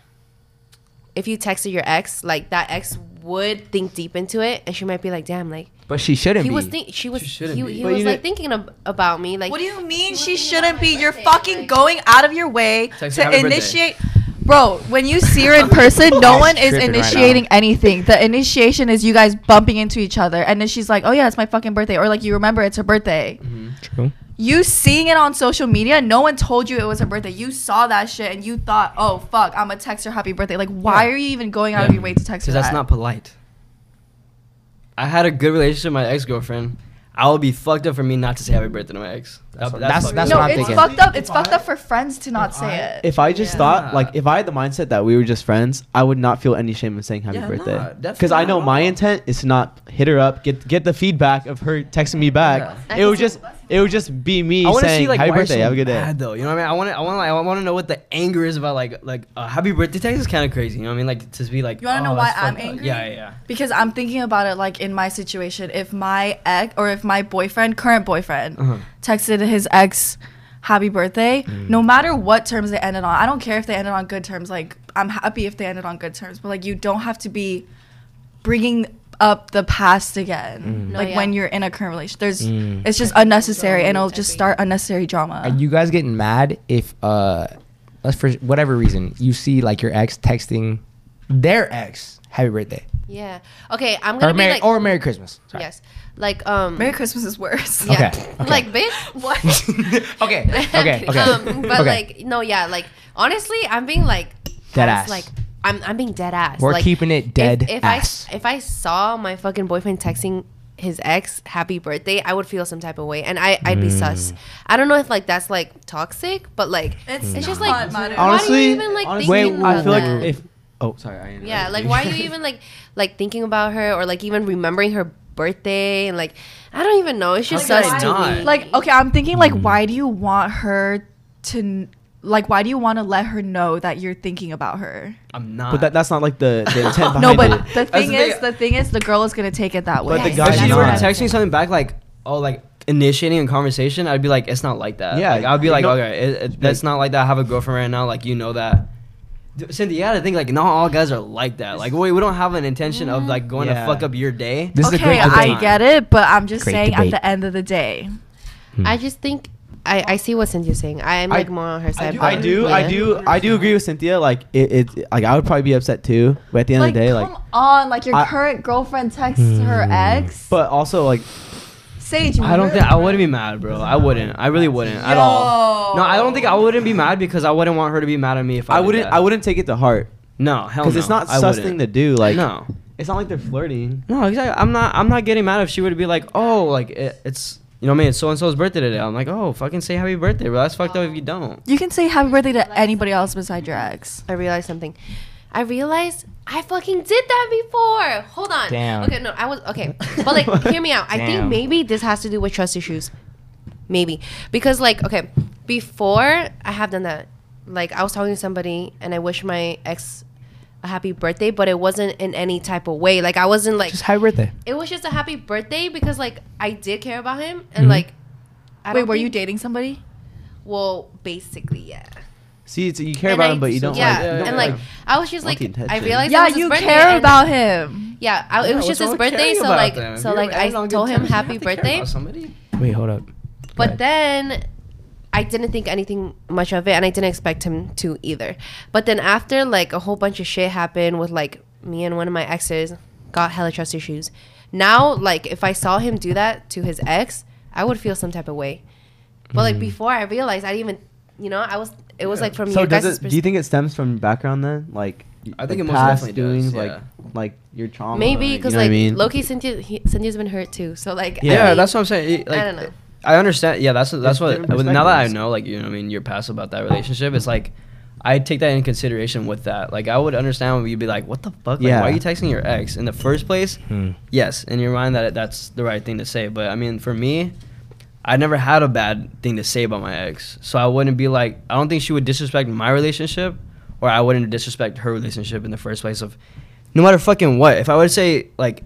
[SPEAKER 5] if you texted your ex, like that ex would think deep into it, and she might be like, damn, like
[SPEAKER 1] go. But she shouldn't
[SPEAKER 5] he
[SPEAKER 1] be.
[SPEAKER 5] was think she was
[SPEAKER 3] shouldn't
[SPEAKER 5] he,
[SPEAKER 3] be.
[SPEAKER 5] he
[SPEAKER 6] But
[SPEAKER 5] was
[SPEAKER 6] you
[SPEAKER 5] like
[SPEAKER 6] know-
[SPEAKER 5] thinking ab- about me, like
[SPEAKER 2] What do you mean she
[SPEAKER 5] thinking
[SPEAKER 2] shouldn't
[SPEAKER 5] about
[SPEAKER 2] be?
[SPEAKER 5] my
[SPEAKER 2] You're
[SPEAKER 5] birthday,
[SPEAKER 2] fucking
[SPEAKER 5] like-
[SPEAKER 2] going out of your way
[SPEAKER 3] Text her,
[SPEAKER 2] to
[SPEAKER 3] "Happy birthday."
[SPEAKER 2] initiate. Bro, when you see her in person, no
[SPEAKER 1] She's
[SPEAKER 2] one is
[SPEAKER 1] tripping right
[SPEAKER 2] initiating
[SPEAKER 1] now.
[SPEAKER 2] anything. The initiation is you guys bumping into each other, and then she's like, "Oh yeah, it's my fucking birthday," or like you remember it's her birthday.
[SPEAKER 3] Mm-hmm.
[SPEAKER 1] True.
[SPEAKER 2] You seeing it on social media, no one told you it was her birthday. You saw that shit and you thought, "Oh fuck, I'm gonna text her happy birthday." Like, why
[SPEAKER 3] Yeah.
[SPEAKER 2] are you even going out of your way to text her?
[SPEAKER 3] Because that's
[SPEAKER 2] that?
[SPEAKER 3] not polite. I had a good relationship with my ex girlfriend. I would be fucked up for me not to say happy birthday to my ex.
[SPEAKER 1] That's
[SPEAKER 3] That-
[SPEAKER 1] what- that's-
[SPEAKER 3] fucked
[SPEAKER 1] that's
[SPEAKER 3] up.
[SPEAKER 2] no,
[SPEAKER 1] what I'm
[SPEAKER 2] it's
[SPEAKER 1] thinking.
[SPEAKER 2] fucked up. It's fucked up for friends to not say it.
[SPEAKER 6] If I just
[SPEAKER 3] Yeah.
[SPEAKER 6] thought, like, if I had the mindset that we were just friends, I would not feel any shame in saying happy
[SPEAKER 3] Yeah, nah,
[SPEAKER 6] birthday.
[SPEAKER 3] definitely
[SPEAKER 6] Because I
[SPEAKER 3] not
[SPEAKER 6] know
[SPEAKER 3] at
[SPEAKER 6] my
[SPEAKER 3] all.
[SPEAKER 6] intent is to not hit her up, get get the feedback of her texting me back.
[SPEAKER 3] Yeah.
[SPEAKER 5] I
[SPEAKER 6] It would
[SPEAKER 5] can see
[SPEAKER 6] just it would just be me
[SPEAKER 3] I want to
[SPEAKER 6] saying
[SPEAKER 3] see like
[SPEAKER 6] happy
[SPEAKER 3] why you're
[SPEAKER 6] birthday,
[SPEAKER 3] so
[SPEAKER 6] have a good day.
[SPEAKER 3] mad, though, you know what I mean? I want to, I want to, I want to know what the anger is about. Like, like a happy birthday text is kind of crazy. You know what I mean? Like to be like,
[SPEAKER 2] You wanna know
[SPEAKER 3] "Oh,
[SPEAKER 2] why
[SPEAKER 3] that's
[SPEAKER 2] I'm
[SPEAKER 3] fucked up."
[SPEAKER 2] angry?
[SPEAKER 3] Yeah, yeah, yeah.
[SPEAKER 2] Because I'm thinking about it like in my situation. If my ex or if my boyfriend, current boyfriend,
[SPEAKER 3] Uh-huh.
[SPEAKER 2] texted his ex happy birthday,
[SPEAKER 1] Mm.
[SPEAKER 2] no matter what terms they ended on, I don't care if they ended on good terms. Like, I'm happy if they ended on good terms, but like, you don't have to be bringing up the past
[SPEAKER 1] Mm.
[SPEAKER 2] again.
[SPEAKER 5] No,
[SPEAKER 2] Like,
[SPEAKER 5] yeah.
[SPEAKER 2] when you're in a current relationship, there's it's just unnecessary and it'll just start unnecessary drama.
[SPEAKER 1] Are you guys getting mad if, uh, let's for whatever reason, you see like your ex texting their ex happy birthday
[SPEAKER 5] Yeah. Okay, I'm gonna
[SPEAKER 1] or
[SPEAKER 5] be
[SPEAKER 1] Merry
[SPEAKER 5] like
[SPEAKER 1] or Merry Christmas? Sorry.
[SPEAKER 5] yes, like um.
[SPEAKER 2] Merry Christmas is worse.
[SPEAKER 5] Yeah.
[SPEAKER 1] Okay, okay.
[SPEAKER 5] Like, bitch, what?
[SPEAKER 1] okay. Okay. Okay.
[SPEAKER 5] Um, but
[SPEAKER 1] okay.
[SPEAKER 5] like, no, yeah, like honestly, I'm being like
[SPEAKER 1] Dead
[SPEAKER 5] honest,
[SPEAKER 1] ass.
[SPEAKER 5] Like, I'm I'm being dead ass.
[SPEAKER 1] We're
[SPEAKER 5] like,
[SPEAKER 1] keeping it
[SPEAKER 5] if-
[SPEAKER 1] dead
[SPEAKER 5] If,
[SPEAKER 1] ass.
[SPEAKER 5] I if I saw my fucking boyfriend texting his ex happy birthday, I would feel some type of way, and I I'd be
[SPEAKER 1] Mm.
[SPEAKER 5] sus. I don't know if like that's like toxic, but like
[SPEAKER 2] It's,
[SPEAKER 5] it's just
[SPEAKER 2] not
[SPEAKER 5] like
[SPEAKER 2] modern.
[SPEAKER 5] why are
[SPEAKER 6] Honestly-
[SPEAKER 5] you even like
[SPEAKER 6] honestly,
[SPEAKER 1] wait,
[SPEAKER 5] thinking
[SPEAKER 6] I
[SPEAKER 5] about
[SPEAKER 6] feel
[SPEAKER 5] that?
[SPEAKER 6] like if oh sorry, I
[SPEAKER 5] yeah,
[SPEAKER 6] interrupted
[SPEAKER 5] like
[SPEAKER 6] you.
[SPEAKER 5] why are you even like like thinking about her or like even remembering her birthday and like I don't even know. It's just
[SPEAKER 3] Like,
[SPEAKER 5] sus
[SPEAKER 3] why
[SPEAKER 5] to
[SPEAKER 3] not?
[SPEAKER 5] me.
[SPEAKER 2] like okay i'm thinking like why do you want her to kn- like why do you want to let her know that you're thinking about her
[SPEAKER 3] I'm not.
[SPEAKER 6] But that, that's not like the, the intent behind
[SPEAKER 2] no but
[SPEAKER 6] it.
[SPEAKER 2] the thing
[SPEAKER 3] the
[SPEAKER 2] is
[SPEAKER 3] thing.
[SPEAKER 2] the thing is the girl is gonna take it that way
[SPEAKER 6] But the
[SPEAKER 5] Yes,
[SPEAKER 6] guy
[SPEAKER 3] If
[SPEAKER 5] that's
[SPEAKER 3] she were
[SPEAKER 5] what I'm
[SPEAKER 6] not.
[SPEAKER 3] texting something back, like, oh, like initiating a conversation, I'd be like, it's not like that.
[SPEAKER 6] Yeah,
[SPEAKER 3] like, I'd be
[SPEAKER 6] you
[SPEAKER 3] like,
[SPEAKER 6] know-
[SPEAKER 3] okay, it, it- that's not like that. I have a girlfriend right now. Like, you know that. Dude, Cindy, you gotta think like not all guys are like that. Like, we, we don't have an intention
[SPEAKER 5] Mm-hmm.
[SPEAKER 3] of like going to
[SPEAKER 6] Yeah.
[SPEAKER 3] fuck up your day.
[SPEAKER 1] This is a
[SPEAKER 2] okay
[SPEAKER 1] great debate.
[SPEAKER 2] i get it but i'm just
[SPEAKER 1] Great
[SPEAKER 2] saying
[SPEAKER 1] debate.
[SPEAKER 2] at the end of the day
[SPEAKER 5] I just think I, I see what Cynthia's saying. I am
[SPEAKER 6] Mm. I-
[SPEAKER 5] like more on her side.
[SPEAKER 6] I do,
[SPEAKER 5] but
[SPEAKER 6] I do, I
[SPEAKER 5] yeah.
[SPEAKER 6] do, I do agree with Cynthia. Like it, it, like I would probably be upset too. But at the end
[SPEAKER 2] like
[SPEAKER 6] of the day,
[SPEAKER 2] come
[SPEAKER 6] like,
[SPEAKER 2] on like your
[SPEAKER 6] I-
[SPEAKER 2] current girlfriend texts her ex
[SPEAKER 6] but also like,
[SPEAKER 2] sage
[SPEAKER 3] I don't
[SPEAKER 2] remember-
[SPEAKER 3] think I wouldn't be mad, bro. I wouldn't. I really wouldn't at all. No, I don't think I wouldn't be mad because I wouldn't want her to be mad at me if I,
[SPEAKER 6] I
[SPEAKER 3] did
[SPEAKER 6] wouldn't,
[SPEAKER 3] that.
[SPEAKER 6] I wouldn't take it to heart
[SPEAKER 3] No, hell Oh, no.
[SPEAKER 6] because it's not
[SPEAKER 3] I
[SPEAKER 6] sus
[SPEAKER 3] wouldn't.
[SPEAKER 6] thing to do. Like,
[SPEAKER 3] no.
[SPEAKER 6] it's not like they're flirting.
[SPEAKER 3] No, exactly. I'm not. I'm not getting mad if she were to be like, oh, like it, it's you know, what I mean, it's so and so's birthday today. I'm like, oh, fucking say happy birthday, bro. That's fucked up if you don't.
[SPEAKER 2] you can say happy birthday to anybody else beside your ex
[SPEAKER 5] I realized something. I realized I fucking did that before. Hold on.
[SPEAKER 1] Damn.
[SPEAKER 5] Okay, no, I was okay. But like hear me out. I think
[SPEAKER 1] Damn.
[SPEAKER 5] maybe this has to do with trust issues. Maybe. Because like, okay, before I have done that. Like I was talking to somebody and I wish my ex a happy birthday, but it wasn't in any type of way. Like I wasn't like
[SPEAKER 1] Just happy birthday.
[SPEAKER 5] it was just a happy birthday because like I did care about him and
[SPEAKER 6] Mm-hmm.
[SPEAKER 5] like I
[SPEAKER 2] wait
[SPEAKER 5] don't
[SPEAKER 2] were
[SPEAKER 5] think-
[SPEAKER 2] you dating somebody
[SPEAKER 5] Well, basically, yeah.
[SPEAKER 6] See, it's, you care
[SPEAKER 5] And
[SPEAKER 6] about
[SPEAKER 5] I-
[SPEAKER 6] him, but you don't.
[SPEAKER 5] Yeah,
[SPEAKER 6] like, you don't
[SPEAKER 5] and like
[SPEAKER 6] like-
[SPEAKER 5] I was just
[SPEAKER 6] want
[SPEAKER 5] like,
[SPEAKER 6] the
[SPEAKER 5] I
[SPEAKER 6] attention.
[SPEAKER 5] realized. it
[SPEAKER 2] yeah
[SPEAKER 5] was his
[SPEAKER 2] you
[SPEAKER 5] birthday
[SPEAKER 2] care
[SPEAKER 5] and-
[SPEAKER 2] about him
[SPEAKER 5] Yeah, I, it was just his birthday, so like, so like I told him happy birthday,
[SPEAKER 1] Wait, hold up.
[SPEAKER 5] but then I didn't think anything much of it, and I didn't expect him to either. But then after like a whole bunch of shit happened with like me and one of my exes, got hella trust issues. Now, like if I saw him do that to his ex, I would feel some type of way. But like before, I realized I didn't even, you know, I was. It was like from
[SPEAKER 6] Mm. so
[SPEAKER 5] your
[SPEAKER 6] does
[SPEAKER 5] guys'
[SPEAKER 6] it, do you think it stems from background then? Like
[SPEAKER 3] I
[SPEAKER 6] like
[SPEAKER 3] think it most
[SPEAKER 6] past
[SPEAKER 3] definitely
[SPEAKER 6] doings,
[SPEAKER 3] does,
[SPEAKER 6] like
[SPEAKER 3] yeah.
[SPEAKER 6] like your trauma.
[SPEAKER 5] Maybe
[SPEAKER 6] you
[SPEAKER 5] because
[SPEAKER 6] know what
[SPEAKER 5] like
[SPEAKER 6] I mean?
[SPEAKER 5] Loki, Cynthia, he, Cynthia's been hurt too. So like,
[SPEAKER 3] Yeah,
[SPEAKER 5] I,
[SPEAKER 3] that's what I'm saying. It- like,
[SPEAKER 5] I don't know.
[SPEAKER 3] I understand. Yeah, that's that's
[SPEAKER 6] It's
[SPEAKER 3] what.
[SPEAKER 6] different
[SPEAKER 3] Now that I
[SPEAKER 6] perspectives.
[SPEAKER 3] know, like you know, what I mean, you're past about that relationship. It's like I take that in consideration with that. Like I would understand when you'd be like, "What the fuck? Like,
[SPEAKER 6] Yeah.
[SPEAKER 3] Why are you texting your ex in the first place?"
[SPEAKER 1] Hmm.
[SPEAKER 3] Yes, in your mind that that's the right thing to say. But I mean, for me, I never had a bad thing to say about my ex, so I wouldn't be like. I don't think she would disrespect my relationship, or I wouldn't disrespect her relationship in the first place. Of no matter fucking what, if I would say like,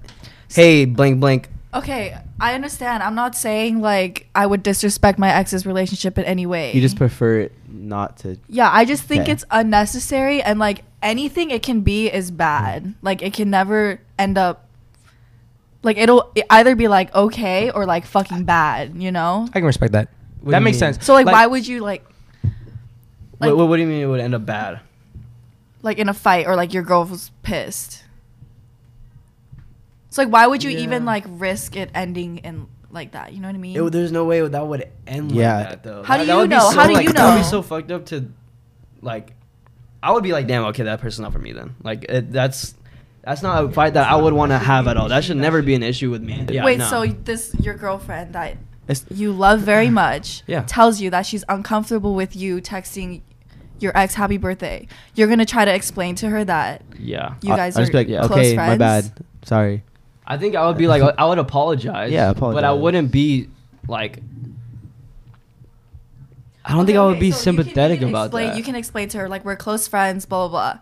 [SPEAKER 3] "Hey, blank blank."
[SPEAKER 2] Okay, I understand. I'm not saying like I would disrespect my ex's relationship in any way.
[SPEAKER 6] you just prefer it not to.
[SPEAKER 2] Yeah, I just think
[SPEAKER 6] Okay.
[SPEAKER 2] it's unnecessary and like anything it can be is bad. Like it can never end up like it'll it either be like okay or like fucking bad, you know?
[SPEAKER 1] I can respect that.
[SPEAKER 3] What do
[SPEAKER 1] that
[SPEAKER 3] you
[SPEAKER 1] makes
[SPEAKER 3] mean?
[SPEAKER 1] sense.
[SPEAKER 2] So like, why would you like
[SPEAKER 3] Wha-
[SPEAKER 2] Like-
[SPEAKER 3] wha- what do you mean it would end up bad?
[SPEAKER 2] like in a fight or like your girl was pissed? So like why would you even
[SPEAKER 3] Yeah.
[SPEAKER 2] like risk it ending in like that? You know what I mean?
[SPEAKER 3] It, there's no way that would end like
[SPEAKER 6] Yeah.
[SPEAKER 3] that though.
[SPEAKER 2] How
[SPEAKER 3] That-
[SPEAKER 2] do
[SPEAKER 3] that
[SPEAKER 2] you
[SPEAKER 3] would be
[SPEAKER 2] know?
[SPEAKER 3] so,
[SPEAKER 2] How do
[SPEAKER 3] like,
[SPEAKER 2] you
[SPEAKER 3] That would be
[SPEAKER 2] know?
[SPEAKER 3] so fucked up to, like, I would be like, damn, okay, that person's not for me then. Like, it, that's that's not a fight that I would want to have at all. That should never be an issue with me. Yeah,
[SPEAKER 2] Wait,
[SPEAKER 3] no.
[SPEAKER 2] so this your girlfriend that
[SPEAKER 6] It's,
[SPEAKER 2] you love very much
[SPEAKER 3] Yeah.
[SPEAKER 2] tells you that she's uncomfortable with you texting your ex happy birthday. You're gonna try to explain to her that
[SPEAKER 3] yeah,
[SPEAKER 2] you
[SPEAKER 6] I-
[SPEAKER 2] guys
[SPEAKER 6] I
[SPEAKER 2] are
[SPEAKER 6] just be like,
[SPEAKER 2] close
[SPEAKER 6] okay,
[SPEAKER 2] friends.
[SPEAKER 6] my bad. Sorry.
[SPEAKER 3] I think I would be like, I would apologize.
[SPEAKER 6] Yeah,
[SPEAKER 3] But I
[SPEAKER 6] apologize.
[SPEAKER 3] wouldn't be like. I don't think I would be sympathetic about
[SPEAKER 2] explain,
[SPEAKER 3] that.
[SPEAKER 2] You can explain to her like we're close friends, blah blah blah.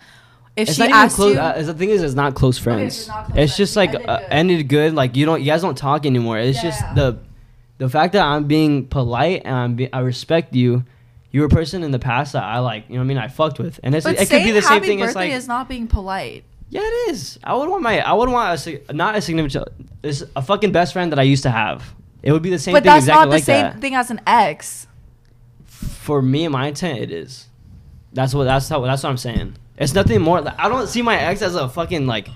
[SPEAKER 2] If
[SPEAKER 3] It's
[SPEAKER 2] she
[SPEAKER 3] not even
[SPEAKER 2] asks
[SPEAKER 3] close.
[SPEAKER 2] you,
[SPEAKER 3] uh, the thing is, it's not close friends.
[SPEAKER 2] it's
[SPEAKER 3] it's
[SPEAKER 2] not close
[SPEAKER 3] just
[SPEAKER 2] friends.
[SPEAKER 3] like
[SPEAKER 2] You
[SPEAKER 3] ended, good.
[SPEAKER 2] ended good.
[SPEAKER 3] ended good. Like you don't, you guys don't talk anymore. It's
[SPEAKER 2] Yeah.
[SPEAKER 3] just the, the fact that I'm being polite and I'm be, I respect you. You're a person in the past that I like. You know what I mean? I fucked with, and it's,
[SPEAKER 2] but
[SPEAKER 3] it could be the same
[SPEAKER 2] happy
[SPEAKER 3] thing.
[SPEAKER 2] birthday
[SPEAKER 3] It's like
[SPEAKER 2] is not being polite.
[SPEAKER 3] yeah, it is. I would want my I would want a sig- not a significant. It's a fucking best friend that I used to have. It would be the same
[SPEAKER 2] But
[SPEAKER 3] thing
[SPEAKER 2] that's
[SPEAKER 3] exactly
[SPEAKER 2] not the
[SPEAKER 3] like
[SPEAKER 2] same
[SPEAKER 3] that.
[SPEAKER 2] thing as an ex.
[SPEAKER 3] For me and my intent, it is. That's what that's how that's what I'm saying. It's nothing more. I don't see my ex as a fucking like.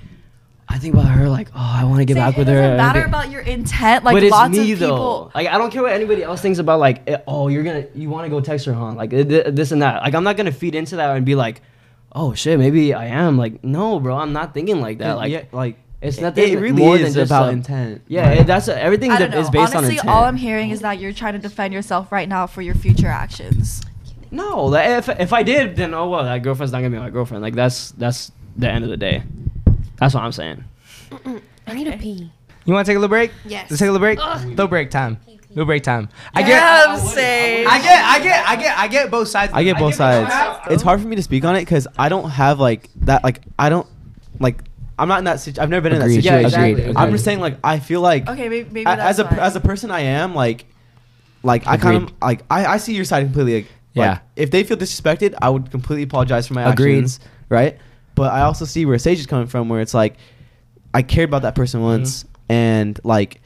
[SPEAKER 3] I think about her like, oh, I want to get
[SPEAKER 2] See,
[SPEAKER 3] back
[SPEAKER 2] it
[SPEAKER 3] with
[SPEAKER 2] doesn't
[SPEAKER 3] her.
[SPEAKER 2] matter about your intent. Like
[SPEAKER 3] but it's
[SPEAKER 2] lots
[SPEAKER 3] me
[SPEAKER 2] of people.
[SPEAKER 3] though. Like I don't care what anybody else thinks about like, eh, oh, you're gonna you want to go text her, huh? Like eh, th- this and that. Like I'm not gonna feed into that and be like, oh shit, maybe I am. Like no, bro, I'm not thinking like that. Like
[SPEAKER 6] yeah, like
[SPEAKER 3] it's
[SPEAKER 6] it-
[SPEAKER 3] nothing
[SPEAKER 6] It really
[SPEAKER 3] more
[SPEAKER 6] is
[SPEAKER 3] than just
[SPEAKER 6] about
[SPEAKER 3] a-
[SPEAKER 6] intent.
[SPEAKER 3] Yeah,
[SPEAKER 6] Like,
[SPEAKER 3] eh, that's everything
[SPEAKER 2] I don't know.
[SPEAKER 3] is based on
[SPEAKER 2] Honestly,
[SPEAKER 3] intent.
[SPEAKER 2] all I'm hearing is that you're trying to defend yourself right now for your future actions.
[SPEAKER 3] No, like, if if I did, then oh well, that girlfriend's not gonna be my girlfriend. Like that's that's the end of the day. That's what I'm saying.
[SPEAKER 5] I need to pee.
[SPEAKER 1] You want to take a little break?
[SPEAKER 5] Yes.
[SPEAKER 1] Let's take a little break. Little break time. Little break time. I get.
[SPEAKER 2] safe.
[SPEAKER 1] I get. I get. I get. I get both sides.
[SPEAKER 6] I get both sides. It's hard for me to speak on it because I don't have like that. Like I don't like. I'm not in that situation. I've never been in
[SPEAKER 1] Agreed.
[SPEAKER 6] that
[SPEAKER 1] Yeah,
[SPEAKER 6] situation.
[SPEAKER 3] exactly.
[SPEAKER 6] I'm just saying, like, I feel like
[SPEAKER 2] Okay, maybe, maybe
[SPEAKER 6] a-
[SPEAKER 2] that's
[SPEAKER 6] as a
[SPEAKER 2] why.
[SPEAKER 6] as a person I am like like I kind of
[SPEAKER 1] Agreed.
[SPEAKER 6] like I, I see your side completely like, like,
[SPEAKER 1] Yeah.
[SPEAKER 6] if they feel disrespected I would completely apologize for my
[SPEAKER 1] Agreed.
[SPEAKER 6] actions right but I also see where Sage is coming from where it's like I cared about that person once
[SPEAKER 1] Mm-hmm.
[SPEAKER 6] and like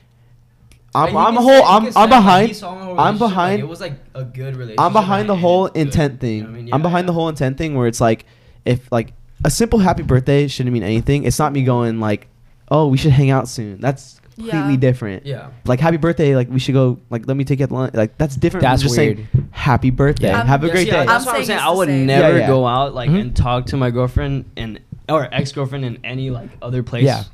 [SPEAKER 6] I'm, I'm a whole I'm, I'm behind I'm behind
[SPEAKER 3] like a good relationship.
[SPEAKER 6] I'm behind the whole intent thing I'm behind the whole intent thing where it's like if like a simple happy birthday shouldn't mean anything it's not me going like oh we should hang out soon that's completely
[SPEAKER 2] Yeah.
[SPEAKER 6] different
[SPEAKER 3] Yeah.
[SPEAKER 6] like happy birthday like we should go like let me take you out to lunch like that's different
[SPEAKER 1] That's
[SPEAKER 6] from just saying happy birthday
[SPEAKER 2] Yeah.
[SPEAKER 6] have a
[SPEAKER 2] Yeah,
[SPEAKER 6] great
[SPEAKER 3] see, I-
[SPEAKER 6] day
[SPEAKER 3] That's
[SPEAKER 2] I'm
[SPEAKER 3] what I'm saying.
[SPEAKER 2] saying it's
[SPEAKER 3] I
[SPEAKER 2] the
[SPEAKER 3] would
[SPEAKER 2] same.
[SPEAKER 3] never
[SPEAKER 6] Yeah, Mm-hmm. yeah.
[SPEAKER 3] go out like
[SPEAKER 1] Mhm.
[SPEAKER 3] and talk to my girlfriend and or ex girlfriend in any like other place.
[SPEAKER 1] Yeah.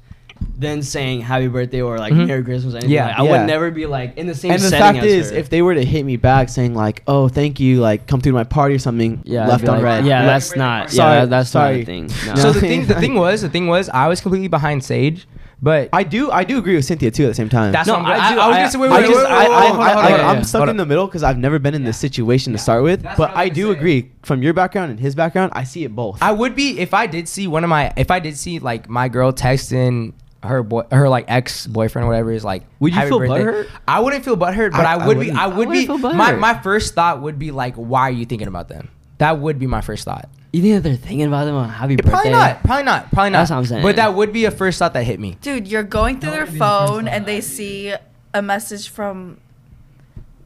[SPEAKER 3] Than saying happy birthday or like
[SPEAKER 1] Mhm.
[SPEAKER 3] Merry Christmas. Or anything.
[SPEAKER 1] Yeah,
[SPEAKER 3] Like, I
[SPEAKER 6] Mm-hmm. yeah.
[SPEAKER 3] would never be like in the same.
[SPEAKER 6] and the
[SPEAKER 3] setting
[SPEAKER 6] fact
[SPEAKER 3] as
[SPEAKER 6] is
[SPEAKER 3] her.
[SPEAKER 6] if they were to hit me back saying like oh thank you like come through to my party or something
[SPEAKER 3] yeah, I'd
[SPEAKER 6] left
[SPEAKER 3] be
[SPEAKER 6] on
[SPEAKER 3] like,
[SPEAKER 6] red
[SPEAKER 3] Yeah,
[SPEAKER 6] Left-
[SPEAKER 3] that's not.
[SPEAKER 6] Sorry,
[SPEAKER 3] yeah, that- that's not
[SPEAKER 6] sorry.
[SPEAKER 3] a thing.
[SPEAKER 6] So
[SPEAKER 3] No.
[SPEAKER 1] So
[SPEAKER 6] No.
[SPEAKER 1] the thing. The thing was. The thing was. I was completely behind Sage, but
[SPEAKER 6] I do I do agree with Cynthia too at the same time
[SPEAKER 1] that's
[SPEAKER 3] No,
[SPEAKER 1] what I'm,
[SPEAKER 3] I
[SPEAKER 1] I,
[SPEAKER 3] do-
[SPEAKER 1] I was
[SPEAKER 3] I-
[SPEAKER 1] gonna say. Wait,
[SPEAKER 6] I
[SPEAKER 1] wait,
[SPEAKER 6] just
[SPEAKER 1] wait, wait,
[SPEAKER 6] I, I,
[SPEAKER 1] wait, hold on, hold on,
[SPEAKER 6] I,
[SPEAKER 1] hold on.
[SPEAKER 6] am stuck
[SPEAKER 1] Hold
[SPEAKER 6] in
[SPEAKER 1] on.
[SPEAKER 6] the middle because I've never been in this situation to start with but I do agree from your background and his background I see it both
[SPEAKER 1] I would be if I did see one of my if I did see like my girl texting her boy her like ex boyfriend whatever is like
[SPEAKER 3] Would you
[SPEAKER 1] "Happy
[SPEAKER 3] feel
[SPEAKER 1] birthday."
[SPEAKER 3] butthurt?
[SPEAKER 1] I wouldn't feel butthurt, but I,
[SPEAKER 6] I- I
[SPEAKER 1] would be.
[SPEAKER 6] wouldn't.
[SPEAKER 1] I would
[SPEAKER 3] I
[SPEAKER 1] be.
[SPEAKER 3] wouldn't feel
[SPEAKER 1] My
[SPEAKER 3] butthurt.
[SPEAKER 1] my first thought would be like, why are you thinking about them? That would be my first thought.
[SPEAKER 3] You think that they're thinking about them on happy birthday?
[SPEAKER 1] Probably not. Probably not. Probably not.
[SPEAKER 3] That's what I'm saying.
[SPEAKER 1] But that would be a first thought that hit me.
[SPEAKER 2] Dude, you're going through their phone and they see a message from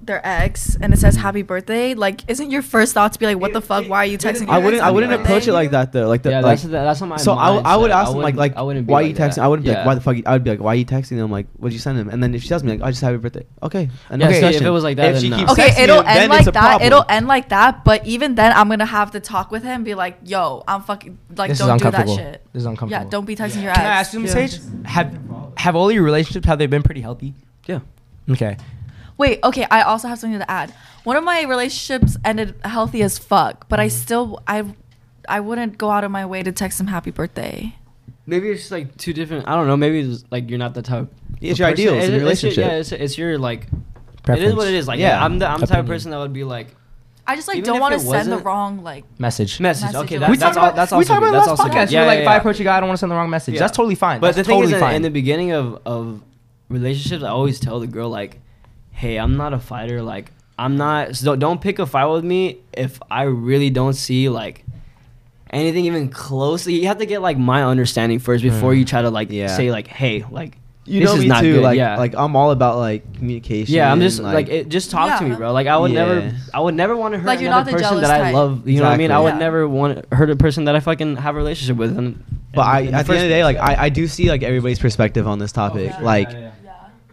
[SPEAKER 2] their ex and it says happy birthday, like isn't your first thought to be like, what the fuck? Why are you texting? your
[SPEAKER 6] I wouldn't.
[SPEAKER 2] ex
[SPEAKER 6] I
[SPEAKER 2] happy
[SPEAKER 6] wouldn't approach
[SPEAKER 2] birthday?
[SPEAKER 6] it like that though. Like the
[SPEAKER 3] yeah,
[SPEAKER 6] like.
[SPEAKER 3] that's the- that's not my.
[SPEAKER 6] so I, I would
[SPEAKER 3] mindset.
[SPEAKER 6] ask
[SPEAKER 3] I
[SPEAKER 6] them like
[SPEAKER 3] wouldn't-
[SPEAKER 6] like
[SPEAKER 3] I wouldn't be
[SPEAKER 6] why
[SPEAKER 3] like
[SPEAKER 6] you
[SPEAKER 3] that.
[SPEAKER 6] texting? I wouldn't be
[SPEAKER 3] Yeah.
[SPEAKER 6] like why the fuck? You, I would be like why you texting them? Like what'd you send them? And then if she tells me like I just happy birthday. Okay. And
[SPEAKER 3] Yeah, see, if it was like that,
[SPEAKER 6] if she
[SPEAKER 3] then
[SPEAKER 6] keeps
[SPEAKER 3] no.
[SPEAKER 2] Okay,
[SPEAKER 6] texting
[SPEAKER 2] it'll
[SPEAKER 6] him, then
[SPEAKER 2] end
[SPEAKER 6] it's
[SPEAKER 2] like
[SPEAKER 6] a
[SPEAKER 2] that.
[SPEAKER 6] problem.
[SPEAKER 2] It'll end like that. But even then, I'm gonna have to talk with him, and be like, "Yo, I'm fucking like,
[SPEAKER 1] This is
[SPEAKER 2] don't do that
[SPEAKER 1] uncomfortable.
[SPEAKER 2] shit.
[SPEAKER 1] This is uncomfortable.
[SPEAKER 2] Yeah, don't be texting your ex.
[SPEAKER 1] Can I ask you, Miss Sage? Have have all your relationships have they been pretty healthy?
[SPEAKER 3] Yeah.
[SPEAKER 1] Okay.
[SPEAKER 2] Wait, okay. I also have something to add. One of my relationships ended healthy as fuck, but I still I I wouldn't go out of my way to text him happy birthday.
[SPEAKER 3] Maybe it's just like two different. I don't know. Maybe it's like you're not the type.
[SPEAKER 6] It's
[SPEAKER 3] of
[SPEAKER 6] your
[SPEAKER 3] person-
[SPEAKER 6] ideals in a
[SPEAKER 3] your-
[SPEAKER 6] relationship.
[SPEAKER 3] yeah, it's, it's your like. It
[SPEAKER 1] Preference.
[SPEAKER 3] is what it is. Like,
[SPEAKER 6] Yeah.
[SPEAKER 3] yeah, I'm the I'm the type of
[SPEAKER 1] Opinion.
[SPEAKER 3] person that would be like
[SPEAKER 2] I just like
[SPEAKER 3] Even
[SPEAKER 2] don't
[SPEAKER 3] if
[SPEAKER 2] want to
[SPEAKER 3] it
[SPEAKER 2] send the
[SPEAKER 3] wasn't-
[SPEAKER 2] wrong like.
[SPEAKER 1] Message.
[SPEAKER 3] message.
[SPEAKER 2] Message
[SPEAKER 3] okay,
[SPEAKER 2] or
[SPEAKER 3] that,
[SPEAKER 2] we
[SPEAKER 3] that's
[SPEAKER 2] talked
[SPEAKER 3] all.
[SPEAKER 2] about-
[SPEAKER 3] That's
[SPEAKER 1] we
[SPEAKER 3] also
[SPEAKER 1] talked
[SPEAKER 3] good.
[SPEAKER 1] about
[SPEAKER 3] That's
[SPEAKER 1] last
[SPEAKER 3] also good.
[SPEAKER 1] podcast.
[SPEAKER 3] Yeah,
[SPEAKER 1] You're like,
[SPEAKER 3] yeah,
[SPEAKER 1] if
[SPEAKER 3] yeah.
[SPEAKER 1] I approach a guy, I don't want to send the wrong message.
[SPEAKER 3] Yeah.
[SPEAKER 1] That's totally fine.
[SPEAKER 3] But the
[SPEAKER 1] That's
[SPEAKER 3] thing
[SPEAKER 1] totally
[SPEAKER 3] is,
[SPEAKER 1] fine.
[SPEAKER 3] in the beginning of of relationships, I always tell the girl like, "Hey, I'm not a fighter. Like, I'm not. So don't- don't pick a fight with me if I really don't see like." Anything even close, you have to get like my understanding first before you try to like
[SPEAKER 6] Mm. Yeah.
[SPEAKER 3] say like, "Hey, like
[SPEAKER 6] You
[SPEAKER 3] this
[SPEAKER 6] know
[SPEAKER 3] is
[SPEAKER 6] me
[SPEAKER 3] not
[SPEAKER 6] too.
[SPEAKER 3] good."
[SPEAKER 6] Like
[SPEAKER 3] yeah.
[SPEAKER 6] like I'm all about like communication.
[SPEAKER 3] Yeah, I'm just
[SPEAKER 6] and,
[SPEAKER 3] like, it, just talk to me,
[SPEAKER 2] Yeah.
[SPEAKER 3] bro. Like I would
[SPEAKER 6] Yeah.
[SPEAKER 3] never, I would never want to hurt
[SPEAKER 2] Like, you're
[SPEAKER 3] another
[SPEAKER 2] not the
[SPEAKER 3] person that
[SPEAKER 2] jealous
[SPEAKER 3] I
[SPEAKER 2] type.
[SPEAKER 3] love. You know what I mean? I
[SPEAKER 6] Exactly.
[SPEAKER 3] would
[SPEAKER 2] Yeah.
[SPEAKER 3] never want to hurt a person that I fucking have a relationship with. And,
[SPEAKER 6] But
[SPEAKER 3] and-
[SPEAKER 6] I,
[SPEAKER 3] and
[SPEAKER 6] at the
[SPEAKER 3] first-
[SPEAKER 6] end of the day, like I, I do see like everybody's perspective on this topic.
[SPEAKER 2] sure.
[SPEAKER 6] Like
[SPEAKER 3] Yeah, yeah,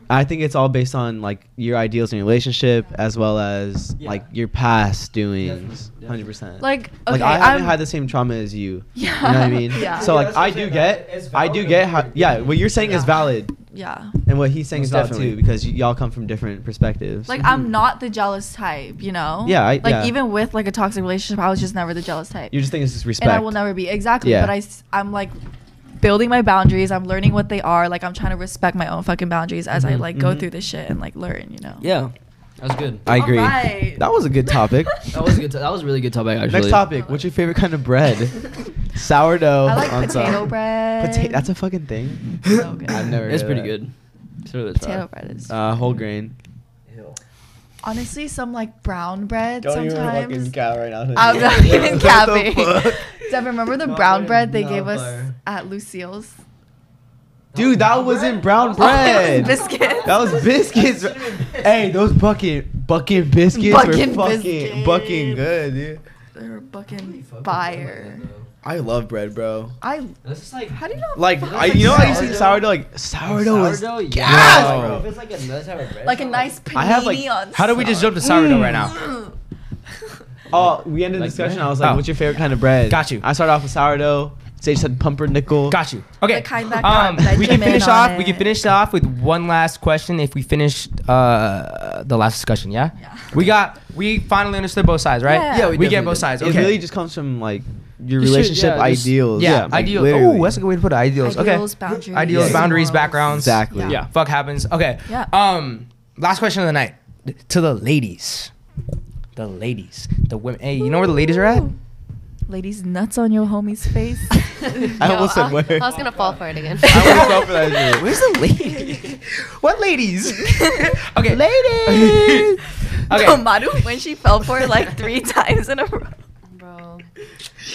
[SPEAKER 6] I think it's all based on like your ideals in your relationship as well as
[SPEAKER 3] Yeah.
[SPEAKER 6] like your past doings.
[SPEAKER 3] Definitely,
[SPEAKER 6] Hundred percent.
[SPEAKER 2] Like okay,
[SPEAKER 6] Like I haven't
[SPEAKER 2] I'm-
[SPEAKER 6] had the same trauma as you.
[SPEAKER 2] Yeah.
[SPEAKER 6] You know what I mean?
[SPEAKER 2] Yeah.
[SPEAKER 6] So
[SPEAKER 3] Yeah,
[SPEAKER 6] like
[SPEAKER 3] that's what
[SPEAKER 6] I
[SPEAKER 3] I'm
[SPEAKER 6] do
[SPEAKER 3] saying,
[SPEAKER 6] get,
[SPEAKER 3] it's
[SPEAKER 6] I do
[SPEAKER 3] valid
[SPEAKER 6] get
[SPEAKER 3] and
[SPEAKER 6] how,
[SPEAKER 3] weird.
[SPEAKER 6] yeah, what you're saying is
[SPEAKER 2] Yeah.
[SPEAKER 6] valid,
[SPEAKER 2] yeah.
[SPEAKER 6] and what he's saying
[SPEAKER 3] Most
[SPEAKER 6] is valid
[SPEAKER 3] definitely.
[SPEAKER 6] too because y- y'all come from different perspectives.
[SPEAKER 2] Like I'm not the jealous type, you know.
[SPEAKER 6] Mm-hmm. Yeah, I-
[SPEAKER 2] like
[SPEAKER 6] yeah.
[SPEAKER 2] even with like a toxic relationship, I was just never the jealous type,
[SPEAKER 6] you just think it's just respect.
[SPEAKER 2] and I will never be exactly.
[SPEAKER 6] Yeah.
[SPEAKER 2] But I s- I'm like building my boundaries. I'm learning what they are. Like I'm trying to respect my own fucking boundaries as I
[SPEAKER 6] Mm-hmm.
[SPEAKER 3] Mhm,
[SPEAKER 2] like go
[SPEAKER 3] mhm.
[SPEAKER 2] through this shit and like learn, you know.
[SPEAKER 3] yeah, that was good.
[SPEAKER 6] I agree.
[SPEAKER 2] Alright.
[SPEAKER 6] That was a good topic.
[SPEAKER 3] That was a good. To- that was a really good topic. Actually,
[SPEAKER 6] Next topic. What's your favorite kind of bread? Sourdough.
[SPEAKER 2] I like
[SPEAKER 6] on
[SPEAKER 2] potato
[SPEAKER 6] top.
[SPEAKER 2] bread.
[SPEAKER 6] Pota- that's a fucking thing.
[SPEAKER 2] so good.
[SPEAKER 6] I've never.
[SPEAKER 3] It's
[SPEAKER 6] heard of
[SPEAKER 3] pretty
[SPEAKER 6] that.
[SPEAKER 3] good. It's really
[SPEAKER 2] potato bread is
[SPEAKER 6] Uh, whole grain.
[SPEAKER 2] honestly some like brown bread sometimes.
[SPEAKER 6] cow right now.
[SPEAKER 2] I'm not even capping.
[SPEAKER 6] fuck?
[SPEAKER 2] Devin, remember the
[SPEAKER 3] No,
[SPEAKER 2] brown
[SPEAKER 3] man,
[SPEAKER 2] bread they
[SPEAKER 3] no,
[SPEAKER 2] gave us
[SPEAKER 3] fire.
[SPEAKER 2] at Lucille's?
[SPEAKER 6] Dude, that wasn't brown
[SPEAKER 2] It
[SPEAKER 6] bread.
[SPEAKER 2] was biscuits.
[SPEAKER 6] That was biscuits. hey, those bucket bucket biscuits
[SPEAKER 2] Bucket
[SPEAKER 6] were fucking
[SPEAKER 2] biscuits.
[SPEAKER 6] bucking good, dude.
[SPEAKER 2] They were fucking fire.
[SPEAKER 6] I love bread, bro.
[SPEAKER 2] I
[SPEAKER 3] This is like
[SPEAKER 2] how do you know?
[SPEAKER 6] Like
[SPEAKER 2] fuck
[SPEAKER 6] I, you know, I used to eat sourdough.
[SPEAKER 3] sourdough?
[SPEAKER 6] Like sourdow, is
[SPEAKER 3] sourdough.
[SPEAKER 6] gas,
[SPEAKER 3] Yeah,
[SPEAKER 6] bro.
[SPEAKER 3] If it's like another type of bread,
[SPEAKER 2] like a
[SPEAKER 3] it's
[SPEAKER 2] nice panini
[SPEAKER 6] I have, like-
[SPEAKER 2] on.
[SPEAKER 1] How do we just jump to sourdough right
[SPEAKER 2] Mm.
[SPEAKER 1] now?
[SPEAKER 6] Oh, we ended the
[SPEAKER 3] Like
[SPEAKER 6] discussion.
[SPEAKER 3] bread?
[SPEAKER 6] I was like,
[SPEAKER 1] Oh.
[SPEAKER 6] "What's your favorite kind of bread?"
[SPEAKER 1] Got you.
[SPEAKER 6] I started off with sourdough. Sage said pumpernickel.
[SPEAKER 1] Got you. Okay.
[SPEAKER 2] The kind that
[SPEAKER 1] um,
[SPEAKER 2] got
[SPEAKER 1] we can
[SPEAKER 2] Benjamin
[SPEAKER 1] finish
[SPEAKER 2] on
[SPEAKER 1] off. We can
[SPEAKER 2] it.
[SPEAKER 1] finish off with one last question. If we finish uh, the last discussion, yeah.
[SPEAKER 2] Yeah.
[SPEAKER 1] We got. We finally understood both sides, right?
[SPEAKER 2] Yeah. Yeah,
[SPEAKER 1] we,
[SPEAKER 2] we
[SPEAKER 1] get
[SPEAKER 3] definitely
[SPEAKER 1] both
[SPEAKER 3] did.
[SPEAKER 1] sides.
[SPEAKER 6] It
[SPEAKER 1] Okay.
[SPEAKER 6] really just comes from like your
[SPEAKER 3] You should-
[SPEAKER 6] relationship
[SPEAKER 3] yeah, just-
[SPEAKER 6] ideals.
[SPEAKER 1] yeah.
[SPEAKER 6] like,
[SPEAKER 1] ideals.
[SPEAKER 6] literally.
[SPEAKER 1] Oh, that's a good way to put it. Ideals.
[SPEAKER 2] Ideals,
[SPEAKER 1] okay.
[SPEAKER 2] boundaries,
[SPEAKER 1] Ideals,
[SPEAKER 6] Yeah.
[SPEAKER 1] boundaries,
[SPEAKER 2] morals.
[SPEAKER 1] backgrounds.
[SPEAKER 6] Exactly.
[SPEAKER 2] Yeah.
[SPEAKER 1] Yeah. Fuck happens. Okay.
[SPEAKER 2] Yeah.
[SPEAKER 1] Um. Last question of the night to the ladies. The ladies. The women. Hey, you know where the ladies are at?
[SPEAKER 2] Ladies, nuts on your homie's face.
[SPEAKER 6] I almost
[SPEAKER 5] Yo,
[SPEAKER 6] said word.
[SPEAKER 5] I was gonna fall for it again.
[SPEAKER 6] I almost fell for that shit.
[SPEAKER 1] Where's the ladies? what ladies? okay. Ladies. okay.
[SPEAKER 2] No, Madu, when she fell for it like three times in a row.
[SPEAKER 5] Bro.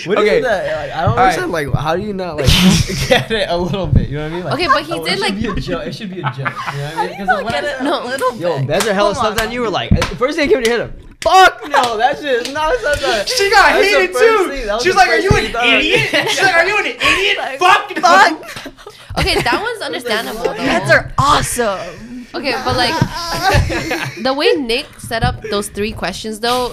[SPEAKER 3] What
[SPEAKER 1] Okay.
[SPEAKER 3] is that? Like, I don't
[SPEAKER 1] All right.
[SPEAKER 3] understand. Like, how do you not like get it a little bit? You know what I mean? Like,
[SPEAKER 5] Okay, but he
[SPEAKER 3] oh,
[SPEAKER 5] did,
[SPEAKER 3] it
[SPEAKER 5] like-
[SPEAKER 3] should be a joke. It should be a joke. You know what I mean?
[SPEAKER 2] You
[SPEAKER 3] 'Cause
[SPEAKER 2] don't
[SPEAKER 3] the last
[SPEAKER 2] get it a little bit.
[SPEAKER 3] Yo, Bez are hella
[SPEAKER 2] Come on.
[SPEAKER 3] stuff that you were like. uh, First thing that came to your head, fuck no, that shit is not stuff that.
[SPEAKER 1] She got
[SPEAKER 3] that was the
[SPEAKER 1] hated
[SPEAKER 3] first thing- that
[SPEAKER 1] too.
[SPEAKER 3] was
[SPEAKER 1] She was
[SPEAKER 3] the
[SPEAKER 1] like, "Are
[SPEAKER 3] first
[SPEAKER 1] you
[SPEAKER 3] thing
[SPEAKER 1] an
[SPEAKER 3] thought of."
[SPEAKER 1] idiot?" She's like, "Are you an idiot?" Fuck,
[SPEAKER 2] Fuck!
[SPEAKER 5] Okay, that one's understandable. though.
[SPEAKER 2] Nuts are awesome.
[SPEAKER 5] okay, but like the way Nick set up those three questions, though,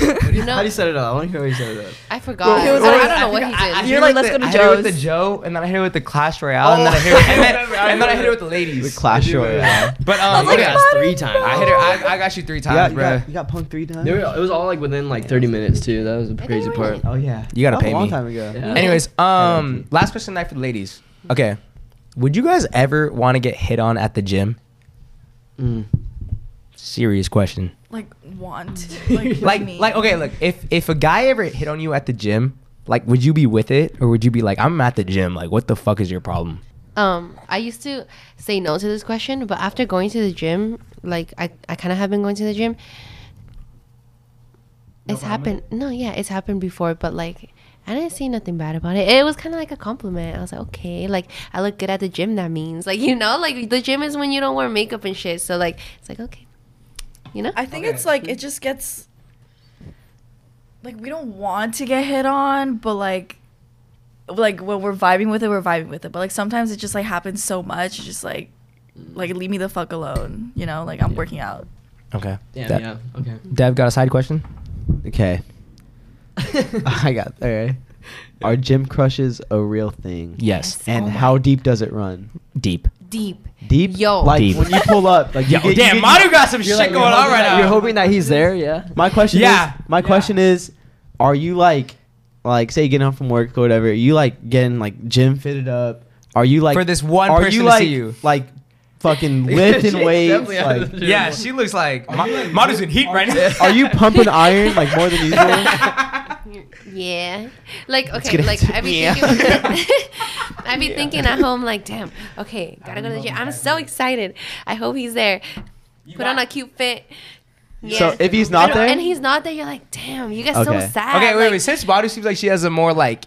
[SPEAKER 5] you
[SPEAKER 3] How do
[SPEAKER 5] know,
[SPEAKER 3] you set it up? I want to hear how you set it up.
[SPEAKER 5] I forgot.
[SPEAKER 2] He was
[SPEAKER 5] I,
[SPEAKER 2] like-
[SPEAKER 5] I don't know what he
[SPEAKER 1] I, I
[SPEAKER 5] did.
[SPEAKER 1] hear
[SPEAKER 2] like,
[SPEAKER 1] like,
[SPEAKER 2] "Let's
[SPEAKER 1] the,
[SPEAKER 2] go to
[SPEAKER 1] I hit it with the
[SPEAKER 2] Joe's."
[SPEAKER 1] Joe, and then I hit it with the Clash Royale, and then Oh, I
[SPEAKER 3] Oh,
[SPEAKER 1] hit it, and then, and then I hit it with the ladies.
[SPEAKER 6] The Clash
[SPEAKER 3] I do
[SPEAKER 6] Royale.
[SPEAKER 3] remember.
[SPEAKER 1] But um,
[SPEAKER 3] You
[SPEAKER 1] okay,
[SPEAKER 3] got
[SPEAKER 1] I-
[SPEAKER 3] us three times.
[SPEAKER 1] I hit her. I, I got you three
[SPEAKER 6] You got,
[SPEAKER 1] times,
[SPEAKER 6] you,
[SPEAKER 1] bro.
[SPEAKER 6] got, you got punked three times.
[SPEAKER 3] They were- it was all like within like 30 minutes too. That was the crazy
[SPEAKER 5] were
[SPEAKER 3] part.
[SPEAKER 5] like-
[SPEAKER 6] Oh yeah.
[SPEAKER 1] You gotta
[SPEAKER 6] That was
[SPEAKER 1] pay
[SPEAKER 6] a long
[SPEAKER 1] me.
[SPEAKER 6] time ago.
[SPEAKER 3] Yeah.
[SPEAKER 1] Anyways, um, last question tonight for the ladies. Okay, would you guys ever want to get hit on at the gym?
[SPEAKER 3] Mm.
[SPEAKER 1] Serious question.
[SPEAKER 2] Like want. Like,
[SPEAKER 1] Like,
[SPEAKER 2] me.
[SPEAKER 1] like, okay, look, if if a guy ever hit on you at the gym, like, would you be with it, or would you be like, I'm at the gym, like, what the fuck is your problem?
[SPEAKER 5] Um, I used to say no to this question, but after going to the gym, like I, I kind of have been going to the gym. It's happened. No, yeah, it's happened before, but like I didn't see nothing bad about it. It was kind of like a compliment. I was like, okay, like I look good at the gym. That means like you know, like the gym is when you don't wear makeup and shit. So like it's like okay, You know?
[SPEAKER 2] I think
[SPEAKER 1] Okay.
[SPEAKER 2] it's like it just gets like we don't want to get hit on, but like like when we're vibing with it, we're vibing with it. But like sometimes it just like happens so much, it's just like like leave me the fuck alone, you know? Like I'm working out.
[SPEAKER 1] Okay.
[SPEAKER 3] Damn,
[SPEAKER 1] Dev,
[SPEAKER 3] yeah. Okay.
[SPEAKER 1] Dev got a side question.
[SPEAKER 6] Okay. I got all right. Are gym crushes a real thing?
[SPEAKER 1] Yes.
[SPEAKER 6] And how deep does it run?
[SPEAKER 1] Deep.
[SPEAKER 5] Deep.
[SPEAKER 6] Deep.
[SPEAKER 5] Yo.
[SPEAKER 6] Like
[SPEAKER 1] Deep.
[SPEAKER 6] when you pull up, like you
[SPEAKER 1] Yo,
[SPEAKER 6] get- you
[SPEAKER 1] damn,
[SPEAKER 6] get-
[SPEAKER 1] Manu got some shit
[SPEAKER 3] like,
[SPEAKER 1] going on right now.
[SPEAKER 3] You're hoping that he's there, yeah.
[SPEAKER 6] My question
[SPEAKER 1] Uh, Yeah.
[SPEAKER 6] is my
[SPEAKER 1] Yeah.
[SPEAKER 6] question is are you like like say you get home from work or whatever, you like getting like gym fitted up? Are you like
[SPEAKER 1] For this one
[SPEAKER 6] are
[SPEAKER 1] person
[SPEAKER 6] you
[SPEAKER 1] to
[SPEAKER 6] like
[SPEAKER 1] see you.
[SPEAKER 6] like fucking lifting
[SPEAKER 3] She's
[SPEAKER 6] weights?
[SPEAKER 3] definitely out of
[SPEAKER 6] Like
[SPEAKER 3] the gym.
[SPEAKER 1] yeah, she looks like Ma- Manu's in heat right now.
[SPEAKER 6] are you pumping iron like more than usual?
[SPEAKER 5] Yeah. Like okay,
[SPEAKER 6] get
[SPEAKER 5] like
[SPEAKER 6] into-
[SPEAKER 5] I be
[SPEAKER 6] Yeah.
[SPEAKER 5] thinking I be thinking at home like, damn, okay, gotta go to the gym. I'm so excited. I hope he's there. Put on a cute fit. Yeah.
[SPEAKER 6] So if he's not
[SPEAKER 5] And-
[SPEAKER 6] there,
[SPEAKER 5] and he's not there, you're like, damn, you get
[SPEAKER 6] Okay.
[SPEAKER 5] so sad.
[SPEAKER 1] okay, wait,
[SPEAKER 5] like,
[SPEAKER 1] wait. Since Manu seems Ah, like she has a more like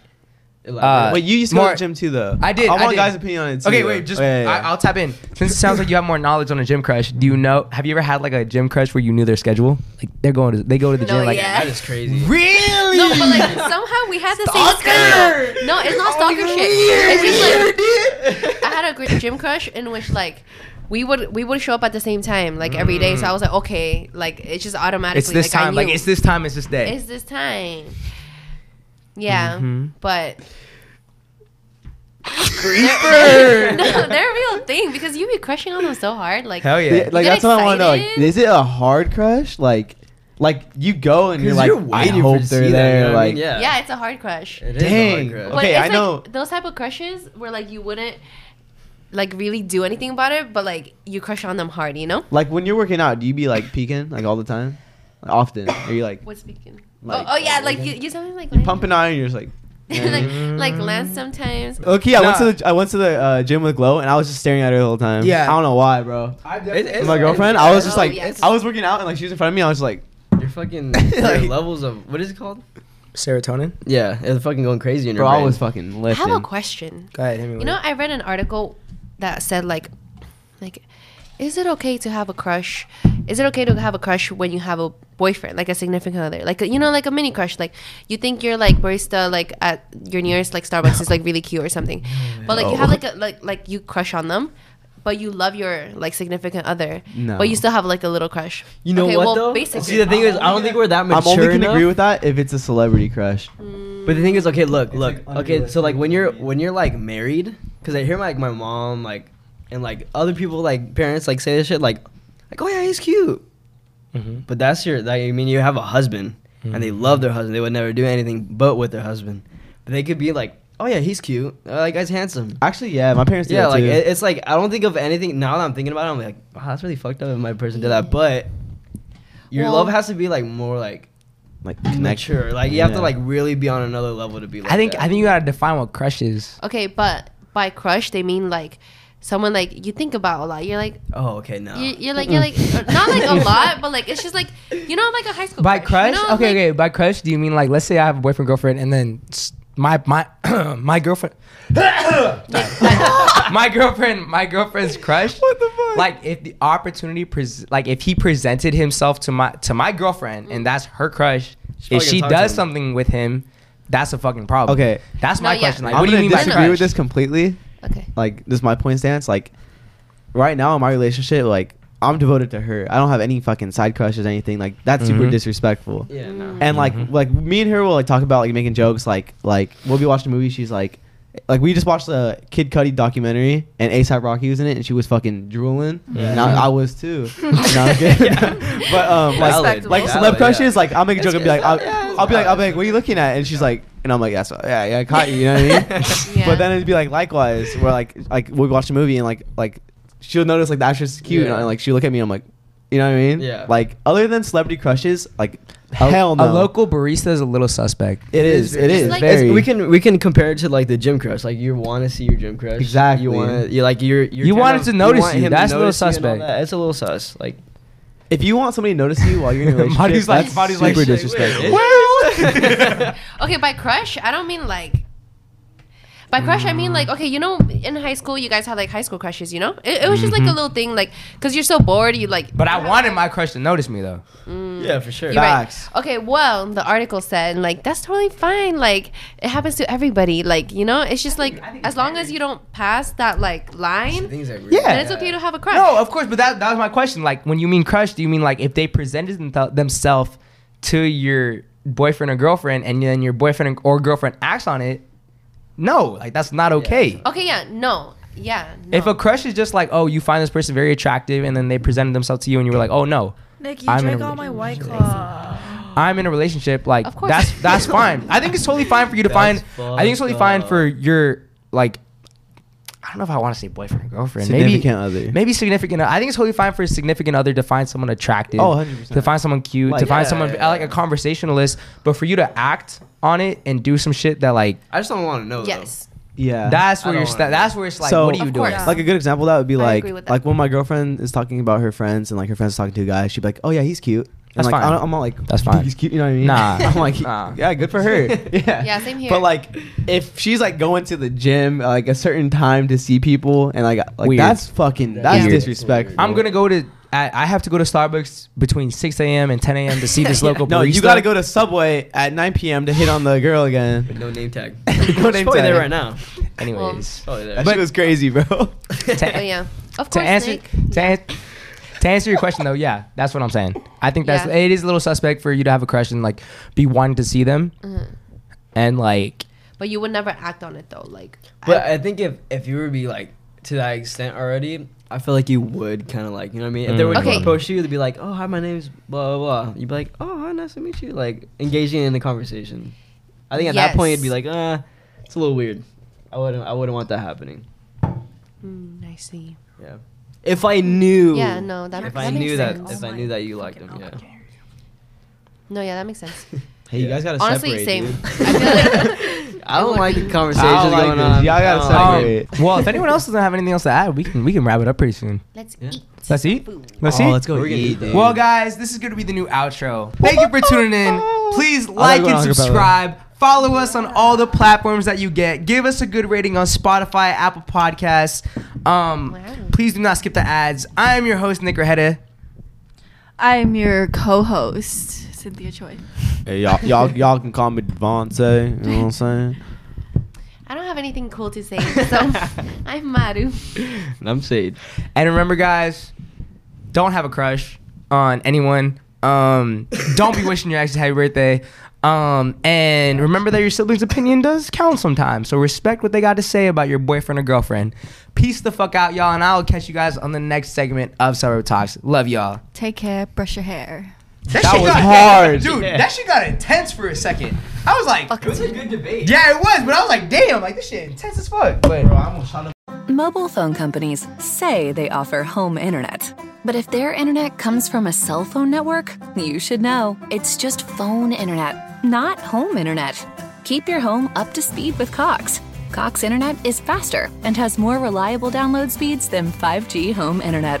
[SPEAKER 3] Elaborate.
[SPEAKER 6] wait, you used to go
[SPEAKER 1] More-
[SPEAKER 6] to the gym too though.
[SPEAKER 1] I did.
[SPEAKER 6] I want
[SPEAKER 1] did.
[SPEAKER 6] guys' opinion on it too.
[SPEAKER 1] Okay,
[SPEAKER 6] though. Oh,
[SPEAKER 1] wait. Just
[SPEAKER 6] Yeah, yeah, yeah.
[SPEAKER 1] I, I'll tap in. Since it sounds like you have more knowledge on a gym crush, do you know? Have you ever had like a gym crush where you knew their schedule? Like they're going to they go to the
[SPEAKER 5] No,
[SPEAKER 1] gym like
[SPEAKER 5] yeah.
[SPEAKER 3] that is crazy.
[SPEAKER 1] really.
[SPEAKER 5] No, but like somehow we had the same schedule. No, it's not
[SPEAKER 1] Oh,
[SPEAKER 5] stalker shit. It's just like I had a gr- gym crush in which like we would we would show up at the same time like every day.
[SPEAKER 6] Mm.
[SPEAKER 5] So I was like, okay, like it's just automatically.
[SPEAKER 1] it's this
[SPEAKER 5] like, I
[SPEAKER 1] time. Like
[SPEAKER 5] knew.
[SPEAKER 1] it's this time. It's this day.
[SPEAKER 5] It's this time. Yeah, but
[SPEAKER 1] Creeper.
[SPEAKER 5] no, they're a real thing because you be crushing on them so hard. Like
[SPEAKER 1] Hell yeah.
[SPEAKER 6] Yeah, like
[SPEAKER 5] Get
[SPEAKER 6] that's what I want to know. Like,
[SPEAKER 5] excited?
[SPEAKER 6] is it a hard crush? Like, like you go and you're
[SPEAKER 3] 'Cause
[SPEAKER 6] like,
[SPEAKER 3] you're
[SPEAKER 6] I
[SPEAKER 3] waiting
[SPEAKER 6] hope
[SPEAKER 3] for
[SPEAKER 6] they're there. like,
[SPEAKER 5] yeah. it's a hard crush.
[SPEAKER 3] It is
[SPEAKER 6] Dang.
[SPEAKER 3] a hard
[SPEAKER 5] But
[SPEAKER 3] crush.
[SPEAKER 6] Okay,
[SPEAKER 5] it's
[SPEAKER 6] I
[SPEAKER 5] like
[SPEAKER 6] know-
[SPEAKER 5] those type of crushes where like you wouldn't like really do anything about it, but like you crush on them hard. You know.
[SPEAKER 6] Like when you're working out, do you be like peeking like all the time? Like, often? Are you like
[SPEAKER 5] What's speaking?
[SPEAKER 6] Like-
[SPEAKER 5] oh, oh, yeah, like you, you something like
[SPEAKER 6] pumping iron? You're just like.
[SPEAKER 5] like like Lance sometimes.
[SPEAKER 6] Okay, I went
[SPEAKER 1] Nah.
[SPEAKER 6] to the I went to the uh, gym with Glow and I was just staring at her the whole time.
[SPEAKER 1] Yeah.
[SPEAKER 6] I don't know why, bro.
[SPEAKER 3] It- it's-
[SPEAKER 6] My girlfriend, I was
[SPEAKER 5] Oh,
[SPEAKER 6] just like,
[SPEAKER 5] yes.
[SPEAKER 6] I was working out and like she was in front of me. I was just like,
[SPEAKER 3] Your fucking
[SPEAKER 6] Like-
[SPEAKER 3] your levels of what is it called?
[SPEAKER 1] Serotonin.
[SPEAKER 3] Yeah, it's fucking going crazy in your
[SPEAKER 6] bro, I
[SPEAKER 3] brain.
[SPEAKER 6] was fucking
[SPEAKER 5] I
[SPEAKER 6] lifting.
[SPEAKER 5] have a question.
[SPEAKER 1] Go ahead. Hit me with
[SPEAKER 5] You know,
[SPEAKER 1] it.
[SPEAKER 5] I read an article that said like, like, is it okay to have a crush? Is it okay to have a crush when you have a boyfriend, like a significant other, like you know, like a mini crush? Like you think you're like barista, like at your nearest like Starbucks is like really cute or something, but like you
[SPEAKER 3] Oh.
[SPEAKER 5] have like a like like you crush on them. But you love your like significant other,
[SPEAKER 6] No.
[SPEAKER 5] but you still have like a little crush.
[SPEAKER 3] You know
[SPEAKER 5] okay,
[SPEAKER 3] what
[SPEAKER 5] well,
[SPEAKER 3] though?
[SPEAKER 5] Basically,
[SPEAKER 3] See, the thing is, I don't think we're that mature
[SPEAKER 6] I'm only can
[SPEAKER 3] enough.
[SPEAKER 6] agree with that if it's a celebrity crush.
[SPEAKER 3] But the thing is, okay, look, look,
[SPEAKER 6] like,
[SPEAKER 3] okay. So like when you're
[SPEAKER 6] unrealistic.
[SPEAKER 3] when you're like married, because I hear like my mom like and like other people like parents like say this shit like like oh yeah he's cute,
[SPEAKER 6] Mm-hmm.
[SPEAKER 1] Mhm.
[SPEAKER 3] but that's your like I mean you have a husband and they love their husband they would never do anything but with their husband, but they could be like oh yeah he's cute oh, that guy's handsome.
[SPEAKER 6] Actually, yeah, my parents did
[SPEAKER 3] Yeah,
[SPEAKER 6] that
[SPEAKER 3] like
[SPEAKER 6] too.
[SPEAKER 3] it, it's like I don't think of anything now that I'm thinking about it. I'm like, wow, that's really fucked up if my person did that.
[SPEAKER 6] Mm-hmm.
[SPEAKER 3] But your
[SPEAKER 5] Well-
[SPEAKER 3] love has to be like more like
[SPEAKER 6] like connect.
[SPEAKER 3] mature. Like you have
[SPEAKER 6] Yeah.
[SPEAKER 3] to like really be on another level to be. Like
[SPEAKER 1] I think
[SPEAKER 3] that.
[SPEAKER 1] I think you gotta define what crush is.
[SPEAKER 5] okay, but by crush they mean like someone like you think about a lot. You're like,
[SPEAKER 3] Oh, okay, no.
[SPEAKER 5] You, you're like you're like not like a lot, but like it's just like you know like a high school
[SPEAKER 1] By
[SPEAKER 5] you
[SPEAKER 1] crush,
[SPEAKER 5] know,
[SPEAKER 1] okay,
[SPEAKER 5] like-
[SPEAKER 1] okay. By crush, do you mean like let's say I have a boyfriend, girlfriend, and then s- my my my girlfriend, my girlfriend, my girlfriend's crush? What the fuck? Like if the opportunity pres like if he presented himself to my to my girlfriend and that's her crush, if
[SPEAKER 3] probably
[SPEAKER 1] she
[SPEAKER 3] gonna talk to
[SPEAKER 1] does
[SPEAKER 3] him.
[SPEAKER 1] something with him, that's a fucking problem.
[SPEAKER 6] Okay.
[SPEAKER 1] that's my
[SPEAKER 5] No, yeah.
[SPEAKER 1] question. Like,
[SPEAKER 6] I'm
[SPEAKER 1] what do you
[SPEAKER 6] gonna
[SPEAKER 1] mean by
[SPEAKER 6] disagree
[SPEAKER 1] crush?
[SPEAKER 6] with this completely.
[SPEAKER 5] okay.
[SPEAKER 6] like this is my point of stance like right now in my relationship like i'm devoted to her i don't have any fucking side crushes or anything like that's super
[SPEAKER 1] Mhm.
[SPEAKER 6] disrespectful
[SPEAKER 3] Mm-hmm. yeah,
[SPEAKER 5] Mm.
[SPEAKER 3] no.
[SPEAKER 6] and like like me and her will like talk about like making jokes like like we'll be watching a movie she's like like we just watched the Kid Cudi documentary and ASAP Rocky was in it and she was fucking drooling
[SPEAKER 3] Yeah.
[SPEAKER 6] and I, I was too. no, I'm kidding. But um, like
[SPEAKER 3] Valid.
[SPEAKER 6] like
[SPEAKER 3] Valid,
[SPEAKER 6] celeb
[SPEAKER 3] yeah.
[SPEAKER 6] crushes, like I'll make a joke and be like, I'll,
[SPEAKER 3] yeah, it's
[SPEAKER 6] I'll be like, I'll be
[SPEAKER 3] valid.
[SPEAKER 6] like, what are you looking at? And she's like, and I'm like, that's what, yeah, yeah, I caught you, you know what I mean?
[SPEAKER 5] Yeah.
[SPEAKER 6] But then it'd be like likewise, where like like we watch a movie and like like she'll notice like the actress is cute
[SPEAKER 3] Yeah.
[SPEAKER 6] and like she'll look at me, I'm like, you know what I mean?
[SPEAKER 3] Yeah.
[SPEAKER 6] Like other than celebrity crushes, like
[SPEAKER 1] A-
[SPEAKER 6] hell no.
[SPEAKER 1] A local barista is a little suspect.
[SPEAKER 6] It is. It
[SPEAKER 3] It's
[SPEAKER 6] is
[SPEAKER 5] like-
[SPEAKER 6] very.
[SPEAKER 3] we can we can compare it to like the gym crush. Like you want to see your gym crush.
[SPEAKER 6] Exactly.
[SPEAKER 3] You want to. You like you're. you're
[SPEAKER 1] You
[SPEAKER 3] kind
[SPEAKER 1] want it to notice
[SPEAKER 3] want
[SPEAKER 1] you.
[SPEAKER 3] him to
[SPEAKER 1] That's a little
[SPEAKER 3] notice you and all
[SPEAKER 1] suspect.
[SPEAKER 3] that. It's a little sus. Like
[SPEAKER 6] If you want somebody to notice you while you're in a relationship,
[SPEAKER 1] Marty's like-
[SPEAKER 6] that's
[SPEAKER 1] Marty's like,
[SPEAKER 6] super
[SPEAKER 1] "Wait, wait,
[SPEAKER 6] disrespectful.
[SPEAKER 3] Well.
[SPEAKER 5] Okay, by crush I don't mean like By crush, I mean like okay, you know, in high school, you guys had like high school crushes. You know, it, it was just like a little thing, like because you're so bored, you like.
[SPEAKER 1] But I wanted my crush to notice me though.
[SPEAKER 3] Yeah, for sure.
[SPEAKER 5] You're right.
[SPEAKER 6] Facts.
[SPEAKER 5] Okay, well, the article said like that's totally fine. Like it happens to everybody. Like you know, it's just like as long as you don't pass that like line,
[SPEAKER 3] Things are weird.
[SPEAKER 1] Yeah.
[SPEAKER 5] then it's okay to have a crush.
[SPEAKER 1] No, of course, but that, that was my question. Like, when you mean crush, do you mean like if they presented them- themselves to your boyfriend or girlfriend and then your boyfriend or girlfriend acts on it? No, like that's not okay.
[SPEAKER 5] Okay, yeah, no, yeah. No.
[SPEAKER 1] uh, If a crush is just like, oh, you find this person very attractive and then they presented themselves to you and you were like, oh no,
[SPEAKER 2] Nick, you
[SPEAKER 1] I'm in a
[SPEAKER 2] drank all my white claw.
[SPEAKER 1] I'm in a relationship, like
[SPEAKER 5] Of course.
[SPEAKER 1] that's that's fine. I think it's totally fine for you to
[SPEAKER 3] That's
[SPEAKER 1] find I think it's totally
[SPEAKER 3] fucked
[SPEAKER 1] fine
[SPEAKER 3] up.
[SPEAKER 1] for your like I don't know if I want to say boyfriend or girlfriend.
[SPEAKER 6] Significant
[SPEAKER 1] maybe,
[SPEAKER 6] other.
[SPEAKER 1] Maybe significant. I think it's totally fine for a significant other to find someone attractive.
[SPEAKER 6] Oh, 100%.
[SPEAKER 1] To find someone cute, to
[SPEAKER 6] Like-
[SPEAKER 1] find
[SPEAKER 3] Yeah,
[SPEAKER 1] someone uh,
[SPEAKER 3] yeah,
[SPEAKER 1] like a conversationalist, but for you to act on it and do some shit that like
[SPEAKER 3] I just don't want to know. though.
[SPEAKER 5] yes,
[SPEAKER 6] Yeah.
[SPEAKER 1] that's
[SPEAKER 3] I
[SPEAKER 1] where
[SPEAKER 3] don't
[SPEAKER 1] you're
[SPEAKER 3] wanna
[SPEAKER 1] sta-
[SPEAKER 3] do
[SPEAKER 1] that's where it's like
[SPEAKER 6] So-
[SPEAKER 1] what are you
[SPEAKER 5] Of
[SPEAKER 1] doing?
[SPEAKER 5] course.
[SPEAKER 6] Like a good example of that would be
[SPEAKER 5] I
[SPEAKER 6] like
[SPEAKER 5] agree with that.
[SPEAKER 6] like when my girlfriend is talking about her friends and like her friends talking to a guy, she'd be like, "Oh yeah, he's cute." And,
[SPEAKER 1] That's
[SPEAKER 6] like,
[SPEAKER 1] fine.
[SPEAKER 6] I don't- I'm not like
[SPEAKER 1] That's
[SPEAKER 6] "You think
[SPEAKER 1] fine.
[SPEAKER 6] He's cute. You know what I mean?
[SPEAKER 1] Nah.
[SPEAKER 6] I'm like,
[SPEAKER 1] Nah.
[SPEAKER 6] yeah, good for her. yeah.
[SPEAKER 5] Yeah, same here.
[SPEAKER 6] But like, if she's like going to the gym like a certain time to see people, and like like
[SPEAKER 1] Weird.
[SPEAKER 6] that's fucking that's
[SPEAKER 5] Weird.
[SPEAKER 6] disrespectful.
[SPEAKER 1] I'm gonna go to I I have to go to Starbucks between 6 a.m. and 10 a.m. to see this local
[SPEAKER 6] No,
[SPEAKER 1] barista.
[SPEAKER 6] you gotta go to Subway at 9 p.m. to hit on the girl again.
[SPEAKER 3] No name tag.
[SPEAKER 6] No name
[SPEAKER 3] Probably there
[SPEAKER 6] tag.
[SPEAKER 3] right now.
[SPEAKER 1] Anyways,
[SPEAKER 3] Probably there.
[SPEAKER 6] That shit was crazy, bro.
[SPEAKER 5] but Oh, yeah, of
[SPEAKER 1] to
[SPEAKER 5] course.
[SPEAKER 1] answer
[SPEAKER 5] Nick.
[SPEAKER 1] to, an- to answer your question though, yeah, that's what I'm saying. I think that's
[SPEAKER 5] Yeah.
[SPEAKER 1] it is a little suspect for you to have a crush and like be wanting to see them,
[SPEAKER 5] Mm-hmm.
[SPEAKER 1] and like
[SPEAKER 5] But you would never act on it though. Like,
[SPEAKER 3] But I think if if you were to be like to that extent already, I feel like you would kind of like you know what I mean. If they were
[SPEAKER 5] Mm. Okay.
[SPEAKER 3] to approach you, they'd be like, "Oh, hi, my name's blah blah blah." You'd be like, "Oh, hi, nice to meet you." Like engaging in the conversation. I think at that point
[SPEAKER 5] Yes.
[SPEAKER 3] you'd be like, "Uh, it's a little weird. I wouldn't I wouldn't want that happening."
[SPEAKER 5] mm, I see.
[SPEAKER 3] Yeah. If I knew.
[SPEAKER 5] Yeah, no, that
[SPEAKER 3] If
[SPEAKER 5] makes
[SPEAKER 3] I
[SPEAKER 5] sense.
[SPEAKER 3] knew that,
[SPEAKER 2] sense.
[SPEAKER 3] if
[SPEAKER 2] Oh
[SPEAKER 3] I
[SPEAKER 2] my
[SPEAKER 3] knew that you liked them, yeah.
[SPEAKER 5] No, yeah, that makes sense.
[SPEAKER 6] hey, you guys gotta
[SPEAKER 5] Honestly,
[SPEAKER 6] separate.
[SPEAKER 5] same.
[SPEAKER 6] dude.
[SPEAKER 5] I feel like
[SPEAKER 3] I don't like the conversations
[SPEAKER 6] I don't like
[SPEAKER 3] going
[SPEAKER 6] this.
[SPEAKER 3] on.
[SPEAKER 6] Y'all gotta
[SPEAKER 3] I don't like
[SPEAKER 6] separate.
[SPEAKER 1] um,
[SPEAKER 3] it.
[SPEAKER 6] Oh, Wait.
[SPEAKER 1] well, if anyone else doesn't have anything else to add, we can we can wrap it up pretty soon.
[SPEAKER 5] let's
[SPEAKER 3] Yeah.
[SPEAKER 5] eat.
[SPEAKER 1] Let's eat. Let's
[SPEAKER 6] Oh,
[SPEAKER 1] eat.
[SPEAKER 6] let's go
[SPEAKER 3] We're gonna
[SPEAKER 6] eat,
[SPEAKER 3] eat that.
[SPEAKER 6] dude.
[SPEAKER 1] Well, guys, this is going to be the new outro. Thank you for tuning in. Please like
[SPEAKER 6] go to
[SPEAKER 1] and
[SPEAKER 6] Hunger Pella.
[SPEAKER 1] subscribe. Follow us on all the platforms that you get. Give us a good rating on Spotify, Apple Podcasts. Um,
[SPEAKER 5] Wow.
[SPEAKER 1] Please do not skip the ads. I am your host, Nick Rajeda.
[SPEAKER 2] I'm your co-host, Cynthia Choi.
[SPEAKER 6] Hey, y'all, y'all, y'all can call me Devontae. You know what I'm saying?
[SPEAKER 5] I don't have anything cool to say, so I'm Maru.
[SPEAKER 3] And I'm Sage.
[SPEAKER 1] And remember, guys, don't have a crush on anyone. Um, don't be wishing your exes happy birthday. Um, and remember that your sibling's opinion does count sometimes. So respect what they got to say about your boyfriend or girlfriend. Peace the fuck out, y'all. And I'll catch you guys on the next segment of Suburb Talks. Love y'all.
[SPEAKER 2] Take care. Brush your hair.
[SPEAKER 1] That,
[SPEAKER 6] shit got-
[SPEAKER 1] Dude, that shit got intense for a second. I was like,
[SPEAKER 3] It was a good debate.
[SPEAKER 1] yeah, it was. But I was like, damn, like this shit intense as fuck. But.
[SPEAKER 9] Mobile phone companies say they offer home internet. But if their internet comes from a cell phone network, you should know. It's just phone internet, not home internet. Keep your home up to speed with Cox. Cox internet is faster and has more reliable download speeds than 5G home internet.